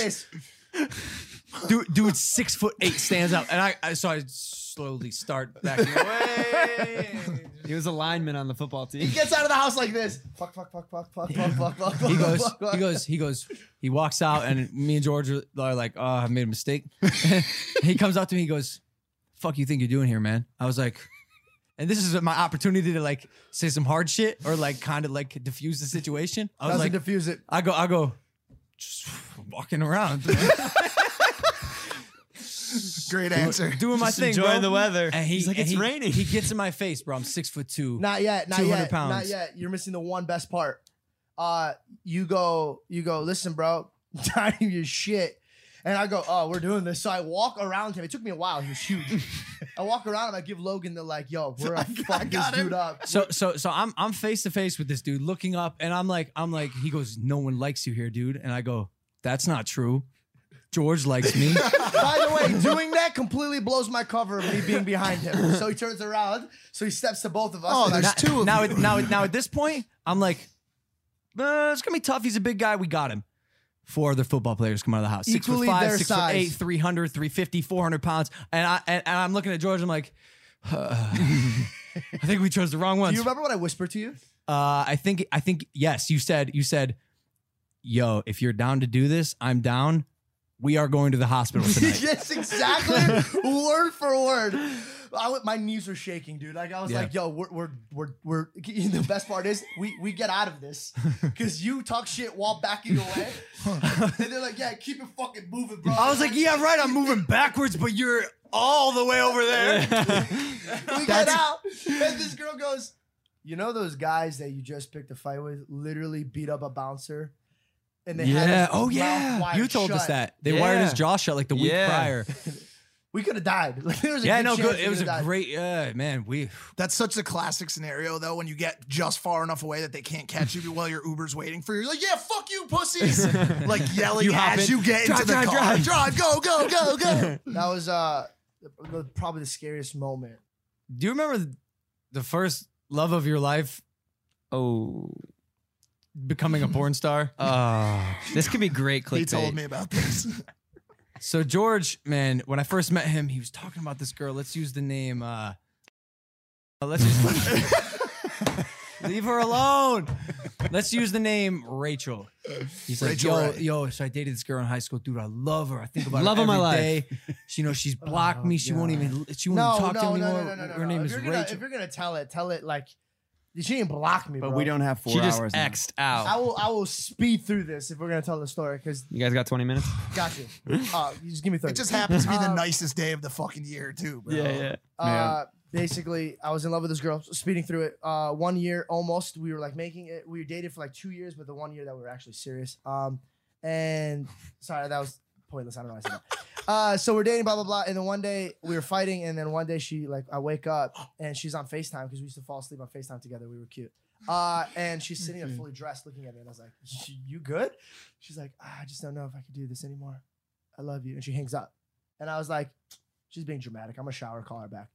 [SPEAKER 2] Dude, dude, six foot eight stands up, and I, I so I slowly start backing away.
[SPEAKER 10] He was a lineman on the football
[SPEAKER 3] He
[SPEAKER 10] team.
[SPEAKER 3] gets out of the house like this. Fuck, fuck, fuck, fuck, fuck, fuck, fuck, fuck, fuck.
[SPEAKER 2] He goes,
[SPEAKER 3] fuck, fuck.
[SPEAKER 2] he goes, he goes. He walks out, and me and George are like, "Oh, I made a mistake." he comes up to me, he goes, "Fuck you think you're doing here, man?" I was like. And this is my opportunity to like say some hard shit or like kind of like diffuse the situation. I was
[SPEAKER 3] Doesn't
[SPEAKER 2] like,
[SPEAKER 3] diffuse it.
[SPEAKER 2] I go, I go, just walking around,
[SPEAKER 7] Great answer.
[SPEAKER 2] doing my thing, bro.
[SPEAKER 10] enjoying the weather.
[SPEAKER 2] And he,
[SPEAKER 10] He's like,
[SPEAKER 2] and
[SPEAKER 10] "It's
[SPEAKER 2] he-
[SPEAKER 10] raining."
[SPEAKER 2] He gets in my face, bro. I'm six foot two.
[SPEAKER 3] Not yet. Not
[SPEAKER 2] 200
[SPEAKER 3] yet. Not
[SPEAKER 2] pounds.
[SPEAKER 3] yet. You're missing the one best part. Uh, you go. You go. Listen, bro. Dying your shit. And I go, oh, we're doing this. So I walk around him. It took me a while. He was huge. I walk around him. I give Logan the like, yo, we're gonna fuck this dude up.
[SPEAKER 2] So so so I'm I'm face to face with this dude, looking up, and I'm like I'm like he goes, no one likes you here, dude, and I go, that's not true. George likes me.
[SPEAKER 3] By the way, doing that completely blows my cover of me being behind him. So he turns around. So he steps to both of us.
[SPEAKER 7] Oh,
[SPEAKER 3] and I-
[SPEAKER 7] there's two of
[SPEAKER 2] now
[SPEAKER 7] you.
[SPEAKER 2] at- now now at this point, I'm like, uh, it's gonna be tough. He's a big guy. We got him. Four other football players come out of the house. Six foot
[SPEAKER 3] Equally
[SPEAKER 2] five,
[SPEAKER 3] their
[SPEAKER 2] six foot
[SPEAKER 3] size.
[SPEAKER 2] eight, 300, 350, 400 pounds. And I and, and I'm looking at George. I'm like, "Uh, I think we chose the wrong
[SPEAKER 3] Do
[SPEAKER 2] ones.
[SPEAKER 3] you remember what I whispered to you?
[SPEAKER 2] Uh, I think I think yes. You said you said, "Yo, if you're down to do this, I'm down. We are going to the hospital tonight."
[SPEAKER 3] yes, exactly. word for word. I went, my knees were shaking, dude. Like I was
[SPEAKER 2] Yeah.
[SPEAKER 3] like, "Yo, we're we're we're we're." The best part is we we get out of this because you talk shit while backing away, and they're like, "Yeah, keep it fucking moving, bro."
[SPEAKER 2] I was like, "Yeah, right. I'm moving backwards, but you're all the way over there."
[SPEAKER 3] we get out, and this girl goes, "You know those guys that you just picked a fight with? Literally beat up a bouncer." And had
[SPEAKER 2] yeah.
[SPEAKER 3] his
[SPEAKER 2] Oh
[SPEAKER 3] mouth
[SPEAKER 2] yeah.
[SPEAKER 3] wired
[SPEAKER 2] You told us
[SPEAKER 3] shut.
[SPEAKER 2] that they wired his
[SPEAKER 10] Yeah.
[SPEAKER 2] jaw shut like the week
[SPEAKER 10] Yeah.
[SPEAKER 2] prior.
[SPEAKER 3] We could have died. Like, there was a
[SPEAKER 2] yeah.
[SPEAKER 3] good
[SPEAKER 2] No.
[SPEAKER 3] chance
[SPEAKER 2] Good.
[SPEAKER 3] we
[SPEAKER 2] It was a
[SPEAKER 3] could've died.
[SPEAKER 2] great. Uh, man. We.
[SPEAKER 7] That's such a classic scenario, though, when you get just far enough away that they can't catch you while your Uber's waiting for you. You're like, yeah, fuck you, pussies. like yelling
[SPEAKER 2] You hop
[SPEAKER 7] as
[SPEAKER 2] in.
[SPEAKER 7] you get
[SPEAKER 2] Drive,
[SPEAKER 7] into the
[SPEAKER 2] drive,
[SPEAKER 7] car.
[SPEAKER 2] drive.
[SPEAKER 7] drive, go, go, go, go.
[SPEAKER 3] That was uh the- probably the scariest moment.
[SPEAKER 2] Do you remember the first love of your life
[SPEAKER 10] Oh,
[SPEAKER 2] becoming a porn star?
[SPEAKER 10] this could be great clickbait.
[SPEAKER 7] he told me about this.
[SPEAKER 2] So George, man, when I first met him, he was talking about this girl. Let's use the name. Uh, uh, let's just leave her alone. Let's use the name Rachel. He's like,
[SPEAKER 7] Rachel
[SPEAKER 2] yo,
[SPEAKER 7] Ray.
[SPEAKER 2] yo. So I dated this girl in high school, dude. I love her. I think about
[SPEAKER 10] Love
[SPEAKER 2] her
[SPEAKER 10] of my
[SPEAKER 2] every
[SPEAKER 10] life.
[SPEAKER 2] day. She, you know, she's blocked me. She won't even. She won't
[SPEAKER 3] Oh, No,
[SPEAKER 2] even talk
[SPEAKER 3] no,
[SPEAKER 2] to
[SPEAKER 3] no,
[SPEAKER 2] me
[SPEAKER 3] no,
[SPEAKER 2] anymore.
[SPEAKER 3] no, no, no.
[SPEAKER 2] Her name
[SPEAKER 3] if
[SPEAKER 2] is
[SPEAKER 3] you're
[SPEAKER 2] Rachel.
[SPEAKER 3] gonna, If you're gonna tell it, tell it like she didn't block me,
[SPEAKER 4] But
[SPEAKER 3] bro.
[SPEAKER 4] we don't have four
[SPEAKER 10] She just
[SPEAKER 4] hours. now.
[SPEAKER 10] xed out.
[SPEAKER 3] I will. I will speed through this if we're gonna tell the story. Cause
[SPEAKER 10] you guys got 20 minutes?
[SPEAKER 3] got you. Uh, you just give me thirty.
[SPEAKER 7] It just happens to be the
[SPEAKER 3] Um,
[SPEAKER 7] nicest day of the fucking year, too, bro.
[SPEAKER 3] Uh, basically, I was in love with this girl. so Speeding through it. Uh, one year almost. We were like making it. We were dated for like two years, but the one year that we were actually serious. Um, and sorry, that was pointless. I don't know why I said that. Uh, so we're dating, blah blah blah. And then one day we were fighting, and then one day she like I wake up and she's on Facetime because we used to fall asleep on Facetime together. We were cute. Uh, and she's sitting there fully dressed, looking at me, and I was like, "You- "You good?" She's like, "Ah, "I just don't know if I could do this anymore. I love you." And she hangs up, and I was like, "She's being dramatic. I'm gonna shower, call her back."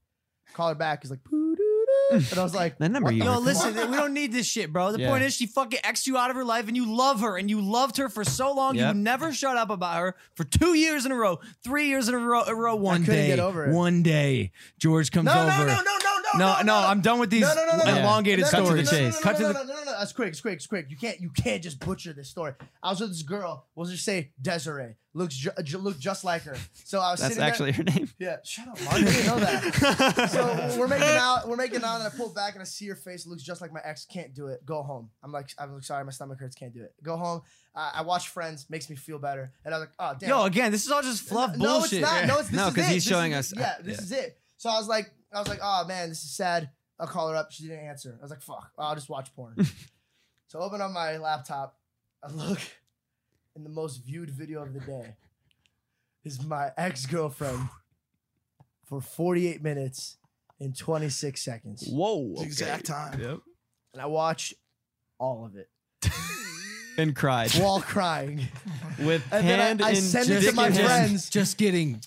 [SPEAKER 3] Call her back. He's like, "Poo-doo-doo." and I was like,
[SPEAKER 10] That number
[SPEAKER 3] "What
[SPEAKER 10] you
[SPEAKER 3] the
[SPEAKER 2] Yo,
[SPEAKER 10] Mark.
[SPEAKER 2] listen, we don't need this shit, bro. The
[SPEAKER 10] Yeah.
[SPEAKER 2] point is, she fucking X'd you out of her life and you love her and you loved her for so long.
[SPEAKER 10] Yep.
[SPEAKER 2] You never shut up about her for two years in a row, three years in a row, a row one
[SPEAKER 3] couldn't
[SPEAKER 2] day.
[SPEAKER 3] get over it.
[SPEAKER 2] One day, George comes
[SPEAKER 3] No,
[SPEAKER 2] over.
[SPEAKER 3] no, no, no, no, no,
[SPEAKER 2] no, no, I'm done with these
[SPEAKER 3] No, no, no, no, no.
[SPEAKER 2] elongated
[SPEAKER 3] No, no, no,
[SPEAKER 2] stories.
[SPEAKER 3] No, no, no, no,
[SPEAKER 2] Cut
[SPEAKER 3] no,
[SPEAKER 2] to
[SPEAKER 3] no,
[SPEAKER 2] the.
[SPEAKER 3] no, no, no, no, no. That's quick. It's quick. It's quick. You can't. You can't just butcher this story. I was with this girl. We'll just say Desiree. Looks ju- ju- looked just like her. So I was
[SPEAKER 10] That's
[SPEAKER 3] sitting
[SPEAKER 10] actually
[SPEAKER 3] there.
[SPEAKER 10] her name.
[SPEAKER 3] Yeah, shut up, Mark. I didn't know that. so we're making out. We're making out, and I pull back and I see her face. It looks just like my ex. Can't do it. Go home. I'm like, I'm like, sorry, my stomach hurts. Can't do it. Go home. Uh, I watch Friends. Makes me feel better. And I was like, oh damn.
[SPEAKER 2] Yo, again, this is all just fluff
[SPEAKER 3] no,
[SPEAKER 2] bullshit.
[SPEAKER 3] it's not. No, it's this
[SPEAKER 10] No,
[SPEAKER 3] is
[SPEAKER 10] 'cause
[SPEAKER 3] it.
[SPEAKER 10] he's
[SPEAKER 3] This
[SPEAKER 10] showing
[SPEAKER 3] is-
[SPEAKER 10] us- uh,
[SPEAKER 3] Yeah, this
[SPEAKER 10] yeah.
[SPEAKER 3] is it. So I was like, I was like, oh man, this is sad. I'll call her up. She didn't answer. I was like, fuck. I'll just watch porn. so I open up my laptop. I look, and the most viewed video of the day is my ex girlfriend for 48 minutes and 26 seconds.
[SPEAKER 4] Whoa.
[SPEAKER 7] The exact time.
[SPEAKER 3] And I watched all of it
[SPEAKER 10] And cried
[SPEAKER 3] while crying.
[SPEAKER 10] with
[SPEAKER 3] And then I-
[SPEAKER 10] hand
[SPEAKER 3] I
[SPEAKER 10] in
[SPEAKER 3] send it
[SPEAKER 10] dick
[SPEAKER 3] to my
[SPEAKER 10] in hand.
[SPEAKER 3] friends.
[SPEAKER 2] Just getting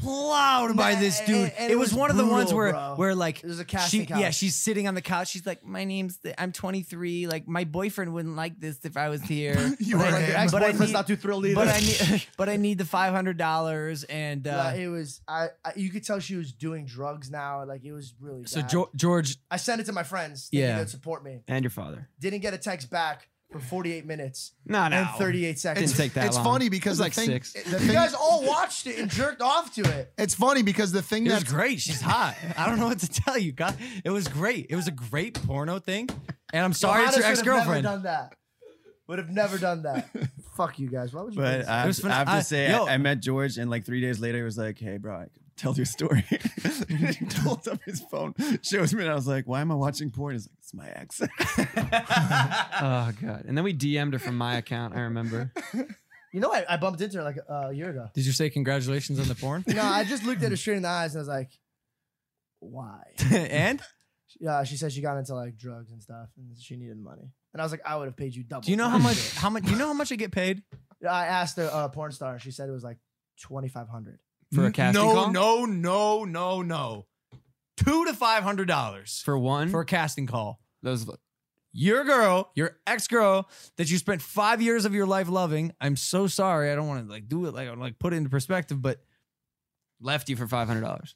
[SPEAKER 2] plowed by this
[SPEAKER 3] and-
[SPEAKER 2] dude.
[SPEAKER 3] and
[SPEAKER 2] it,
[SPEAKER 3] it
[SPEAKER 2] was,
[SPEAKER 3] was
[SPEAKER 2] one of the ones
[SPEAKER 3] brutal,
[SPEAKER 2] where
[SPEAKER 3] bro.
[SPEAKER 2] where like
[SPEAKER 3] It was a
[SPEAKER 2] she,
[SPEAKER 3] casting
[SPEAKER 2] yeah,
[SPEAKER 3] couch.
[SPEAKER 2] she's sitting on the couch. She's like, "My name's I'm 23. Like my boyfriend wouldn't like this if I was here."
[SPEAKER 7] You
[SPEAKER 2] But
[SPEAKER 7] are
[SPEAKER 2] I-
[SPEAKER 7] him.
[SPEAKER 3] Your ex
[SPEAKER 2] but I
[SPEAKER 3] boyfriend's
[SPEAKER 2] need-
[SPEAKER 3] not too thrilled either.
[SPEAKER 2] But I need, but I need the five hundred dollars, and
[SPEAKER 3] Yeah,
[SPEAKER 2] uh,
[SPEAKER 3] it was I, I. You could tell she was doing drugs now. Like it was really.
[SPEAKER 2] so
[SPEAKER 3] bad.
[SPEAKER 2] Geor- George,
[SPEAKER 3] I sent it to my friends. Thinking
[SPEAKER 2] Yeah.
[SPEAKER 3] they'd support me.
[SPEAKER 10] and your father.
[SPEAKER 3] Didn't get a text back for 48 minutes
[SPEAKER 10] No, no.
[SPEAKER 3] and 38 seconds.
[SPEAKER 10] Didn't take that
[SPEAKER 7] it's
[SPEAKER 10] long.
[SPEAKER 7] funny because
[SPEAKER 10] It was
[SPEAKER 7] like
[SPEAKER 10] like
[SPEAKER 7] thing,
[SPEAKER 10] six.
[SPEAKER 7] the
[SPEAKER 3] you
[SPEAKER 7] thing-
[SPEAKER 3] guys all watched it and jerked off to it.
[SPEAKER 7] it's funny because the thing
[SPEAKER 2] it was
[SPEAKER 7] that's
[SPEAKER 2] great. She's hot. I don't know what to tell you, God. It was great. It was a great porno thing, and I'm sorry it's
[SPEAKER 3] Johannes
[SPEAKER 2] your ex
[SPEAKER 3] would have never
[SPEAKER 2] girlfriend.
[SPEAKER 3] Done that. Would have never done that. Fuck you guys. Why would you? do
[SPEAKER 4] But
[SPEAKER 3] this?
[SPEAKER 4] I,
[SPEAKER 2] It was
[SPEAKER 4] have, I have
[SPEAKER 2] phenomenal.
[SPEAKER 4] to say,
[SPEAKER 2] Yo.
[SPEAKER 4] I, I met George, and like three days later, he was like, "Hey, bro, I could tell your story." he pulls up his phone, shows me, and I was like, "Why am I watching porn?" He's like, "It's my ex."
[SPEAKER 10] Oh god. And then we DM'd her from my account. I remember.
[SPEAKER 3] you know, I, I bumped into her like uh, a year ago.
[SPEAKER 2] Did you say congratulations on the porn?
[SPEAKER 3] No, I just looked at her straight in the eyes and I was like, why?
[SPEAKER 2] and
[SPEAKER 3] Yeah, she said she got into like drugs and stuff, and she needed money. And I was like, I would have paid you double.
[SPEAKER 2] do you know
[SPEAKER 3] for
[SPEAKER 2] how
[SPEAKER 3] that
[SPEAKER 2] much?
[SPEAKER 3] shit."
[SPEAKER 2] How much? Do you know how much I get paid
[SPEAKER 3] I asked a uh, porn star. She said it was like twenty five hundred.
[SPEAKER 10] For a casting
[SPEAKER 2] no,
[SPEAKER 10] call?
[SPEAKER 2] No, no, no, no, Two to five hundred dollars
[SPEAKER 10] For one.
[SPEAKER 2] for a casting call.
[SPEAKER 10] those
[SPEAKER 2] Your girl, your ex girl that you spent five years of your life loving. I'm so sorry. I don't want to like do it. Like I wanna, like put it into perspective, but
[SPEAKER 10] left you for five hundred dollars.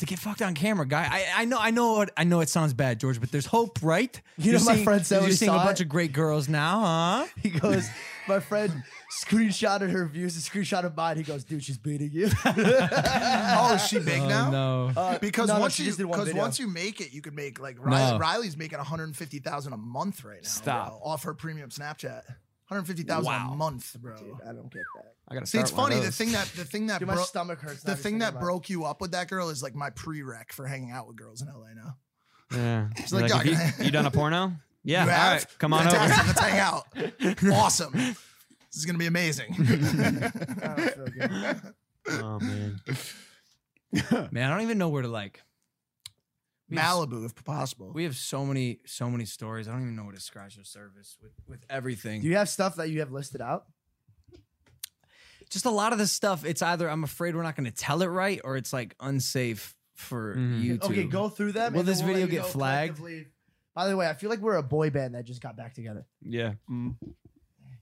[SPEAKER 2] to get fucked on camera, guy. I, I know, I know, it, I know. It sounds bad, George, but there's hope, right?
[SPEAKER 3] You know my friend said when
[SPEAKER 2] you're
[SPEAKER 3] he
[SPEAKER 2] seeing a
[SPEAKER 3] saw
[SPEAKER 2] bunch
[SPEAKER 3] it-
[SPEAKER 2] of great girls now, huh?
[SPEAKER 3] He goes, my friend screenshotted her views, a screenshot of mine. He goes, dude, she's beating you.
[SPEAKER 7] oh, is she big now?
[SPEAKER 2] No,
[SPEAKER 3] Uh,
[SPEAKER 7] Because
[SPEAKER 3] no, no,
[SPEAKER 7] once
[SPEAKER 3] she
[SPEAKER 7] you
[SPEAKER 3] just did one
[SPEAKER 7] because
[SPEAKER 3] video.
[SPEAKER 7] once you make it, you could make like Riley,
[SPEAKER 2] No.
[SPEAKER 7] Riley's making one hundred fifty thousand a month right now.
[SPEAKER 10] Stop.
[SPEAKER 7] bro, off her premium Snapchat. One hundred fifty thousand
[SPEAKER 2] Wow.
[SPEAKER 7] a month, bro.
[SPEAKER 3] Dude, I don't get that.
[SPEAKER 10] I gotta
[SPEAKER 7] See,
[SPEAKER 10] start
[SPEAKER 7] it's
[SPEAKER 10] one of
[SPEAKER 7] funny. The
[SPEAKER 10] those.
[SPEAKER 7] thing that the thing that
[SPEAKER 3] Dude, my
[SPEAKER 7] bro-
[SPEAKER 3] stomach hurts. now
[SPEAKER 7] the
[SPEAKER 3] just
[SPEAKER 7] thing
[SPEAKER 3] thinking
[SPEAKER 7] that
[SPEAKER 3] about it.
[SPEAKER 7] broke you up with that girl is like my prereq for hanging out with girls in LA now.
[SPEAKER 10] Yeah. She's
[SPEAKER 7] like,
[SPEAKER 10] like,
[SPEAKER 7] "Doc,
[SPEAKER 10] "If you, you done a porno? Yeah.
[SPEAKER 7] You
[SPEAKER 10] All
[SPEAKER 7] have?
[SPEAKER 10] right. Come on over.
[SPEAKER 7] Fantastic. Let's hang out. Awesome. This is gonna be amazing.
[SPEAKER 3] I don't feel good.
[SPEAKER 10] Oh man.
[SPEAKER 2] man, I don't even know where to like. We have-
[SPEAKER 7] Malibu, if possible.
[SPEAKER 2] We have so many, so many stories. I don't even know what to scratch your service with, with everything.
[SPEAKER 3] Do you have stuff that you have listed out?
[SPEAKER 2] Just a lot of this stuff. It's either I'm afraid we're not going to tell it right, or it's like unsafe for
[SPEAKER 10] Mhm.
[SPEAKER 2] you.
[SPEAKER 3] Okay, go through them.
[SPEAKER 2] Will
[SPEAKER 3] and then
[SPEAKER 2] this
[SPEAKER 3] we'll let
[SPEAKER 2] video
[SPEAKER 3] you
[SPEAKER 2] get
[SPEAKER 3] know
[SPEAKER 2] flagged?
[SPEAKER 3] collectively. By the way, I feel like we're a boy band that just got back together.
[SPEAKER 10] Yeah.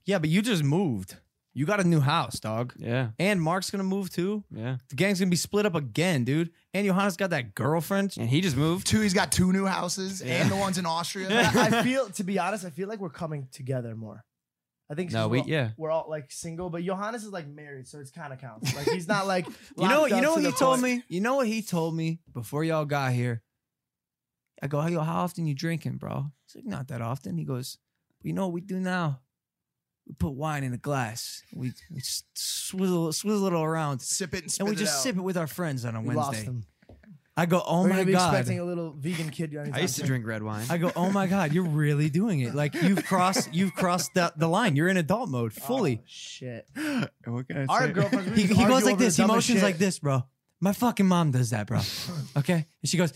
[SPEAKER 2] Yeah, but you just moved. You got a new house, dog.
[SPEAKER 10] Yeah.
[SPEAKER 2] And Mark's gonna move too.
[SPEAKER 10] Yeah.
[SPEAKER 2] The gang's gonna be split up again, dude. And Johannes got that girlfriend.
[SPEAKER 10] And he just moved.
[SPEAKER 7] Two, he's got two new houses and the ones in Austria.
[SPEAKER 3] I I feel, to be honest, I feel like we're coming together more. I think it's
[SPEAKER 10] No,
[SPEAKER 3] just
[SPEAKER 10] we-
[SPEAKER 3] we're all,
[SPEAKER 10] yeah.
[SPEAKER 3] we're all like single, but Johannes is like married, so it's kind of counts. Like he's not like
[SPEAKER 2] You know,
[SPEAKER 3] locked
[SPEAKER 2] you
[SPEAKER 3] up
[SPEAKER 2] know
[SPEAKER 3] to
[SPEAKER 2] what he
[SPEAKER 3] the
[SPEAKER 2] told
[SPEAKER 3] point.
[SPEAKER 2] me? You know what he told me before y'all got here? I go, yo, how often you drinking, bro? He's like, not that often. He goes, you know what we do now? We put wine in a glass. We, we s- swizzle, swizzle it all around.
[SPEAKER 7] Sip it and spit
[SPEAKER 2] And we
[SPEAKER 7] it
[SPEAKER 2] just
[SPEAKER 7] out.
[SPEAKER 2] sip it with our friends on a
[SPEAKER 3] We lost
[SPEAKER 2] Wednesday.
[SPEAKER 3] him.
[SPEAKER 2] I go, oh
[SPEAKER 3] we're
[SPEAKER 2] my
[SPEAKER 3] gonna be
[SPEAKER 2] God.
[SPEAKER 3] expecting a little vegan kid.
[SPEAKER 10] I used to drink red wine.
[SPEAKER 2] I go, oh my god, you're really doing it. Like you've crossed, you've crossed the, the line. You're in adult mode
[SPEAKER 3] Oh.
[SPEAKER 2] fully.
[SPEAKER 3] shit.
[SPEAKER 4] what can I
[SPEAKER 3] Our
[SPEAKER 4] say?
[SPEAKER 3] girlfriends. we
[SPEAKER 2] he
[SPEAKER 3] just
[SPEAKER 2] he
[SPEAKER 3] argue
[SPEAKER 2] goes like
[SPEAKER 3] over the
[SPEAKER 2] this. He
[SPEAKER 3] dumbest
[SPEAKER 2] motions
[SPEAKER 3] shit.
[SPEAKER 2] like this, bro. My fucking mom does that, bro. Okay, and she goes,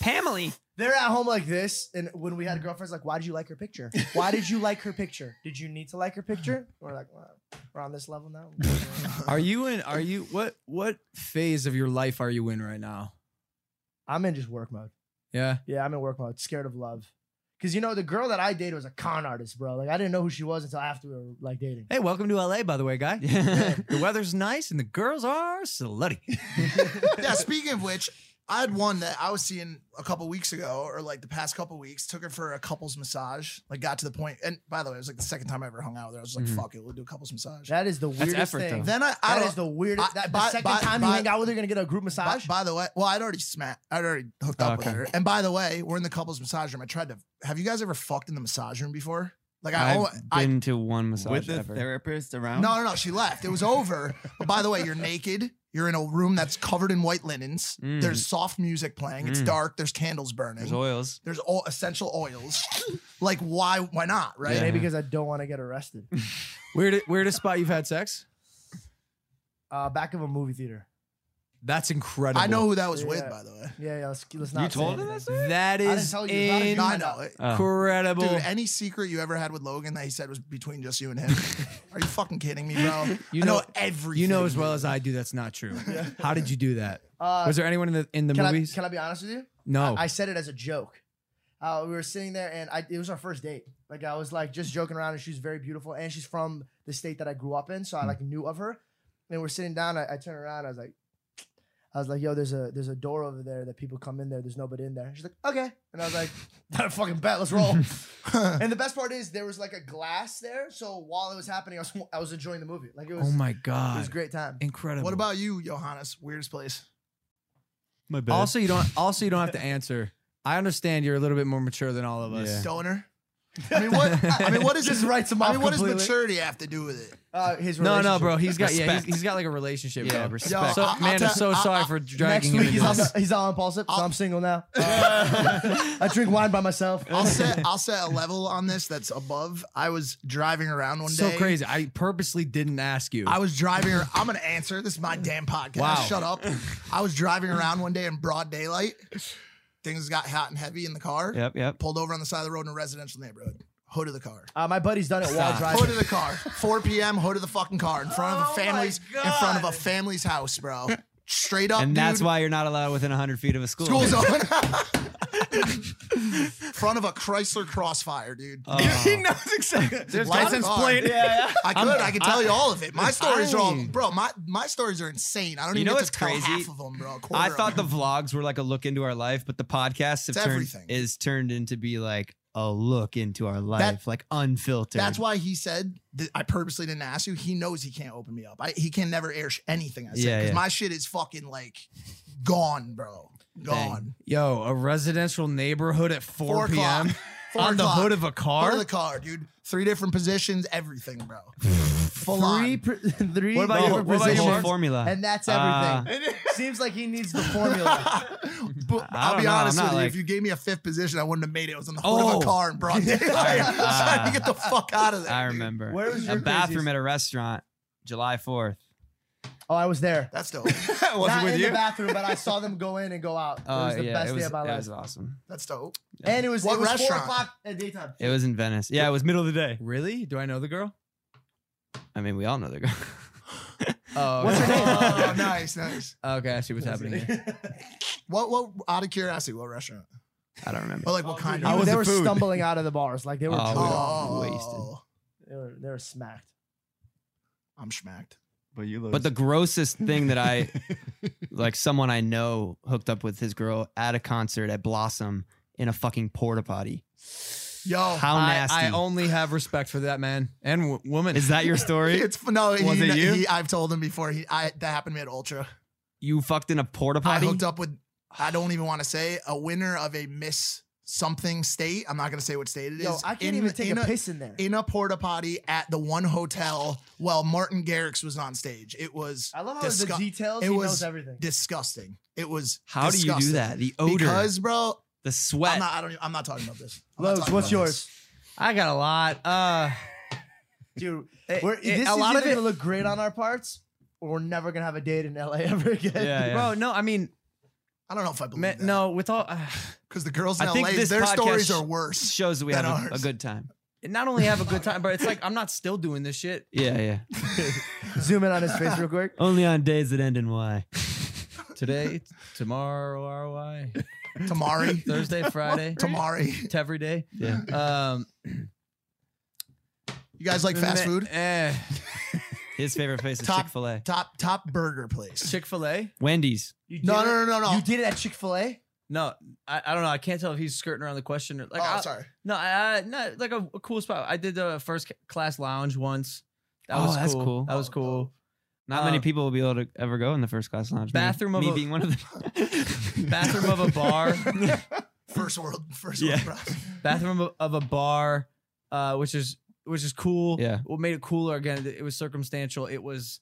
[SPEAKER 2] Pamela.
[SPEAKER 3] They're at home like this, and when we had girlfriends, like, why did you like her picture? Why did you like her picture? Did you need to like her picture? We're like, wow, we're on this level now.
[SPEAKER 2] Are you in? Are you what? What phase of your life are you in right now?
[SPEAKER 3] I'm in just work mode.
[SPEAKER 2] Yeah.
[SPEAKER 3] Yeah, I'm in work mode. Scared of love. Cause you know the girl that I dated was a con artist, bro. Like I didn't know who she was until after we were like dating.
[SPEAKER 2] Hey, welcome to LA, by the way, guy.
[SPEAKER 10] Yeah.
[SPEAKER 2] the weather's nice and the girls are slutty.
[SPEAKER 7] yeah, speaking of which, I had one that I was seeing a couple weeks ago, or like the past couple weeks. Took her for a couples massage. Like got to the point, and by the way, it was like the second time I ever hung out with her. I was like,
[SPEAKER 3] Mhm.
[SPEAKER 7] "Fuck it, we'll do a couples massage."
[SPEAKER 3] That is the
[SPEAKER 7] That's
[SPEAKER 3] weirdest
[SPEAKER 7] effort,
[SPEAKER 3] thing.
[SPEAKER 7] though. Then I- I
[SPEAKER 3] That
[SPEAKER 7] don't-
[SPEAKER 3] is the weirdest.
[SPEAKER 7] I-
[SPEAKER 3] that,
[SPEAKER 7] by-
[SPEAKER 3] the second
[SPEAKER 7] by-
[SPEAKER 3] time you
[SPEAKER 7] by-
[SPEAKER 3] hang out with her, you're gonna get a group
[SPEAKER 7] By,
[SPEAKER 3] massage.
[SPEAKER 7] by the way, well, I'd already smacked. I'd already hooked up
[SPEAKER 3] Okay.
[SPEAKER 7] with her. And by the way, we're in the couples massage room. I tried to. Have you guys ever fucked in the massage room before? Like I,
[SPEAKER 10] I've
[SPEAKER 7] al- Oh, I
[SPEAKER 10] been to one massage
[SPEAKER 4] with the
[SPEAKER 10] ever.
[SPEAKER 4] therapist around.
[SPEAKER 7] No, no, no. She left. It was over. But by the way, you're naked. You're in a room that's covered in white linens.
[SPEAKER 10] Mm.
[SPEAKER 7] There's soft music playing. It's
[SPEAKER 10] Mm.
[SPEAKER 7] dark. There's candles burning.
[SPEAKER 10] There's oils.
[SPEAKER 7] There's all essential oils. like why? Why not? Right?
[SPEAKER 3] Maybe because I don't want to get arrested.
[SPEAKER 2] Weird, weirdest spot you've had sex?
[SPEAKER 3] Uh, back of a movie theater.
[SPEAKER 2] That's incredible.
[SPEAKER 7] I know who that was
[SPEAKER 3] Yeah.
[SPEAKER 7] with, by the way.
[SPEAKER 3] Yeah, yeah. Let's, let's not. say anything.
[SPEAKER 2] That
[SPEAKER 3] I
[SPEAKER 2] is
[SPEAKER 3] didn't tell you. Not a-
[SPEAKER 7] I
[SPEAKER 3] not
[SPEAKER 7] know it.
[SPEAKER 10] Oh.
[SPEAKER 2] incredible.
[SPEAKER 7] Dude, any secret you ever had with Logan that he said was between just you and him? Are you fucking kidding me, bro?
[SPEAKER 2] You
[SPEAKER 7] I know,
[SPEAKER 2] know-
[SPEAKER 7] everything.
[SPEAKER 2] you know as well as I do that's not true. How did you do that?
[SPEAKER 3] Uh,
[SPEAKER 2] was there anyone in the in the
[SPEAKER 3] can
[SPEAKER 2] movies?
[SPEAKER 3] I, can I be honest with you?
[SPEAKER 2] No.
[SPEAKER 3] I, I said it as a joke. Uh, we were sitting there, and I, it was our first date. Like I was like just joking around, and she's very beautiful, and she's from the state that I grew up in, so I
[SPEAKER 2] Hmm.
[SPEAKER 3] like knew of her. And we're sitting down. I, I turn around. I was like, I was like, "Yo, there's a there's a door over there that people come in there. There's nobody in there." She's like, "Okay," and I was like, "Not a fucking bet. Let's roll." and the best part is there was like a glass there, so while it was happening, I was I was enjoying the movie. Like it was.
[SPEAKER 2] oh my
[SPEAKER 3] It was
[SPEAKER 2] god.
[SPEAKER 3] a great time.
[SPEAKER 2] Incredible.
[SPEAKER 7] What about you, Johannes? Weirdest place.
[SPEAKER 10] My bad.
[SPEAKER 2] Also, you don't also you don't have to answer. I understand you're a little bit more mature than all of us.
[SPEAKER 10] Yeah.
[SPEAKER 7] Stoner. I mean, what? I mean, what does this?
[SPEAKER 3] writes him
[SPEAKER 7] I
[SPEAKER 3] off
[SPEAKER 7] mean, what does
[SPEAKER 2] completely.
[SPEAKER 7] maturity have to do with it?
[SPEAKER 3] Uh, his
[SPEAKER 2] No, no,
[SPEAKER 3] relationship.
[SPEAKER 2] bro. He's got yeah. He's,
[SPEAKER 10] Respect.
[SPEAKER 2] he's got like a relationship.
[SPEAKER 10] Yeah,
[SPEAKER 2] Yeah,
[SPEAKER 10] respect.
[SPEAKER 7] Yo,
[SPEAKER 2] So,
[SPEAKER 7] I- I'll
[SPEAKER 2] man, I'm
[SPEAKER 7] tell-
[SPEAKER 2] so
[SPEAKER 7] I-
[SPEAKER 2] sorry
[SPEAKER 7] I-
[SPEAKER 2] for
[SPEAKER 3] Next
[SPEAKER 2] dragging
[SPEAKER 3] week
[SPEAKER 2] him
[SPEAKER 3] he's
[SPEAKER 2] into
[SPEAKER 3] on,
[SPEAKER 2] this.
[SPEAKER 3] he's on impulsive,
[SPEAKER 7] Oh.
[SPEAKER 3] so I'm single now. I drink wine by myself.
[SPEAKER 7] I'll set I'll set a level on this that's above. I was driving around one
[SPEAKER 2] So
[SPEAKER 7] day.
[SPEAKER 2] crazy. I purposely didn't ask you.
[SPEAKER 7] I was driving. ar- I'm gonna answer. This is my damn podcast.
[SPEAKER 2] Wow.
[SPEAKER 7] Shut up. I was driving around one day in broad daylight. Things got hot and heavy in the car.
[SPEAKER 10] Yep, yep.
[SPEAKER 7] Pulled over on the side of the road in a residential neighborhood. Hood of the car.
[SPEAKER 3] Uh, my buddy's done it while
[SPEAKER 2] Stop.
[SPEAKER 7] Hood
[SPEAKER 3] driving.
[SPEAKER 7] of the car. 4 p.m. Hood of the fucking car in front of a family's in front of a family's house, bro. Straight up.
[SPEAKER 10] and
[SPEAKER 7] dude.
[SPEAKER 10] that's why you're not allowed within 100 feet of a school.
[SPEAKER 7] School's on. front of a Chrysler Crossfire, dude.
[SPEAKER 10] Oh.
[SPEAKER 4] knows exactly. There's
[SPEAKER 7] Life
[SPEAKER 4] license
[SPEAKER 7] hard.
[SPEAKER 4] plate.
[SPEAKER 7] I could. i could tell you all of it. My stories are all,
[SPEAKER 10] I-
[SPEAKER 7] bro. My my stories are insane. I don't
[SPEAKER 10] You
[SPEAKER 7] even
[SPEAKER 10] know
[SPEAKER 7] know get
[SPEAKER 10] what's
[SPEAKER 7] to tell
[SPEAKER 10] crazy?
[SPEAKER 7] half of them, bro. a quarter
[SPEAKER 10] I
[SPEAKER 7] of
[SPEAKER 10] thought the
[SPEAKER 7] them.
[SPEAKER 10] vlogs were like a look into our life, but the podcast have
[SPEAKER 7] It's
[SPEAKER 10] turned
[SPEAKER 7] everything.
[SPEAKER 10] is turned into be like a look into our life, like unfiltered.
[SPEAKER 7] That's why he said that I purposely didn't ask you. He knows he can't open me up. I, he can never air sh- anything I say
[SPEAKER 10] Yeah,
[SPEAKER 7] because
[SPEAKER 10] yeah.
[SPEAKER 7] my shit is fucking like gone, bro. Gone.
[SPEAKER 2] Yo, a residential neighborhood at 4,
[SPEAKER 7] Four
[SPEAKER 2] p.m.
[SPEAKER 7] o'clock. Four
[SPEAKER 2] on the
[SPEAKER 7] o'clock.
[SPEAKER 2] hood of a car.
[SPEAKER 7] Part of the car, dude. Three different positions, everything, bro. Full
[SPEAKER 3] Three,
[SPEAKER 7] on.
[SPEAKER 3] pr- three.
[SPEAKER 10] What about, your,
[SPEAKER 3] different
[SPEAKER 10] what about your
[SPEAKER 3] positions,
[SPEAKER 10] formula?
[SPEAKER 3] And that's
[SPEAKER 10] Uh,
[SPEAKER 3] everything. Seems like he needs the formula.
[SPEAKER 7] But
[SPEAKER 10] I
[SPEAKER 7] I'll
[SPEAKER 10] don't
[SPEAKER 7] be
[SPEAKER 10] know, I'm
[SPEAKER 7] honest
[SPEAKER 10] not
[SPEAKER 7] with you.
[SPEAKER 10] like-
[SPEAKER 7] If you gave me a fifth position, I wouldn't have made it. It was on the hood of
[SPEAKER 2] Oh.
[SPEAKER 7] a car in broad daylight. Trying
[SPEAKER 10] Ah.
[SPEAKER 7] to get the fuck out of there.
[SPEAKER 10] I
[SPEAKER 7] dude.
[SPEAKER 10] remember.
[SPEAKER 3] Where was your
[SPEAKER 10] a bathroom
[SPEAKER 3] craziest-
[SPEAKER 10] at a restaurant, July 4th.
[SPEAKER 3] Oh, I was there.
[SPEAKER 7] That's dope.
[SPEAKER 4] Was
[SPEAKER 3] Not
[SPEAKER 4] it with
[SPEAKER 3] in
[SPEAKER 4] you?
[SPEAKER 3] the bathroom, but I saw them go in and go out. it was the
[SPEAKER 10] Oh, yeah,
[SPEAKER 3] best
[SPEAKER 10] it was,
[SPEAKER 3] day of my
[SPEAKER 10] it
[SPEAKER 3] life.
[SPEAKER 10] was awesome.
[SPEAKER 7] That's dope.
[SPEAKER 3] and it was,
[SPEAKER 7] What
[SPEAKER 3] it was four
[SPEAKER 7] restaurant?
[SPEAKER 3] o'clock at daytime.
[SPEAKER 10] It was in Venice. Yeah, it was middle of the day.
[SPEAKER 2] really? Do I know the girl?
[SPEAKER 10] I mean, we all know they're going. Uh,
[SPEAKER 2] Oh,
[SPEAKER 3] What's her name?
[SPEAKER 7] Oh, nice, nice.
[SPEAKER 2] okay, I see what's happening here.
[SPEAKER 7] What? What? Out of curiosity, what restaurant?
[SPEAKER 10] I don't remember.
[SPEAKER 7] Or like what kind?
[SPEAKER 3] You-
[SPEAKER 7] of
[SPEAKER 4] was
[SPEAKER 3] they
[SPEAKER 4] the
[SPEAKER 3] were
[SPEAKER 4] food?
[SPEAKER 3] stumbling out of the bars. Like they were
[SPEAKER 10] Oh,
[SPEAKER 3] drunk.
[SPEAKER 10] Oh.
[SPEAKER 7] wasted.
[SPEAKER 3] They, were, they were smacked.
[SPEAKER 7] I'm smacked.
[SPEAKER 4] But you
[SPEAKER 10] But the grossest thing that I, like someone I know hooked up with his girl at a concert at Blossom in a fucking porta potty.
[SPEAKER 7] Yo,
[SPEAKER 10] How
[SPEAKER 2] I,
[SPEAKER 10] nasty.
[SPEAKER 2] I only have respect for that man and w- woman.
[SPEAKER 10] Is that your story?
[SPEAKER 7] it's no.
[SPEAKER 10] Was
[SPEAKER 7] he,
[SPEAKER 10] it you?
[SPEAKER 7] He, I've told him before. He, I that happened to me at Ultra.
[SPEAKER 10] you fucked in a porta
[SPEAKER 7] I
[SPEAKER 10] potty?
[SPEAKER 7] hooked up with. I don't even want to say a winner of a Miss something state. I'm not gonna say what state it is.
[SPEAKER 3] Yo, I can't
[SPEAKER 7] in-
[SPEAKER 3] even take
[SPEAKER 7] in
[SPEAKER 3] a, piss in there.
[SPEAKER 7] in a porta potty at the one hotel while Martin Garrix was on stage. It was.
[SPEAKER 3] I love how
[SPEAKER 7] disgu-
[SPEAKER 3] the details. he
[SPEAKER 7] it was
[SPEAKER 3] knows everything.
[SPEAKER 7] disgusting. It was.
[SPEAKER 10] How do you do
[SPEAKER 7] disgusting.
[SPEAKER 10] that? The odor,
[SPEAKER 7] Because, bro,
[SPEAKER 10] the
[SPEAKER 7] I'm
[SPEAKER 10] sweat.
[SPEAKER 7] not. I don't. Even, I'm not talking about this. I'm not
[SPEAKER 3] Lowe's,
[SPEAKER 7] talking
[SPEAKER 3] what's
[SPEAKER 7] about this.
[SPEAKER 3] yours,
[SPEAKER 2] I got a lot. Uh,
[SPEAKER 3] dude?
[SPEAKER 2] it-
[SPEAKER 3] We're,
[SPEAKER 2] it-
[SPEAKER 3] this
[SPEAKER 2] a
[SPEAKER 3] is
[SPEAKER 2] lot
[SPEAKER 3] either
[SPEAKER 2] of it.
[SPEAKER 3] gonna look great on our parts, or we're never gonna have a date in LA ever again.
[SPEAKER 10] yeah, yeah.
[SPEAKER 2] Bro, no, I mean,
[SPEAKER 7] I don't know if I believe
[SPEAKER 2] ma-
[SPEAKER 7] that.
[SPEAKER 2] no, with all. Uh,
[SPEAKER 7] because the girls in
[SPEAKER 10] I think
[SPEAKER 7] LA,
[SPEAKER 10] this
[SPEAKER 7] their
[SPEAKER 10] podcast
[SPEAKER 7] stories
[SPEAKER 10] sh-
[SPEAKER 7] are worse.
[SPEAKER 10] shows that we
[SPEAKER 7] Than
[SPEAKER 10] had a, a
[SPEAKER 7] ours.
[SPEAKER 10] good time.
[SPEAKER 2] not only have a good time, but it's like I'm not still doing this shit.
[SPEAKER 10] Yeah, yeah.
[SPEAKER 3] Zoom in on his face real quick.
[SPEAKER 10] Only on days that end in Y.
[SPEAKER 2] Today, tomorrow, RY,
[SPEAKER 7] Tamari,
[SPEAKER 2] Thursday, Friday,
[SPEAKER 7] Tamari.
[SPEAKER 2] every day.
[SPEAKER 10] Yeah.
[SPEAKER 2] Um,
[SPEAKER 7] You guys like fast
[SPEAKER 2] Ma-
[SPEAKER 7] food?
[SPEAKER 2] Eh.
[SPEAKER 10] His favorite place is
[SPEAKER 3] Top-
[SPEAKER 10] Chick Fil A.
[SPEAKER 3] Top top burger place.
[SPEAKER 2] Chick Fil A.
[SPEAKER 10] Wendy's.
[SPEAKER 3] No, no, no, no, no.
[SPEAKER 8] You did it at Chick Fil A.
[SPEAKER 2] No, I, I don't know. I can't tell if he's skirting around the question. Or, like,
[SPEAKER 3] oh,
[SPEAKER 2] I,
[SPEAKER 3] sorry.
[SPEAKER 2] No, I, I- no, like a, a cool spot. I did the first ca- class lounge once. That
[SPEAKER 10] Oh,
[SPEAKER 2] was
[SPEAKER 10] that's cool.
[SPEAKER 2] That was cool.
[SPEAKER 10] Not many
[SPEAKER 2] Uh,
[SPEAKER 10] people will be able to ever go in the first class lounge. man.
[SPEAKER 2] Bathroom of
[SPEAKER 10] me
[SPEAKER 2] a-
[SPEAKER 10] being one of them.
[SPEAKER 2] Bathroom of a bar.
[SPEAKER 3] First world, first
[SPEAKER 10] Yeah.
[SPEAKER 3] world problem.
[SPEAKER 2] bathroom of, of a bar, uh, which is which is cool.
[SPEAKER 10] Yeah.
[SPEAKER 2] What made it cooler again? It was circumstantial. It was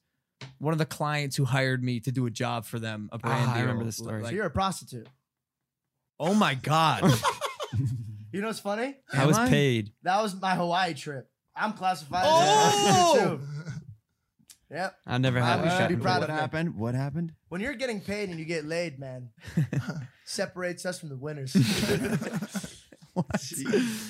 [SPEAKER 2] one of the clients who hired me to do a job for them. A brand
[SPEAKER 10] Ah, I
[SPEAKER 2] deal.
[SPEAKER 10] remember this story.
[SPEAKER 2] Like,
[SPEAKER 8] so you're a prostitute.
[SPEAKER 2] oh my god.
[SPEAKER 8] You know what's funny?
[SPEAKER 10] I was
[SPEAKER 2] Am I?
[SPEAKER 10] paid.
[SPEAKER 8] That was my Hawaii trip. I'm classified as a
[SPEAKER 2] Oh!
[SPEAKER 8] prostitute. too. Yep.
[SPEAKER 10] I never
[SPEAKER 8] I
[SPEAKER 10] had
[SPEAKER 8] would
[SPEAKER 10] this
[SPEAKER 8] be
[SPEAKER 10] happen.
[SPEAKER 8] proud
[SPEAKER 4] what
[SPEAKER 8] of me.
[SPEAKER 4] happened? What happened?
[SPEAKER 8] When you're getting paid and you get laid, man, separates us from the winners.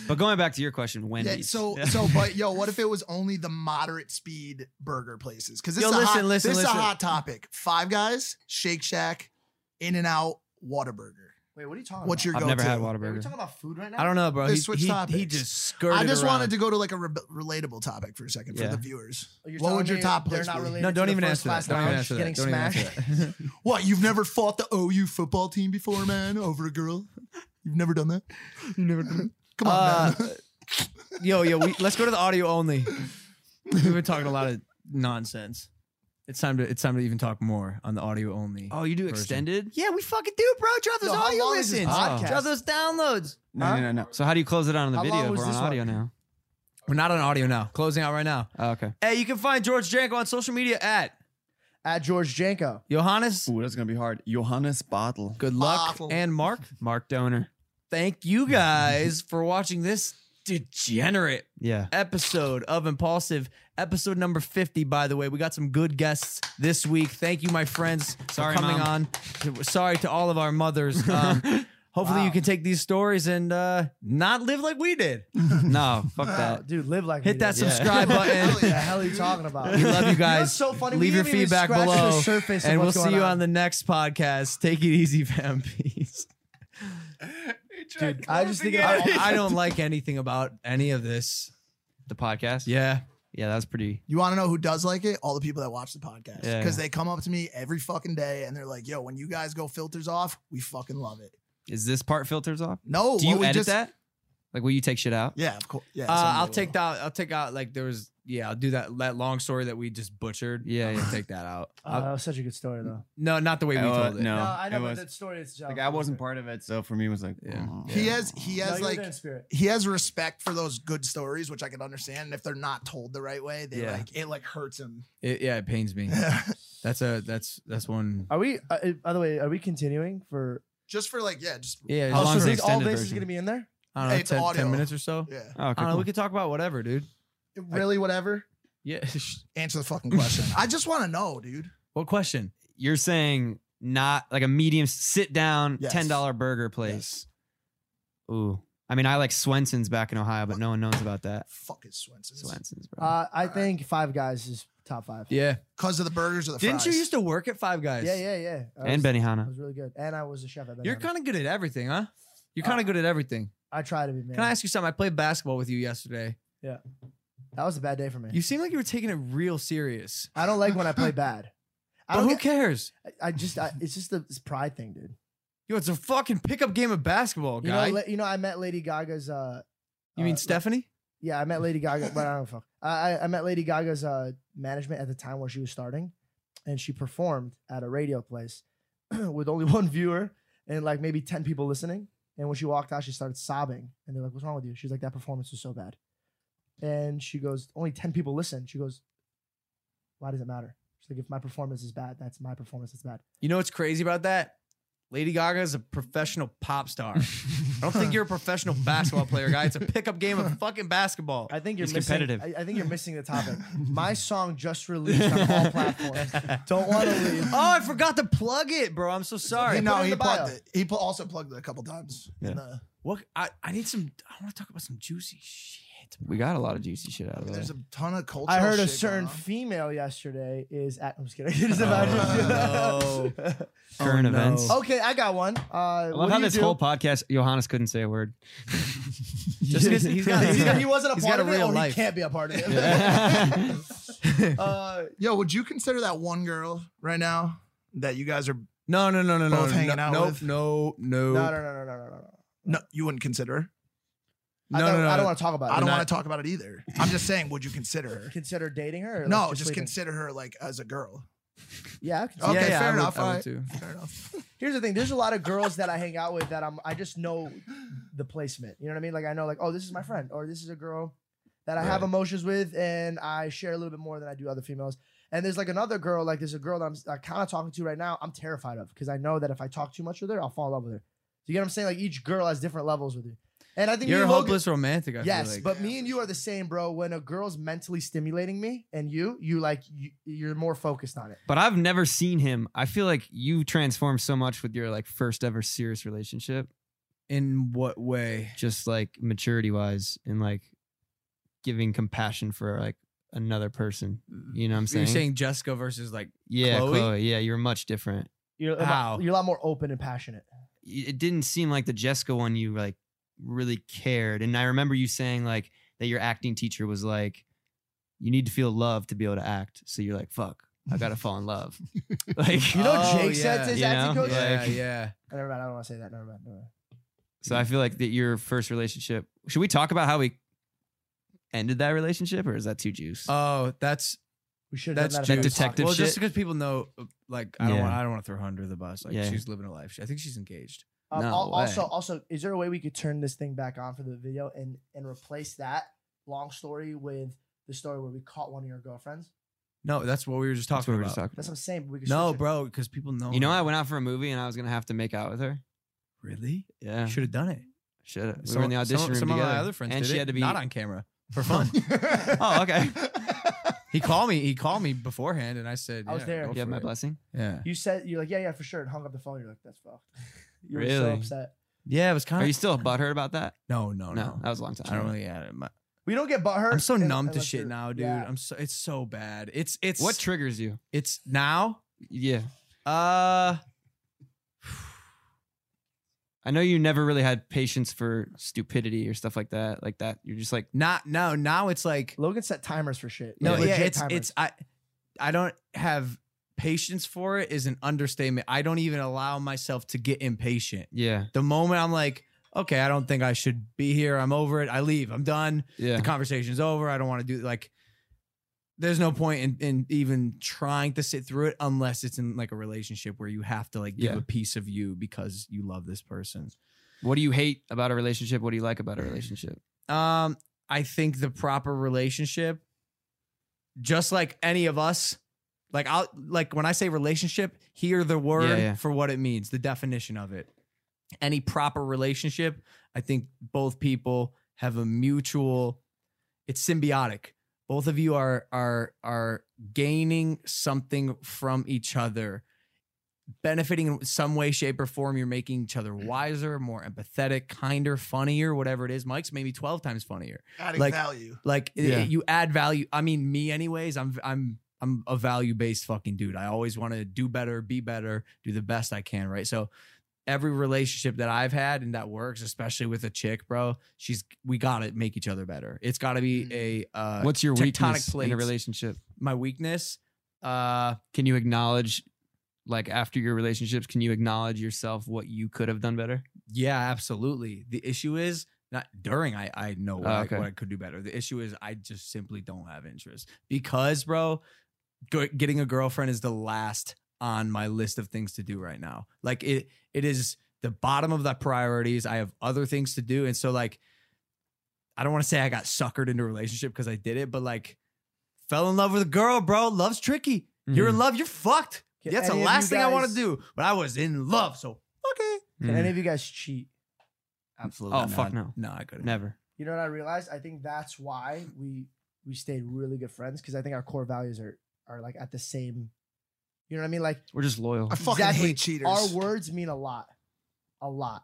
[SPEAKER 10] But going back to your question,
[SPEAKER 3] Yeah,
[SPEAKER 10] Wendy's.
[SPEAKER 3] so so but yo, what if it was only the moderate speed burger places? Because this,
[SPEAKER 2] Yo,
[SPEAKER 3] is a
[SPEAKER 2] listen,
[SPEAKER 3] hot-
[SPEAKER 2] listen,
[SPEAKER 3] this is a
[SPEAKER 2] listen.
[SPEAKER 3] hot topic. Five guys, Shake Shack, In and Out, Whataburger.
[SPEAKER 8] Wait, what are you talking
[SPEAKER 3] What's
[SPEAKER 8] about?
[SPEAKER 3] your
[SPEAKER 10] I've
[SPEAKER 3] go-to?
[SPEAKER 10] never had
[SPEAKER 8] Are we talking
[SPEAKER 10] Whataburger.
[SPEAKER 8] about food right now?
[SPEAKER 2] I don't know, bro.
[SPEAKER 3] They
[SPEAKER 2] He,
[SPEAKER 3] switched
[SPEAKER 2] he, he
[SPEAKER 3] topics.
[SPEAKER 2] just skirted.
[SPEAKER 3] I just
[SPEAKER 2] around.
[SPEAKER 3] wanted to go to like a re- relatable topic for a second for
[SPEAKER 10] Yeah.
[SPEAKER 3] the viewers.
[SPEAKER 8] Oh, You're
[SPEAKER 3] what
[SPEAKER 8] telling
[SPEAKER 3] would your
[SPEAKER 8] me
[SPEAKER 3] top
[SPEAKER 8] they're
[SPEAKER 3] place
[SPEAKER 8] not
[SPEAKER 3] be?
[SPEAKER 8] related
[SPEAKER 2] No,
[SPEAKER 8] to
[SPEAKER 2] don't
[SPEAKER 8] the
[SPEAKER 2] even
[SPEAKER 8] first
[SPEAKER 2] answer that.
[SPEAKER 8] class
[SPEAKER 2] Don't even
[SPEAKER 8] lounge,
[SPEAKER 2] answer that.
[SPEAKER 8] getting
[SPEAKER 2] Don't even
[SPEAKER 8] smashed.
[SPEAKER 2] answer that.
[SPEAKER 3] What you've never fought the OU football team before, man, over a girl? You've never done that. You never done that. Come on,
[SPEAKER 2] Uh,
[SPEAKER 3] man.
[SPEAKER 2] yo, yo, we, let's go to the audio only. We've been talking a lot of nonsense. It's time to it's time to even talk more on the audio only.
[SPEAKER 10] oh, you do
[SPEAKER 2] version.
[SPEAKER 10] extended?
[SPEAKER 2] Yeah, we fucking do, bro. Drop those
[SPEAKER 8] Yo, how
[SPEAKER 2] audio
[SPEAKER 8] long is this
[SPEAKER 2] listens.
[SPEAKER 8] podcast?
[SPEAKER 2] Drop those downloads.
[SPEAKER 4] No, no, no, no.
[SPEAKER 10] So how do you close it out on the
[SPEAKER 8] How long
[SPEAKER 10] video? if
[SPEAKER 8] was
[SPEAKER 10] We're on
[SPEAKER 8] this one?
[SPEAKER 10] audio now.
[SPEAKER 2] We're not on audio now. Closing out right now.
[SPEAKER 10] Oh, okay.
[SPEAKER 2] Hey, you can find George Janko on social media at
[SPEAKER 8] At George Janko.
[SPEAKER 2] Johannes.
[SPEAKER 4] Ooh, that's gonna be hard. Johannes Bottle.
[SPEAKER 2] Good luck.
[SPEAKER 3] Awful.
[SPEAKER 2] And Mark,
[SPEAKER 10] Mark Donor.
[SPEAKER 2] thank you guys for watching this degenerate
[SPEAKER 10] Yeah.
[SPEAKER 2] episode of Impulsive, episode number 50, by the way. We got some good guests this week. Thank you, my friends,
[SPEAKER 10] Sorry,
[SPEAKER 2] for coming
[SPEAKER 10] Mom.
[SPEAKER 2] on. Sorry to all of our mothers. Um, hopefully, you can take these stories and uh, not live like we did.
[SPEAKER 10] No, fuck that.
[SPEAKER 8] Dude, live like
[SPEAKER 2] Hit
[SPEAKER 8] me,
[SPEAKER 2] that
[SPEAKER 8] dude.
[SPEAKER 2] subscribe
[SPEAKER 3] Hell
[SPEAKER 8] What the
[SPEAKER 2] button.
[SPEAKER 3] yeah.
[SPEAKER 8] hell are you talking about?
[SPEAKER 2] We love you guys.
[SPEAKER 8] You know what's so funny? We
[SPEAKER 2] Leave your
[SPEAKER 8] didn't even
[SPEAKER 2] feedback
[SPEAKER 8] scratch
[SPEAKER 2] below.
[SPEAKER 8] The surface of
[SPEAKER 2] and we'll
[SPEAKER 8] what's
[SPEAKER 2] see
[SPEAKER 8] going
[SPEAKER 2] you on the next podcast. Take it easy, fam. Peace.
[SPEAKER 8] Dude, I just think
[SPEAKER 2] I,
[SPEAKER 8] about
[SPEAKER 2] I don't like anything about any of this.
[SPEAKER 10] The podcast?
[SPEAKER 2] Yeah.
[SPEAKER 10] Yeah, that was pretty.
[SPEAKER 3] You want to know who does like it? All the people that watch the podcast. Because
[SPEAKER 10] Yeah, yeah.
[SPEAKER 3] they come up to me every fucking day and they're like, yo, when you guys go filters off, we fucking love it.
[SPEAKER 10] Is this part filters off?
[SPEAKER 3] No,
[SPEAKER 10] Do
[SPEAKER 3] what
[SPEAKER 10] you
[SPEAKER 3] Oh, we
[SPEAKER 10] edit
[SPEAKER 3] just,
[SPEAKER 10] that? Like, will you take shit out?
[SPEAKER 3] Yeah, of course. Yeah,
[SPEAKER 2] Uh,
[SPEAKER 3] somebody
[SPEAKER 2] I'll
[SPEAKER 3] will.
[SPEAKER 2] take that. I'll take out like there was. Yeah, I'll do that. That long story that we just butchered.
[SPEAKER 10] Yeah,
[SPEAKER 2] I'm gonna
[SPEAKER 10] yeah.
[SPEAKER 2] take that out.
[SPEAKER 8] Oh,
[SPEAKER 2] I'll-
[SPEAKER 8] that was such a good story, though. Oh,
[SPEAKER 2] no, not the way we
[SPEAKER 4] Uh,
[SPEAKER 2] told it.
[SPEAKER 4] no.
[SPEAKER 2] No.
[SPEAKER 8] I know,
[SPEAKER 4] it
[SPEAKER 8] but
[SPEAKER 4] was-
[SPEAKER 8] that story is
[SPEAKER 4] Like I wasn't part of it, so for me it was like,
[SPEAKER 2] Yeah.
[SPEAKER 4] oh.
[SPEAKER 3] He has, he
[SPEAKER 8] No,
[SPEAKER 3] has
[SPEAKER 8] you were
[SPEAKER 3] like,
[SPEAKER 8] there in spirit.
[SPEAKER 3] he has respect for those good stories, which I can understand. And if they're not told the right way, they
[SPEAKER 2] Yeah.
[SPEAKER 3] like, it like hurts him.
[SPEAKER 2] It, yeah, it pains me. That's a that's that's one.
[SPEAKER 8] Are we? Uh, by the way, are we continuing for?
[SPEAKER 3] just for like, yeah, just,
[SPEAKER 2] Yeah, Oh, it's
[SPEAKER 10] How long
[SPEAKER 2] just-
[SPEAKER 10] is the
[SPEAKER 8] these- all
[SPEAKER 10] extended
[SPEAKER 8] this is
[SPEAKER 10] version?
[SPEAKER 8] gonna be in there.
[SPEAKER 2] I don't know,
[SPEAKER 3] It's
[SPEAKER 2] 10, 10
[SPEAKER 3] audio.
[SPEAKER 2] minutes or so.
[SPEAKER 3] yeah.
[SPEAKER 10] Oh, okay,
[SPEAKER 2] I don't know.
[SPEAKER 10] cool.
[SPEAKER 2] uh, We could talk about whatever, dude.
[SPEAKER 3] really, whatever.
[SPEAKER 2] Yeah.
[SPEAKER 3] Answer the fucking question. I just want to know, dude.
[SPEAKER 2] what question?
[SPEAKER 10] You're saying not like a medium sit down
[SPEAKER 3] Yes.
[SPEAKER 10] $10 burger place. Ooh. I mean, I like Swenson's back in Ohio, but no one knows about that.
[SPEAKER 3] Fuck is Swenson's.
[SPEAKER 10] Swenson's, bro.
[SPEAKER 8] Uh, I think Five Guys is top five.
[SPEAKER 2] Yeah.
[SPEAKER 3] Because of the burgers or the
[SPEAKER 2] Didn't
[SPEAKER 3] fries.
[SPEAKER 2] you used to work at Five Guys?
[SPEAKER 8] yeah, yeah, yeah. I
[SPEAKER 10] and
[SPEAKER 8] was, I
[SPEAKER 10] Benihana.
[SPEAKER 8] was really good, and I was a chef at Ben.
[SPEAKER 2] You're kind of good at everything, huh? You're
[SPEAKER 8] Uh,
[SPEAKER 2] kind of good at everything.
[SPEAKER 8] I try to be man.
[SPEAKER 2] Can I ask you something? I played basketball with you yesterday.
[SPEAKER 8] that was a bad day for me.
[SPEAKER 2] You seemed like you were taking it real serious.
[SPEAKER 8] I don't like when I play bad. I
[SPEAKER 2] But
[SPEAKER 8] don't.
[SPEAKER 2] who
[SPEAKER 8] Get,
[SPEAKER 2] cares?
[SPEAKER 8] I I just. I, it's just the it's pride thing, dude.
[SPEAKER 2] Yo, it's a fucking pickup game of basketball,
[SPEAKER 8] You
[SPEAKER 2] guy.
[SPEAKER 8] know,
[SPEAKER 2] You,
[SPEAKER 8] la- you know, I met Lady Gaga's. Uh,
[SPEAKER 2] mean
[SPEAKER 8] uh,
[SPEAKER 2] Stephanie?
[SPEAKER 8] Yeah, I met Lady Gaga. but I don't fuck. I I- I met Lady Gaga's uh, management at the time where she was starting, and she performed at a radio place with only one viewer and like maybe ten people listening. And when she walked out, she started sobbing, and they're like, "What's wrong with you?" She's like, "That performance was so bad," and she goes, "Only ten people listen." She goes, "Why does it matter?" She's like, "If my performance is bad, that's my performance. It's bad."
[SPEAKER 2] You know what's crazy about that? Lady Gaga is a professional pop star. I don't think you're a professional basketball player, guy. It's a pickup game of fucking basketball.
[SPEAKER 8] I think you're
[SPEAKER 10] He's
[SPEAKER 8] missing,
[SPEAKER 10] competitive.
[SPEAKER 8] I, I think you're missing the topic. My song just released on all platforms. Don't want to leave.
[SPEAKER 2] Oh, I forgot to plug it, bro. I'm so sorry.
[SPEAKER 3] He,
[SPEAKER 2] Put
[SPEAKER 3] no,
[SPEAKER 2] it in
[SPEAKER 3] he
[SPEAKER 2] the bio.
[SPEAKER 3] plugged it. He pl- also plugged it a couple times. uh, in
[SPEAKER 10] Yeah.
[SPEAKER 3] the-
[SPEAKER 2] What? I, I need some. I want to talk about some juicy shit.
[SPEAKER 10] We got a lot of juicy shit
[SPEAKER 3] I
[SPEAKER 10] out of
[SPEAKER 3] mean,
[SPEAKER 10] it.
[SPEAKER 3] there's a ton of culture.
[SPEAKER 8] I heard a certain female yesterday is at. I'm just kidding. Just
[SPEAKER 2] Oh,
[SPEAKER 8] imagine.
[SPEAKER 10] Current
[SPEAKER 2] Oh, no.
[SPEAKER 10] events.
[SPEAKER 8] okay, I got one. Uh,
[SPEAKER 10] I
[SPEAKER 8] what
[SPEAKER 10] love
[SPEAKER 8] do
[SPEAKER 10] how
[SPEAKER 8] you
[SPEAKER 10] this
[SPEAKER 8] do?
[SPEAKER 10] whole podcast, Johannes couldn't say a word.
[SPEAKER 2] Just 'cause he's got-
[SPEAKER 8] Either he wasn't a
[SPEAKER 2] He's
[SPEAKER 8] part
[SPEAKER 2] got a
[SPEAKER 8] of it,
[SPEAKER 2] real
[SPEAKER 8] or
[SPEAKER 2] life.
[SPEAKER 8] he can't be a part of it.
[SPEAKER 10] Yeah.
[SPEAKER 12] uh, yo, would you consider that one girl right now that you guys are
[SPEAKER 2] No, no, no, no, no,
[SPEAKER 12] Both hanging
[SPEAKER 2] no,
[SPEAKER 12] out
[SPEAKER 2] no,
[SPEAKER 12] with?
[SPEAKER 2] no, no,
[SPEAKER 3] No, no, no, no, no, no, no.
[SPEAKER 12] no? You wouldn't consider her.
[SPEAKER 3] I
[SPEAKER 2] No,
[SPEAKER 3] don't,
[SPEAKER 2] no, no,
[SPEAKER 3] I don't
[SPEAKER 2] no.
[SPEAKER 3] want to talk about it.
[SPEAKER 12] I don't
[SPEAKER 2] Uh, not-
[SPEAKER 12] want to talk about it either. I'm just saying, would you consider her?
[SPEAKER 3] Consider dating her? or,
[SPEAKER 12] No,
[SPEAKER 3] like,
[SPEAKER 12] just
[SPEAKER 3] leaving?
[SPEAKER 12] consider her like as a girl.
[SPEAKER 3] Yeah, I consider.
[SPEAKER 12] Okay,
[SPEAKER 2] yeah, I
[SPEAKER 12] fair
[SPEAKER 2] would-
[SPEAKER 12] enough.
[SPEAKER 2] I would
[SPEAKER 12] all right.
[SPEAKER 2] too.
[SPEAKER 12] Fair enough.
[SPEAKER 3] Here's the thing. There's a lot of girls that I hang out with that I'm. I just know the placement. You know what I mean? Like I know, like oh, this is my friend, or this is a girl that I have emotions with, and I share a little bit more than I do other females. And there's like another girl, like there's a girl that I'm kind of talking to right now. I'm terrified of because I know that if I talk too much with her, I'll fall in love with her. You get what I'm saying? Like each girl has different levels with you. And I think me
[SPEAKER 2] You're a
[SPEAKER 3] and Logan-
[SPEAKER 2] hopeless romantic. I
[SPEAKER 3] yes,
[SPEAKER 2] feel like.
[SPEAKER 3] but me and you are the same, bro. When a girl's mentally stimulating me and you, you like you, you're more focused on it.
[SPEAKER 10] But I've never seen him. I feel like you transformed so much with your like first ever serious relationship,
[SPEAKER 2] in what way?
[SPEAKER 10] just like maturity wise and like giving compassion for like another person. You know what I'm saying?
[SPEAKER 2] You're saying Jessica versus like
[SPEAKER 10] yeah,
[SPEAKER 2] Chloe?
[SPEAKER 10] Chloe? Yeah, you're much different.
[SPEAKER 3] You're
[SPEAKER 2] How?
[SPEAKER 3] you're a lot more open and passionate.
[SPEAKER 10] Y- It didn't seem like the Jessica one you like really cared. And I remember you saying like that your acting teacher was like, you need to feel love to be able to act. So you're like, fuck, I gotta fall in love. like
[SPEAKER 3] You know
[SPEAKER 2] Oh,
[SPEAKER 3] what Jake said
[SPEAKER 2] yeah,
[SPEAKER 3] to his
[SPEAKER 10] you
[SPEAKER 3] acting
[SPEAKER 10] know?
[SPEAKER 3] coach?
[SPEAKER 2] yeah,
[SPEAKER 10] like-
[SPEAKER 2] yeah.
[SPEAKER 3] Oh, never mind. I don't want to say that. Never mind. Never mind.
[SPEAKER 10] So I feel like that your first relationship. Should we talk about how we ended that relationship, or is that too juice?
[SPEAKER 2] Oh, that's
[SPEAKER 3] We should have
[SPEAKER 2] that's
[SPEAKER 3] done that.
[SPEAKER 2] juice.
[SPEAKER 10] That detective
[SPEAKER 2] Well, just
[SPEAKER 10] shit?
[SPEAKER 2] because people know, like, I don't
[SPEAKER 10] Yeah.
[SPEAKER 2] want, I don't want to throw her under the bus. Like,
[SPEAKER 10] Yeah.
[SPEAKER 2] she's living her life. She- I think she's engaged.
[SPEAKER 3] Um,
[SPEAKER 10] No
[SPEAKER 3] al-
[SPEAKER 10] way.
[SPEAKER 3] also, also, is there a way we could turn this thing back on for the video and and replace that long story with the story where we caught one of your girlfriends?
[SPEAKER 2] No, that's what we were just
[SPEAKER 10] That's
[SPEAKER 2] talking
[SPEAKER 10] what we were
[SPEAKER 2] about.
[SPEAKER 10] just talking
[SPEAKER 3] That's what I'm saying. But we could
[SPEAKER 2] no,
[SPEAKER 3] switch it.
[SPEAKER 2] bro, because people know.
[SPEAKER 10] about. You know,
[SPEAKER 2] her.
[SPEAKER 10] I went out for a movie and I was gonna have to make out with her.
[SPEAKER 2] really
[SPEAKER 10] Yeah,
[SPEAKER 2] should have done it.
[SPEAKER 10] should have. We
[SPEAKER 2] Some-
[SPEAKER 10] were in the audition
[SPEAKER 2] some,
[SPEAKER 10] room
[SPEAKER 2] some
[SPEAKER 10] together.
[SPEAKER 2] of my other friends
[SPEAKER 10] and
[SPEAKER 2] did
[SPEAKER 10] she
[SPEAKER 2] it,
[SPEAKER 10] had to be
[SPEAKER 2] not on camera for fun.
[SPEAKER 10] Oh, okay.
[SPEAKER 2] he called me. He called me beforehand, and I said,
[SPEAKER 3] I was
[SPEAKER 2] yeah,
[SPEAKER 3] there.
[SPEAKER 2] go
[SPEAKER 10] You have
[SPEAKER 2] for
[SPEAKER 10] my
[SPEAKER 2] it.
[SPEAKER 10] blessing.
[SPEAKER 2] Yeah,
[SPEAKER 3] You said you're like, yeah, yeah, for sure, and hung up the phone. You're like, that's fucked. You were so
[SPEAKER 10] Really?
[SPEAKER 3] upset.
[SPEAKER 2] yeah. It was kind
[SPEAKER 10] Are
[SPEAKER 2] of.
[SPEAKER 10] you still butthurt about that?
[SPEAKER 2] no, no, Oh, no.
[SPEAKER 10] that was a long time.
[SPEAKER 2] I don't
[SPEAKER 10] ago.
[SPEAKER 2] really. Yeah, my,
[SPEAKER 3] We don't get butthurt.
[SPEAKER 2] I'm so
[SPEAKER 3] un-
[SPEAKER 2] numb to
[SPEAKER 3] unless
[SPEAKER 2] shit
[SPEAKER 3] you're-
[SPEAKER 2] now, dude.
[SPEAKER 3] yeah.
[SPEAKER 2] I'm so it's so bad. It's it's
[SPEAKER 10] What triggers you?
[SPEAKER 2] it's now.
[SPEAKER 10] Yeah,
[SPEAKER 2] Uh,
[SPEAKER 10] I know you never really had patience for stupidity or stuff like that. Like that, you're just like,
[SPEAKER 2] not now. Now it's like
[SPEAKER 3] Logan set timers for shit.
[SPEAKER 2] no,
[SPEAKER 3] Like,
[SPEAKER 2] yeah.
[SPEAKER 3] legit
[SPEAKER 2] It's
[SPEAKER 3] timers.
[SPEAKER 2] it's I. I don't have patience for it. Is an understatement. I don't even allow myself to get impatient.
[SPEAKER 10] yeah,
[SPEAKER 2] The moment I'm like, okay, I don't think I should be here. I'm over it. I leave. I'm done.
[SPEAKER 10] yeah.
[SPEAKER 2] the conversation's over. I don't want to do like. There's no point in, in even trying to sit through it unless it's in like a relationship where you have to like give
[SPEAKER 10] Yeah.
[SPEAKER 2] a piece of you because you love this person.
[SPEAKER 10] What do you hate about a relationship? What do you like about a relationship?
[SPEAKER 2] Um, I think the proper relationship, just like any of us, like I'll like when I say relationship, hear the word
[SPEAKER 10] Yeah, yeah.
[SPEAKER 2] for what it means, the definition of it. Any proper relationship, I think both people have a mutual, it's symbiotic. Both of you are are are gaining something from each other, benefiting in some way, shape, or form. You're making each other wiser, more empathetic, kinder, funnier, whatever it is. Mike's maybe twelve times funnier.
[SPEAKER 12] Adding
[SPEAKER 2] Like-
[SPEAKER 12] value.
[SPEAKER 2] Like it-
[SPEAKER 10] Yeah.
[SPEAKER 2] it- you add value. I mean, me anyways. I'm I'm I'm a value based fucking dude. I always want to do better, be better, do the best I can. Right. So every relationship that I've had and that works, especially with a chick, bro, she's we gotta make each other better. It's gotta be a uh,
[SPEAKER 10] What's your
[SPEAKER 2] tectonic
[SPEAKER 10] weakness in
[SPEAKER 2] plates.
[SPEAKER 10] a relationship?
[SPEAKER 2] my weakness. Uh,
[SPEAKER 10] Can you acknowledge, like after your relationships, can you acknowledge yourself what you could have done better?
[SPEAKER 2] Yeah, absolutely. The issue is not during. I I know what,
[SPEAKER 10] Oh,
[SPEAKER 2] I-
[SPEAKER 10] okay.
[SPEAKER 2] what I could do better. The issue is I just simply don't have interest because, bro, go, getting a girlfriend is the last on my list of things to do right now. Like it, it is the bottom of the priorities. I have other things to do, and so like, I don't want to say I got suckered into a relationship because I did it, but like, fell in love with a girl, bro. Love's tricky.
[SPEAKER 3] Mm-hmm.
[SPEAKER 2] You're in love. You're fucked.
[SPEAKER 3] Can
[SPEAKER 2] That's the
[SPEAKER 3] any of you
[SPEAKER 2] last thing I want to
[SPEAKER 3] guys-
[SPEAKER 2] do. But I was in love, so okay.
[SPEAKER 3] Can any of you guys cheat?
[SPEAKER 2] Absolutely.
[SPEAKER 10] Oh, fuck no.
[SPEAKER 2] No, I couldn't.
[SPEAKER 10] Never.
[SPEAKER 3] You know what I realized? I think that's why we we stayed really good friends because I think our core values are are like at the same. You know what I mean? Like
[SPEAKER 10] We're just loyal.
[SPEAKER 12] I fucking
[SPEAKER 3] Exactly.
[SPEAKER 12] hate cheaters.
[SPEAKER 3] our words mean a lot, a lot.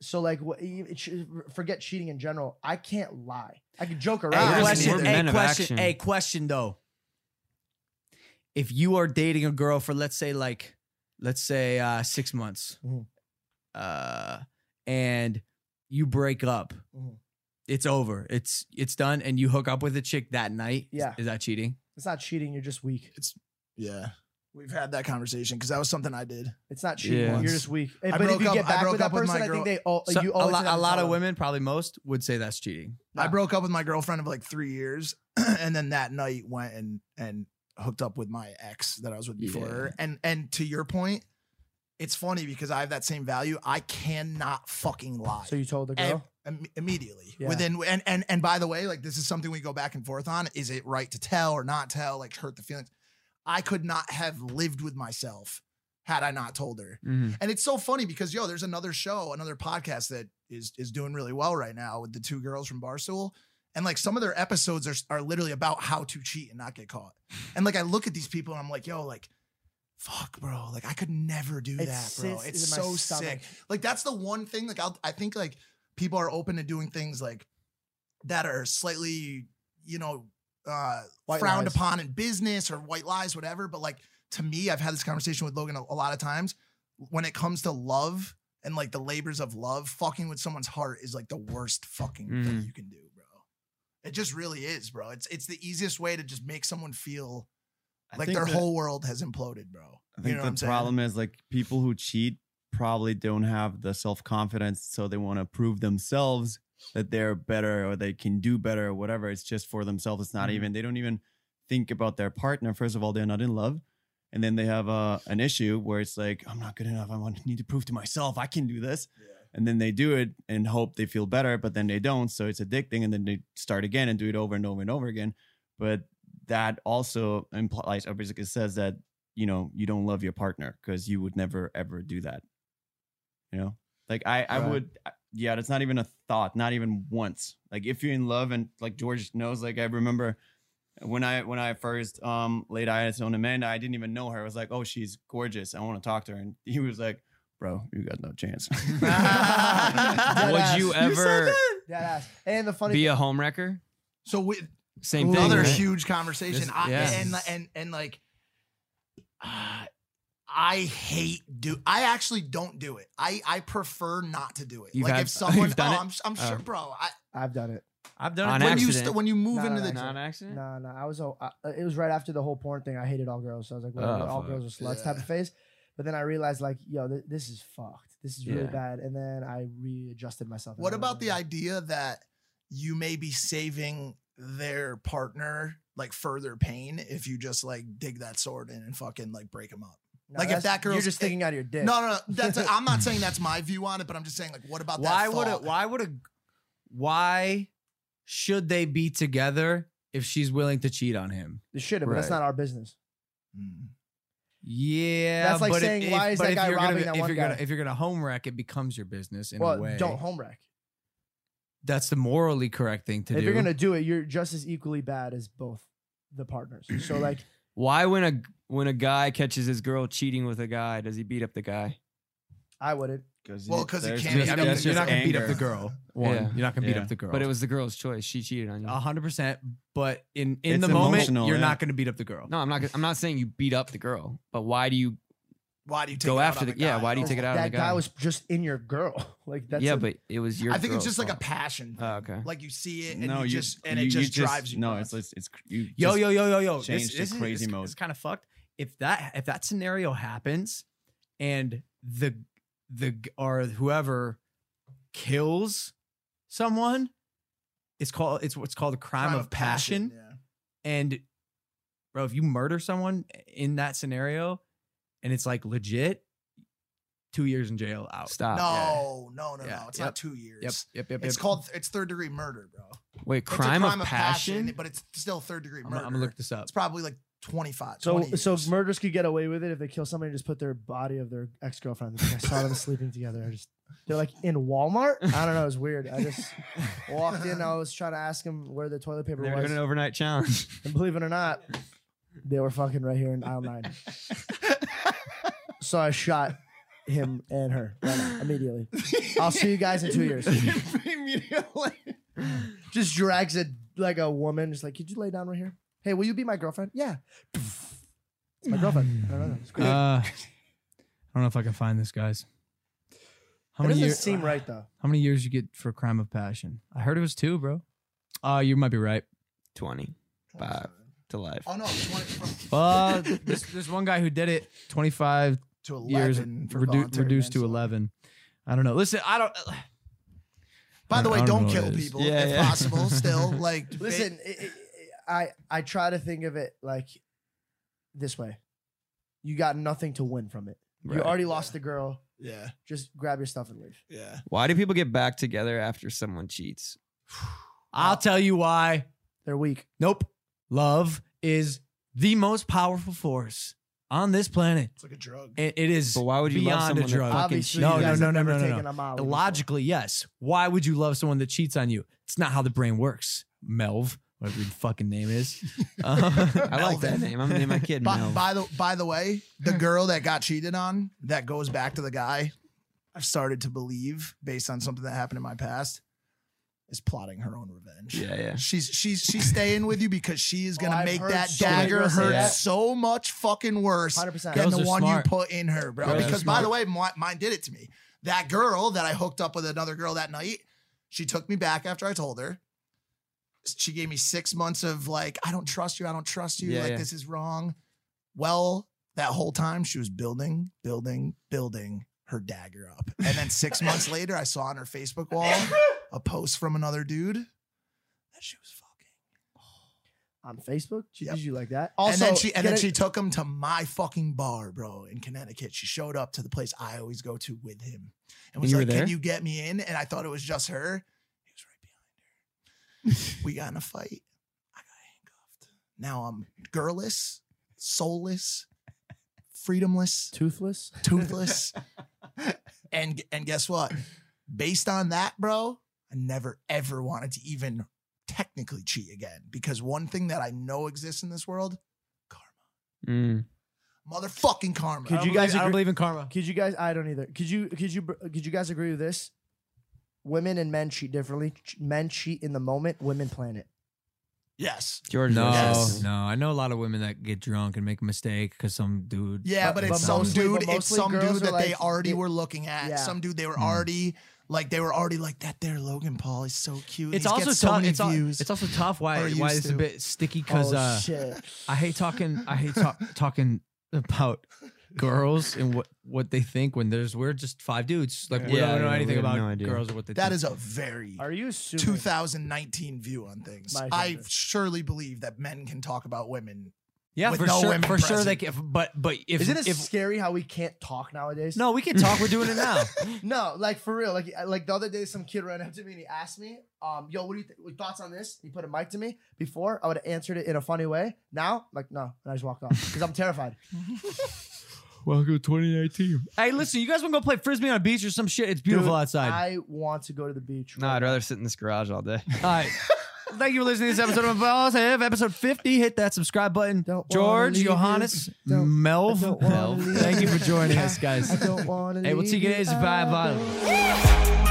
[SPEAKER 3] So like, what, e- it sh- forget cheating in general. I can't lie. I can joke around.
[SPEAKER 2] A
[SPEAKER 10] We're
[SPEAKER 2] question,
[SPEAKER 10] men
[SPEAKER 2] a
[SPEAKER 10] of
[SPEAKER 2] question,
[SPEAKER 10] action.
[SPEAKER 2] a question though. If you are dating a girl for let's say like let's say uh 6 months.
[SPEAKER 4] Mm-hmm.
[SPEAKER 3] Mhm.
[SPEAKER 2] Uh and you break up.
[SPEAKER 3] Mhm.
[SPEAKER 4] Mm-hmm.
[SPEAKER 2] It's over. It's it's done and you hook up with a chick that night. is-
[SPEAKER 3] Yeah.
[SPEAKER 2] Is that cheating?
[SPEAKER 4] It's not cheating. You're just weak.
[SPEAKER 3] It's yeah. We've had that conversation because that was something I did.
[SPEAKER 4] It's not cheating.
[SPEAKER 13] Yeah.
[SPEAKER 4] You're just weak.
[SPEAKER 3] I
[SPEAKER 4] but if
[SPEAKER 3] broke
[SPEAKER 4] you
[SPEAKER 3] up-
[SPEAKER 4] get
[SPEAKER 3] I
[SPEAKER 4] back
[SPEAKER 3] broke
[SPEAKER 4] with that
[SPEAKER 3] up with
[SPEAKER 4] person,
[SPEAKER 3] my
[SPEAKER 4] I think
[SPEAKER 3] girl-
[SPEAKER 4] they all
[SPEAKER 13] So
[SPEAKER 4] you
[SPEAKER 13] a,
[SPEAKER 4] always
[SPEAKER 13] lot,
[SPEAKER 4] have to
[SPEAKER 13] a lot
[SPEAKER 4] tell
[SPEAKER 13] of
[SPEAKER 4] them.
[SPEAKER 13] women, probably most, would say that's cheating.
[SPEAKER 3] I broke up with my girlfriend of like three years, and then that night went and and hooked up with my ex that I was with before. her. And and to your point, it's funny because I have that same value. I cannot fucking lie.
[SPEAKER 4] So you told the
[SPEAKER 3] Ev-
[SPEAKER 4] girl.
[SPEAKER 3] im- immediately
[SPEAKER 4] Yeah.
[SPEAKER 3] within and and and by the way, like this is something we go back and forth on. Is it right to tell or not tell? Like hurt the feelings. I could not have lived with myself had I not told her.
[SPEAKER 10] Mm-hmm.
[SPEAKER 3] And it's so funny because yo, there's another show, another podcast that is is doing really well right now with the two girls from Barstool. And like some of their episodes are, are literally about how to cheat and not get caught. And like I look at these people and I'm like, yo, like, fuck, bro. Like I could never do
[SPEAKER 4] It
[SPEAKER 3] that, bro.
[SPEAKER 4] sits
[SPEAKER 3] It's
[SPEAKER 4] in my
[SPEAKER 3] so
[SPEAKER 4] stomach.
[SPEAKER 3] sick. Like that's the one thing. Like I'll, I think like people are open to doing things like that are slightly, you know, uh,
[SPEAKER 4] White
[SPEAKER 3] frowned
[SPEAKER 4] lies.
[SPEAKER 3] upon in business or white lies, whatever. But like to me, I've had this conversation with Logan a, a lot of times. When it comes to love and like the labors of love, fucking with someone's heart is like the worst fucking thing
[SPEAKER 4] Mm-hmm.
[SPEAKER 10] Mm.
[SPEAKER 3] you can do, bro. It just really is, bro. It's it's the easiest way to just make someone feel
[SPEAKER 2] I
[SPEAKER 3] like
[SPEAKER 2] think
[SPEAKER 3] their
[SPEAKER 2] that-
[SPEAKER 3] whole world has imploded, bro.
[SPEAKER 2] I
[SPEAKER 3] You
[SPEAKER 2] think
[SPEAKER 3] know what I'm
[SPEAKER 2] the
[SPEAKER 3] saying?
[SPEAKER 2] problem is like people who cheat probably don't have the self confidence, so they want to prove themselves that they're better or they can do better or whatever. It's just for themselves. It's not even they don't even think about their partner. First of all, they're not in love, and then they have uh, an issue where it's like I'm not good enough. I want need to prove to myself I can do this. And then they do it and hope they feel better, but then they don't. So it's addicting, and then they start again and do it over and over and over again. But that also implies, or basically says that you know you don't love your partner because you would never ever do that you know like i i
[SPEAKER 13] Right.
[SPEAKER 2] would I- yeah that's not even a thought not even once like if you're in love and like george knows like i remember when i when i first um laid eyes on amanda i didn't even know her i was like oh she's gorgeous i want to talk to her and he was like bro you got no chance
[SPEAKER 4] Dead
[SPEAKER 10] Would
[SPEAKER 4] ass.
[SPEAKER 10] you ever
[SPEAKER 4] Dead ass. And the funny
[SPEAKER 10] be
[SPEAKER 4] thing,
[SPEAKER 10] a homewrecker?
[SPEAKER 3] So with
[SPEAKER 10] Same thing.
[SPEAKER 3] another
[SPEAKER 10] right?
[SPEAKER 3] huge conversation.
[SPEAKER 10] This-
[SPEAKER 3] I,
[SPEAKER 10] yeah.
[SPEAKER 3] and, and and like, uh, I hate do. I actually don't do it. I I prefer not to do it.
[SPEAKER 10] You've
[SPEAKER 3] like
[SPEAKER 10] had-
[SPEAKER 3] if someone,
[SPEAKER 10] you've done
[SPEAKER 3] oh,
[SPEAKER 10] it?
[SPEAKER 3] I'm s- I'm sure,
[SPEAKER 10] Oh.
[SPEAKER 3] bro. I,
[SPEAKER 4] I've done it.
[SPEAKER 13] I've
[SPEAKER 10] On
[SPEAKER 13] done it.
[SPEAKER 3] when you
[SPEAKER 10] accident.
[SPEAKER 3] st- when you move
[SPEAKER 4] No, no,
[SPEAKER 3] into
[SPEAKER 4] no,
[SPEAKER 3] the
[SPEAKER 4] no.
[SPEAKER 10] Not an
[SPEAKER 3] Mm.
[SPEAKER 10] accident.
[SPEAKER 4] No, no, I was a, I, uh, it was right after the whole porn thing. I hated all girls, so I was like,
[SPEAKER 13] Oh,
[SPEAKER 2] Ah,
[SPEAKER 4] whatever, all
[SPEAKER 13] fuck.
[SPEAKER 4] girls are sluts type
[SPEAKER 3] Yeah.
[SPEAKER 4] of face. But then I realized, like, yo, th- this is fucked. This is really
[SPEAKER 13] Yeah.
[SPEAKER 4] bad. And then I readjusted myself. and
[SPEAKER 3] What
[SPEAKER 4] I
[SPEAKER 3] about the
[SPEAKER 4] realized-
[SPEAKER 3] idea that you may be saving their partner like further pain if you just like dig that sword in and fucking like break them up?
[SPEAKER 4] No,
[SPEAKER 3] like, if
[SPEAKER 4] that's-
[SPEAKER 3] that
[SPEAKER 4] you're
[SPEAKER 3] girl's-
[SPEAKER 4] just thinking out of your dick.
[SPEAKER 3] No, no, no. That's I'm not saying that's my view on it, but I'm just saying like, what about
[SPEAKER 13] Why
[SPEAKER 3] that?
[SPEAKER 13] would a,
[SPEAKER 3] thought?
[SPEAKER 13] why would a why should they be together if she's willing to cheat on him?
[SPEAKER 4] it should have, but that's
[SPEAKER 13] Right.
[SPEAKER 4] not our business.
[SPEAKER 3] Mm.
[SPEAKER 13] Yeah,
[SPEAKER 4] That's like
[SPEAKER 13] but if-
[SPEAKER 4] saying,
[SPEAKER 13] if,
[SPEAKER 4] why is
[SPEAKER 13] but
[SPEAKER 4] that
[SPEAKER 13] if
[SPEAKER 4] guy
[SPEAKER 13] you're gonna
[SPEAKER 4] robbing
[SPEAKER 13] be-
[SPEAKER 4] that
[SPEAKER 13] if
[SPEAKER 4] one
[SPEAKER 13] you're gonna,
[SPEAKER 4] guy?
[SPEAKER 13] If you're gonna home wreck, it becomes your business in
[SPEAKER 4] well,
[SPEAKER 13] a way.
[SPEAKER 4] don't home wreck.
[SPEAKER 13] That's the morally correct thing to
[SPEAKER 4] if
[SPEAKER 13] do.
[SPEAKER 4] you're gonna do it, you're just as equally bad as both the partners. So like,
[SPEAKER 10] Why when a when a guy catches his girl cheating with a guy, does he beat up the guy?
[SPEAKER 4] I wouldn't.
[SPEAKER 3] Well, 'cause it
[SPEAKER 2] there's
[SPEAKER 3] can't be-
[SPEAKER 2] just-
[SPEAKER 3] I mean,
[SPEAKER 2] that's
[SPEAKER 13] you're
[SPEAKER 2] just
[SPEAKER 13] not gonna beat up
[SPEAKER 2] anger.
[SPEAKER 13] the girl. One,
[SPEAKER 10] Yeah.
[SPEAKER 13] you're not gonna beat
[SPEAKER 2] Yeah.
[SPEAKER 13] up the girl.
[SPEAKER 10] But it was the girl's choice. She cheated on you.
[SPEAKER 3] Oh.
[SPEAKER 13] hundred percent. But in in
[SPEAKER 2] It's
[SPEAKER 13] the moment,
[SPEAKER 2] emotional,
[SPEAKER 13] you're
[SPEAKER 2] yeah.
[SPEAKER 13] not gonna beat up the girl.
[SPEAKER 10] no, I'm not. I'm not saying you beat up the girl, but why do you
[SPEAKER 3] Why do you take
[SPEAKER 10] go
[SPEAKER 3] it out
[SPEAKER 10] after
[SPEAKER 3] on
[SPEAKER 10] the, yeah?
[SPEAKER 3] guy,
[SPEAKER 10] Why do you
[SPEAKER 3] though?
[SPEAKER 10] take it out
[SPEAKER 4] that
[SPEAKER 10] on the guy?
[SPEAKER 4] guy. was just in your girl. Like that's
[SPEAKER 10] yeah,
[SPEAKER 4] a-
[SPEAKER 10] but it was your.
[SPEAKER 3] I think it's
[SPEAKER 10] girl's
[SPEAKER 3] just like a
[SPEAKER 10] fault.
[SPEAKER 3] passion.
[SPEAKER 10] Oh, okay.
[SPEAKER 3] Like you see it and
[SPEAKER 2] no
[SPEAKER 3] you,
[SPEAKER 2] you
[SPEAKER 3] just and it
[SPEAKER 2] you- you
[SPEAKER 3] just, drives you.
[SPEAKER 2] no
[SPEAKER 3] nuts.
[SPEAKER 2] it's it's, it's cr- you
[SPEAKER 13] yo
[SPEAKER 2] just-
[SPEAKER 13] yo yo yo yo this-
[SPEAKER 2] change to
[SPEAKER 13] this,
[SPEAKER 2] crazy
[SPEAKER 13] is,
[SPEAKER 2] mode.
[SPEAKER 13] it's kind of fucked if that if that scenario happens and the the g- or whoever kills someone it's called it's what's called a crime, of, passion, and bro if you murder someone in that scenario and it's like legit 2 years in jail out
[SPEAKER 10] Stop.
[SPEAKER 3] yeah. No, no, no,
[SPEAKER 13] Yeah,
[SPEAKER 3] no. It's
[SPEAKER 13] yep,
[SPEAKER 3] not two years.
[SPEAKER 13] yep yep yep
[SPEAKER 3] It's
[SPEAKER 13] yep.
[SPEAKER 3] called it's third degree murder, bro.
[SPEAKER 10] Wait,
[SPEAKER 3] It's a
[SPEAKER 10] crime, of, passion.
[SPEAKER 3] but it's still third degree
[SPEAKER 13] I'm,
[SPEAKER 3] murder.
[SPEAKER 13] gonna- I'm gonna look this up
[SPEAKER 3] it's probably like 25.
[SPEAKER 4] So
[SPEAKER 3] 20
[SPEAKER 4] so
[SPEAKER 3] years.
[SPEAKER 4] murders could get away with it if they kill somebody and just put their body of their ex girlfriend. I saw them sleeping together. I just they're like in Walmart. I don't know. It's weird. I just walked in. I was trying to ask him where the toilet paper
[SPEAKER 10] They're
[SPEAKER 4] was,
[SPEAKER 10] doing an overnight challenge.
[SPEAKER 4] and believe it or not, they were fucking right here in aisle nine. so I shot him and her right now, immediately. I'll see you guys in two years.
[SPEAKER 3] Immediately.
[SPEAKER 4] Just drags a like a woman. Just like, could you lay down right here? Hey, will you be my girlfriend? Yeah. It's my girlfriend. I don't know. It's
[SPEAKER 13] uh,
[SPEAKER 4] crazy.
[SPEAKER 13] I don't know if I can find this guys how
[SPEAKER 4] It
[SPEAKER 13] many
[SPEAKER 4] doesn't
[SPEAKER 13] years
[SPEAKER 4] seem right though.
[SPEAKER 13] How many years you get for a crime of passion? I heard it was two, bro. Uh, you might be right.
[SPEAKER 10] Twenty. Five. to life.
[SPEAKER 7] Oh no, it's one- from-
[SPEAKER 2] Uh, this, there's one guy who did it 25
[SPEAKER 7] To
[SPEAKER 2] years
[SPEAKER 7] 11 for
[SPEAKER 2] redu-
[SPEAKER 7] voluntary
[SPEAKER 2] reduced to 11. I don't know. Listen, I don't.
[SPEAKER 7] By the
[SPEAKER 2] I
[SPEAKER 7] way,
[SPEAKER 2] don't
[SPEAKER 7] don't,
[SPEAKER 2] know
[SPEAKER 7] kill
[SPEAKER 2] what it is.
[SPEAKER 7] people
[SPEAKER 2] Yeah,
[SPEAKER 7] if
[SPEAKER 2] yeah.
[SPEAKER 7] possible. Still, like
[SPEAKER 3] Listen, i i I I try to think of it like this way: you got nothing to win from it. You
[SPEAKER 10] Right.
[SPEAKER 3] already lost the girl.
[SPEAKER 7] Yeah.
[SPEAKER 3] Just grab your stuff and leave.
[SPEAKER 7] Yeah.
[SPEAKER 10] Why do people get back together after someone cheats?
[SPEAKER 2] I'll tell you why.
[SPEAKER 3] They're weak.
[SPEAKER 2] Nope. Love is the most powerful force on this planet. It's
[SPEAKER 7] like a drug.
[SPEAKER 2] It, it is.
[SPEAKER 10] But why would you love
[SPEAKER 2] beyond
[SPEAKER 10] someone
[SPEAKER 2] a
[SPEAKER 10] that
[SPEAKER 2] drug?
[SPEAKER 10] fucking Obviously,
[SPEAKER 2] no,
[SPEAKER 10] you
[SPEAKER 2] no,
[SPEAKER 10] guys
[SPEAKER 2] no,
[SPEAKER 10] have
[SPEAKER 2] no,
[SPEAKER 10] never
[SPEAKER 2] no, no,
[SPEAKER 10] taken
[SPEAKER 2] no.
[SPEAKER 10] a Molly before.
[SPEAKER 2] Logically, yes. Why would you love someone that cheats on you? It's not how the brain works. Melv, whatever your fucking name is. Uh,
[SPEAKER 10] I like that name. I'm gonna name my kid
[SPEAKER 7] by,
[SPEAKER 10] Mel.
[SPEAKER 7] by the by the way, the girl that got cheated on that goes back to the guy. I've started to believe, based on something that happened in my past, is plotting her own revenge.
[SPEAKER 10] Yeah, yeah.
[SPEAKER 7] She's she's she's staying with you because she is
[SPEAKER 4] Oh,
[SPEAKER 7] gonna
[SPEAKER 3] I've
[SPEAKER 7] make
[SPEAKER 3] heard
[SPEAKER 7] that
[SPEAKER 3] so many
[SPEAKER 7] dagger
[SPEAKER 3] girls say
[SPEAKER 7] hurt
[SPEAKER 3] that.
[SPEAKER 7] so much fucking worse
[SPEAKER 3] 100%.
[SPEAKER 7] than
[SPEAKER 3] Girls
[SPEAKER 7] the
[SPEAKER 3] are
[SPEAKER 7] one
[SPEAKER 3] smart.
[SPEAKER 7] you put in her, bro.
[SPEAKER 3] Girls are
[SPEAKER 7] because by the way,
[SPEAKER 3] smart.
[SPEAKER 7] mi- mine did it to me. That girl that I hooked up with another girl that night, she took me back after I told her. She gave me six months of like, I don't trust you, I don't trust you,
[SPEAKER 10] Yeah,
[SPEAKER 7] like
[SPEAKER 10] yeah.
[SPEAKER 7] this is wrong. Well, that whole time she was building, building, building her dagger up. And then six months later, I saw on her Facebook wall a post from another dude.
[SPEAKER 3] On Facebook, she did you like that?
[SPEAKER 7] Also, and then she
[SPEAKER 3] get
[SPEAKER 7] and then
[SPEAKER 3] it-
[SPEAKER 7] she took him to my fucking bar, bro, in Connecticut. She showed up to the place I always go to with him, and
[SPEAKER 10] And
[SPEAKER 7] was
[SPEAKER 10] you were
[SPEAKER 7] like,
[SPEAKER 10] there?
[SPEAKER 7] "Can you get me in?" And I thought it was just her. He was right behind her. we got in a fight. I got handcuffed. Now I'm girlless, soulless, freedomless,
[SPEAKER 3] toothless,
[SPEAKER 7] toothless, and and guess what? Based on that, bro, I never ever wanted to even technically cheat again because one thing that I know exists in this world
[SPEAKER 10] Mm.
[SPEAKER 7] motherfucking karma.
[SPEAKER 3] Could you guys? agree-
[SPEAKER 2] karma.
[SPEAKER 3] Could you guys? I don't either. Could you? Could you? Could you guys agree with this? Women and men cheat differently. Ch- Men cheat in the moment. Women plan it.
[SPEAKER 7] Yes.
[SPEAKER 10] George.
[SPEAKER 2] No,
[SPEAKER 10] Yes.
[SPEAKER 2] no. I know a lot of women that get drunk and make a mistake because some dude.
[SPEAKER 7] Yeah, but, it's some
[SPEAKER 2] mostly-
[SPEAKER 7] dude.
[SPEAKER 3] but
[SPEAKER 7] It's
[SPEAKER 3] mostly
[SPEAKER 7] some
[SPEAKER 3] girls
[SPEAKER 7] dude
[SPEAKER 3] are
[SPEAKER 7] that they
[SPEAKER 3] like-
[SPEAKER 7] already
[SPEAKER 3] they-
[SPEAKER 7] were looking at.
[SPEAKER 3] Yeah.
[SPEAKER 7] Some dude they
[SPEAKER 2] Hmm.
[SPEAKER 7] were already like they were already like that. There, Logan Paul is so cute.
[SPEAKER 2] It's
[SPEAKER 7] He's
[SPEAKER 2] also
[SPEAKER 7] got so
[SPEAKER 2] tough.
[SPEAKER 7] many
[SPEAKER 2] it's, al-
[SPEAKER 7] views.
[SPEAKER 2] it's also tough.
[SPEAKER 7] Or
[SPEAKER 2] Why?
[SPEAKER 7] used
[SPEAKER 2] Why it's a
[SPEAKER 7] to.
[SPEAKER 2] bit sticky? Because
[SPEAKER 3] Oh,
[SPEAKER 2] uh,
[SPEAKER 3] shit.
[SPEAKER 2] I hate talking. I hate talk, talking about girls and what what they think when there's we're just five dudes. Like we
[SPEAKER 10] Yeah,
[SPEAKER 2] don't know
[SPEAKER 10] yeah,
[SPEAKER 2] anything
[SPEAKER 10] we have
[SPEAKER 2] about
[SPEAKER 10] no idea.
[SPEAKER 2] girls or what they.
[SPEAKER 7] that
[SPEAKER 2] think.
[SPEAKER 7] is a very
[SPEAKER 3] Are you assuming?
[SPEAKER 7] 2019 view on things.
[SPEAKER 3] My
[SPEAKER 7] I
[SPEAKER 3] goodness.
[SPEAKER 7] surely believe that men can talk about women.
[SPEAKER 2] yeah
[SPEAKER 7] with
[SPEAKER 2] for
[SPEAKER 7] no
[SPEAKER 2] sure.
[SPEAKER 7] women
[SPEAKER 2] For sure they
[SPEAKER 7] present.
[SPEAKER 2] can. But but if
[SPEAKER 3] Isn't it
[SPEAKER 2] if
[SPEAKER 3] scary how we can't talk nowadays?
[SPEAKER 2] no, we can talk. We're doing it now.
[SPEAKER 3] No, like for real. Like like the other day, some kid ran up to me and he asked me, um, yo, what do you th- what thoughts on this? He put a mic to me. Before I would have answered it in a funny way. Now, I'm like no, and I just walked off because I'm terrified.
[SPEAKER 2] Welcome to 2019. Hey, listen, you guys want to go play frisbee on a beach or some shit? It's beautiful
[SPEAKER 3] Dude,
[SPEAKER 2] outside.
[SPEAKER 3] I want to go to the beach.
[SPEAKER 10] No, I'd rather sit in this garage all day.
[SPEAKER 2] All right. Thank you for listening to this episode of Balls Have, episode 50. Hit that subscribe button.
[SPEAKER 3] Don't wanna
[SPEAKER 2] George,
[SPEAKER 3] leave you.
[SPEAKER 2] Johannes,
[SPEAKER 3] Don't-
[SPEAKER 2] Melv.
[SPEAKER 3] don't wanna
[SPEAKER 2] Melv.
[SPEAKER 3] leave
[SPEAKER 2] Thank you
[SPEAKER 3] you.
[SPEAKER 2] for joining us, guys.
[SPEAKER 3] I don't want to.
[SPEAKER 2] Hey, we'll see you guys. Bye bye.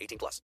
[SPEAKER 14] 18 plus.